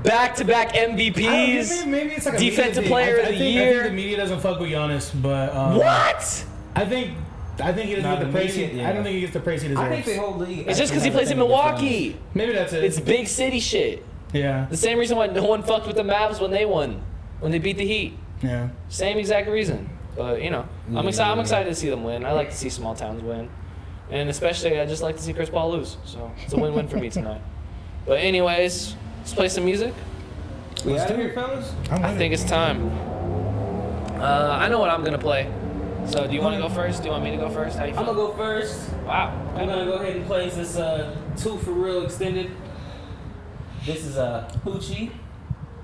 B: Back to back
D: Maybe,
B: MVPs.
D: maybe it's like a
B: Defensive
D: media thing.
B: player
D: I-
B: of
D: I
B: the
D: think- I
B: year.
D: think the media doesn't fuck with Giannis, but um,
B: What?
D: I think I think he doesn't
E: Nah,
D: get the
E: the
D: praise.
E: media-
D: he,
E: yeah.
D: I don't think he gets the praise he
E: I
D: deserves.
E: think the whole league.
B: It's just because
E: actually
B: he plays
E: has
B: in
E: a thing with Giannis.
B: Milwaukee.
D: maybe that's it.
B: It's big city shit.
D: yeah.
B: The same reason why no one fucked with the Mavs when they won, when they beat the Heat.
D: Yeah.
B: Same exact reason. But you know, I'm excited. I'm excited to see them win. I like to see small towns win, and especially I just like to see Chris Paul lose. So it's a win-win for me tonight. But anyways, let's play some music.
E: We out
D: do
E: of here,
D: it.
E: fellas.
D: I'm
B: I
D: with
B: think it's time. Uh, I know what I'm gonna play. So do you want to go first? Do you want me to go first? How you
F: I'm
B: feel?
F: gonna go first.
B: Wow.
F: I'm gonna go ahead and play this uh, two for real extended. This is a uh, hoochie.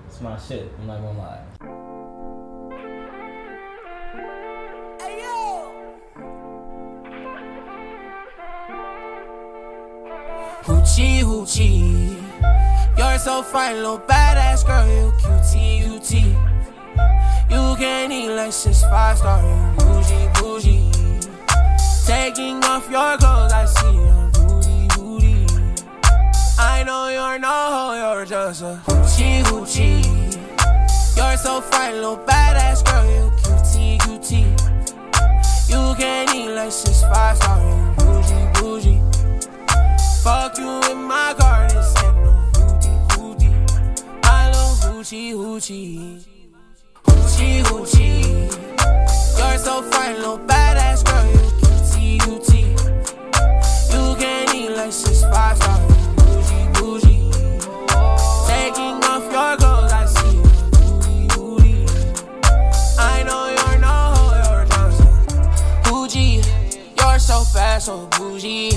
F: It's my shit. I'm not gonna lie.
G: Hoochie, hoochie. You're so fine, little badass girl. You cutie, cutie. You can eat like six five star. You bougie, bougie. Taking off your clothes, I see your booty, booty. I know you're no hoe, you're just a hoochie, hoochie. You're so fine, little badass girl. You cutie, cutie. You can eat like six five star. You bougie, bougie. Fuck you in my garden, said no hootie hootie. I love hoochie hoochie. Hoochie hoochie. You're so fine, little badass girl, you cutie cutie. You can eat like six five star. Bougie bougie. Taking off your clothes, I see you. Booty booty. I know you're no hoe, you're just a Gucci. You're so fast, so bougie.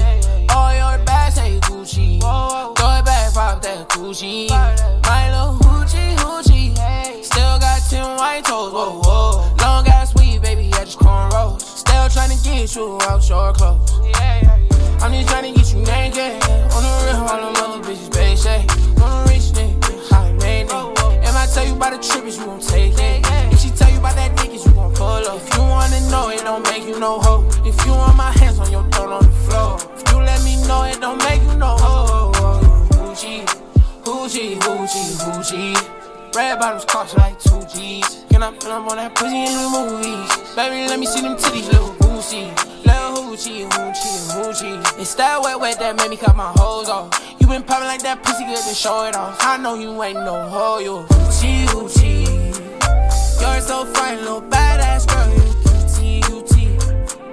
G: All your bags say Gucci. Throw it back, pop that Gucci. My little hoochie hoochie. Still got ten white toes, whoa whoa. Long ass weed, baby, I just cornrows. Still tryna get you out your clothes. I'm just tryna get you naked. On the real, all them other bitches basic. One rich nigga, high maintenance. If I tell you about the trip, is you gon' take it. If she tell you about that niggas, you gon' pull up. If you wanna know, it don't make you no hoe. If you want my hands on your throat on the floor. If you let me know, it don't make you no hoe. Hoochie, hoochie, hoochie, hoochie. Red bottoms cost like two G's. Can I put up on that pussy in the movies? Baby, let me see them titties, little boosie. Little hoochie, hoochie, hoochie. It's that wet, wet that made me cut my hoes off. You been popping like that pussy, good to show it off. I know you ain't no hoe, you a hoochie, hoochie. You're so fine, little badass girl. You cutie, cutie.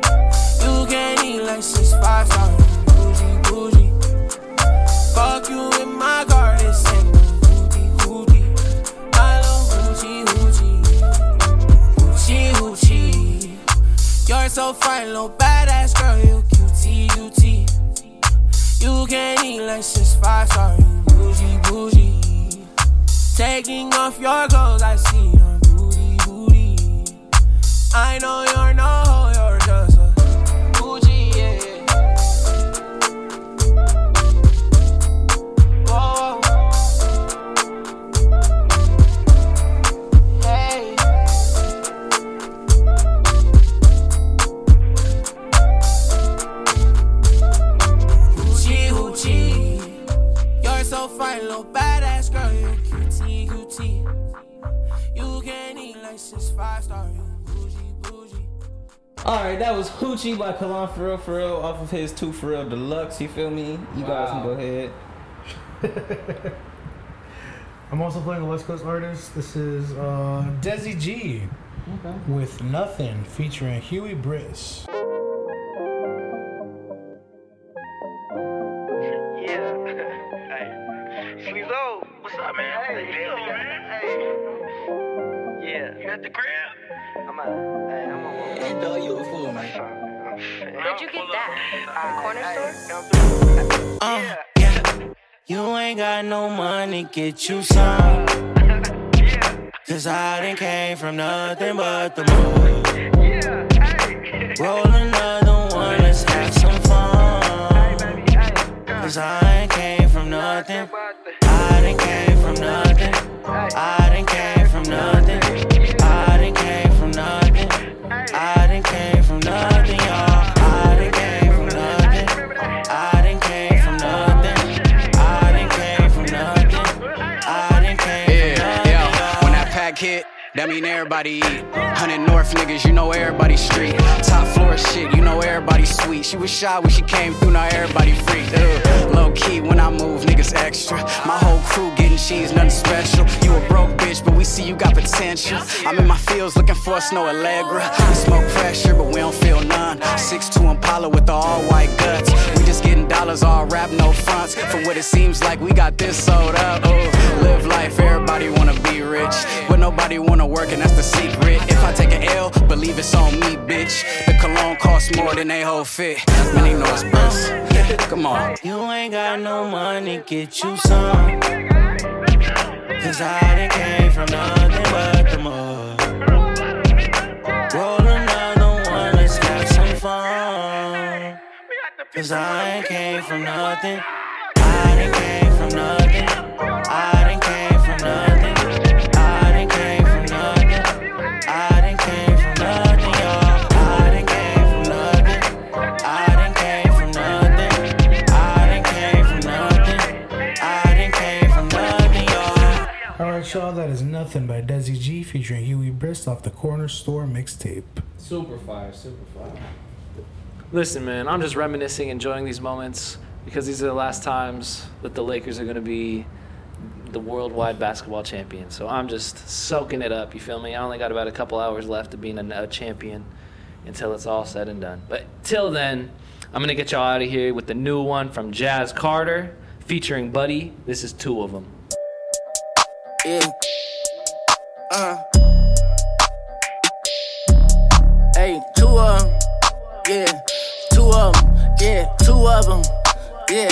G: You can eat like six five star. Bougie, bougie. Fuck you in my garden, say hootie, hootie. I love hoochie, hoochie. Hoochie, hoochie. You're so fine, little badass girl. You cutie, cutie. You can eat like six five star. You bougie, bougie. Taking off your clothes, I see your booty, booty. I know you're no, hoe, you're just a bougie, yeah. Whoa. Hey. Hoochie, hoochie. You're so fine, little badass girl. You cutie, cutie. You can eat like six five star. You bougie, bougie.
E: All right, that was Hoochie by Kalan for real, for real, off of his two for real deluxe. You feel me? You guys can
F: Wow.
E: go ahead.
C: I'm also playing a West Coast artist. This is uh, Desi G
E: Okay.
D: With nothing featuring Huey Briss.
A: Yeah. hey. Sleezo. What's up, man? Hey, you man? Hey. Yeah. You at the crib? I'm out. Hey, I'm on one. You know you a fool, man.
H: Where'd you get that? From the corner
A: Yeah.
H: store?
G: Uh, yeah. You ain't got no money, get you some. Cause I done came from nothing but the moon.
A: Yeah. Hey.
G: Roll another one, let's have some
A: Hey,
G: fun.
A: baby. Hey.
G: Cause I done came from nothing. I done came from nothing. I done came from nothing. I done came from nothing. I done came from nothing, y'all. I done came from nothing. I done came from nothing. I done came from nothing. I done came from
I: Yeah,
G: nothing.
I: yeah. When that pack hit, that mean everybody eat. Hundred North niggas, you know everybody street. Top floor shit, you know everybody sweet. She was shy when she came through, now everybody freaked. Ugh. Low key, when I move, niggas extra. My whole crew getting cheese, nothing special. You a broke bitch, but we see you got potential. I'm in my fields looking for a snow Allegra. We smoke pressure, but we don't feel none. Six two Impala with the all white guts. We just getting dollars, all rap, no fronts. For what it seems like, we got this sold up. Ugh. Live life, everybody wanna be rich, but nobody wanna work, and that's the secret. If I take an L, believe leave, it's on me, bitch. The cologne costs more than they whole fit. Man, they know it's best. Come on.
G: You ain't got no money, get you some. Cause I done came from nothing but the mud. Roll another one, let's have some fun. Cause I done came from nothing. I done came from nothing. I done came from nothing. I done came from nothing. I done came from nothing, y'all. I done came from nothing. I done came from nothing. I done came from nothing. I done came from nothing, y'all.
D: Alright, y'all, that is nothing by Desi G featuring Huey Brist off the corner store mixtape.
F: Super fire, super fire.
B: Listen, man, I'm just reminiscing, enjoying these moments because these are the last times that the Lakers are going to be the worldwide basketball champion. So I'm just soaking it up. You feel me? I only got about a couple hours left of being a, a champion until it's all said and done. But till then, I'm going to get y'all out of here with the new one from Jazz Carter featuring Buddy. This is two of them.
G: Yeah. Uh. Hey, two of 'em, Yeah. Two of 'em, Yeah. Two of 'em, Yeah.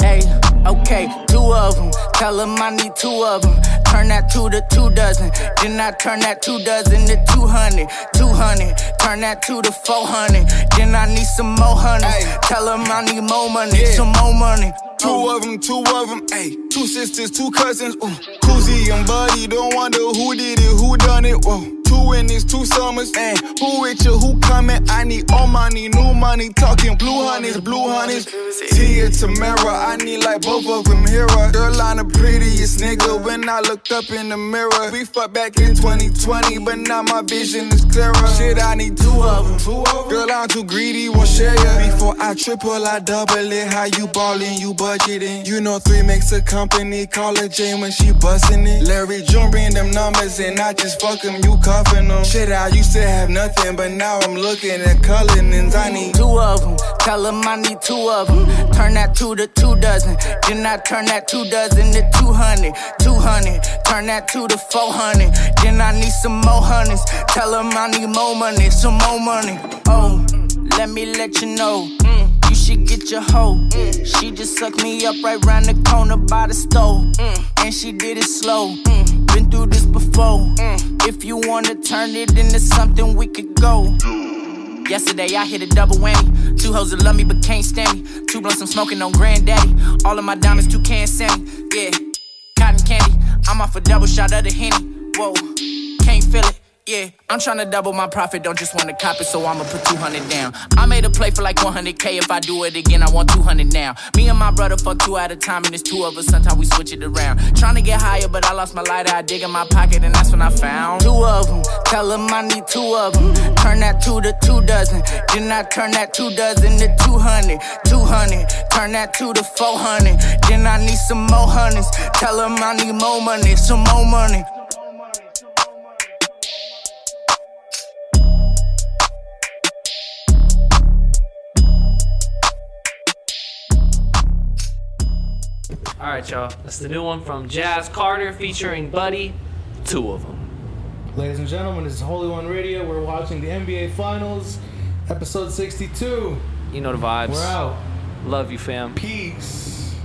G: Hey, okay. Two of 'em, Tell 'em I need two of 'em. Turn that two to two dozen. Then I turn that two dozen to 200. 200. Turn that two to 400. Then I need some more honey. Tell 'em I need more money. Some more money.
J: Two of them, two of them, ayy. Two sisters, two cousins, ooh. Koozie and Buddy, don't wonder who did it, who done it, whoa. Two in this, two summers, ayy. Who with you, who coming? I need all money, new money, talking blue honeys, blue honeys. Tia Tamara, I need like both of them here. Their line the prettiest nigga when I looked up in the mirror. We fucked back in 2020, but now my vision is clearer. Shit, I need two of them, two of them. Girl, I'm too greedy, won't share ya. Before I triple, I double it. How you ballin', you budgeting? You know three makes a company. Call her Jane when she bustin' it. Larry June bring them numbers and I just fuck 'em, you cuffin' 'em. Shit, I used to have nothing, but now I'm looking at Cullinans. I need
G: two of them. Tell them I need two of them. Turn that two to two dozen. Then I turn that two dozen to 200. 200. Turn that two to 400. Then I need some more honeys. Tell them I need more money. Some more money. Oh, let me let you know. Mm, You should get your hoe. Mm, She just sucked me up right round the corner by the stove. And she did it slow. Mm, Been through this before. Mm, If you wanna turn it into something, we could go. Yesterday I hit a double whammy. Two hoes that love me but can't stand me. Two blunts I'm smoking on granddaddy. All of my diamonds, two cans send me. Yeah, cotton candy. I'm off a double shot of the henny. Whoa, can't feel it. Yeah, I'm tryna double my profit, don't just wanna cop it, so I'ma put 200 down. I made a play for like 100k, if I do it again, I want 200 now. Me and my brother fuck two at a time, and it's two of us, sometimes we switch it around. Tryna get higher, but I lost my lighter, I dig in my pocket, and that's when I found two of them. Tell 'em I need two of 'em. Turn that two to two dozen, then I turn that two dozen to 200. 200, turn that two to 400. Then I need some more honeys. Tell 'em I need more money, some more money.
B: All right, y'all. That's the new one from Jazz Carter featuring Buddy. Two of them.
C: Ladies and gentlemen, this is Holy One Radio. We're watching the NBA Finals, episode 62.
B: You know the vibes.
C: We're out.
B: Love you, fam.
C: Peace.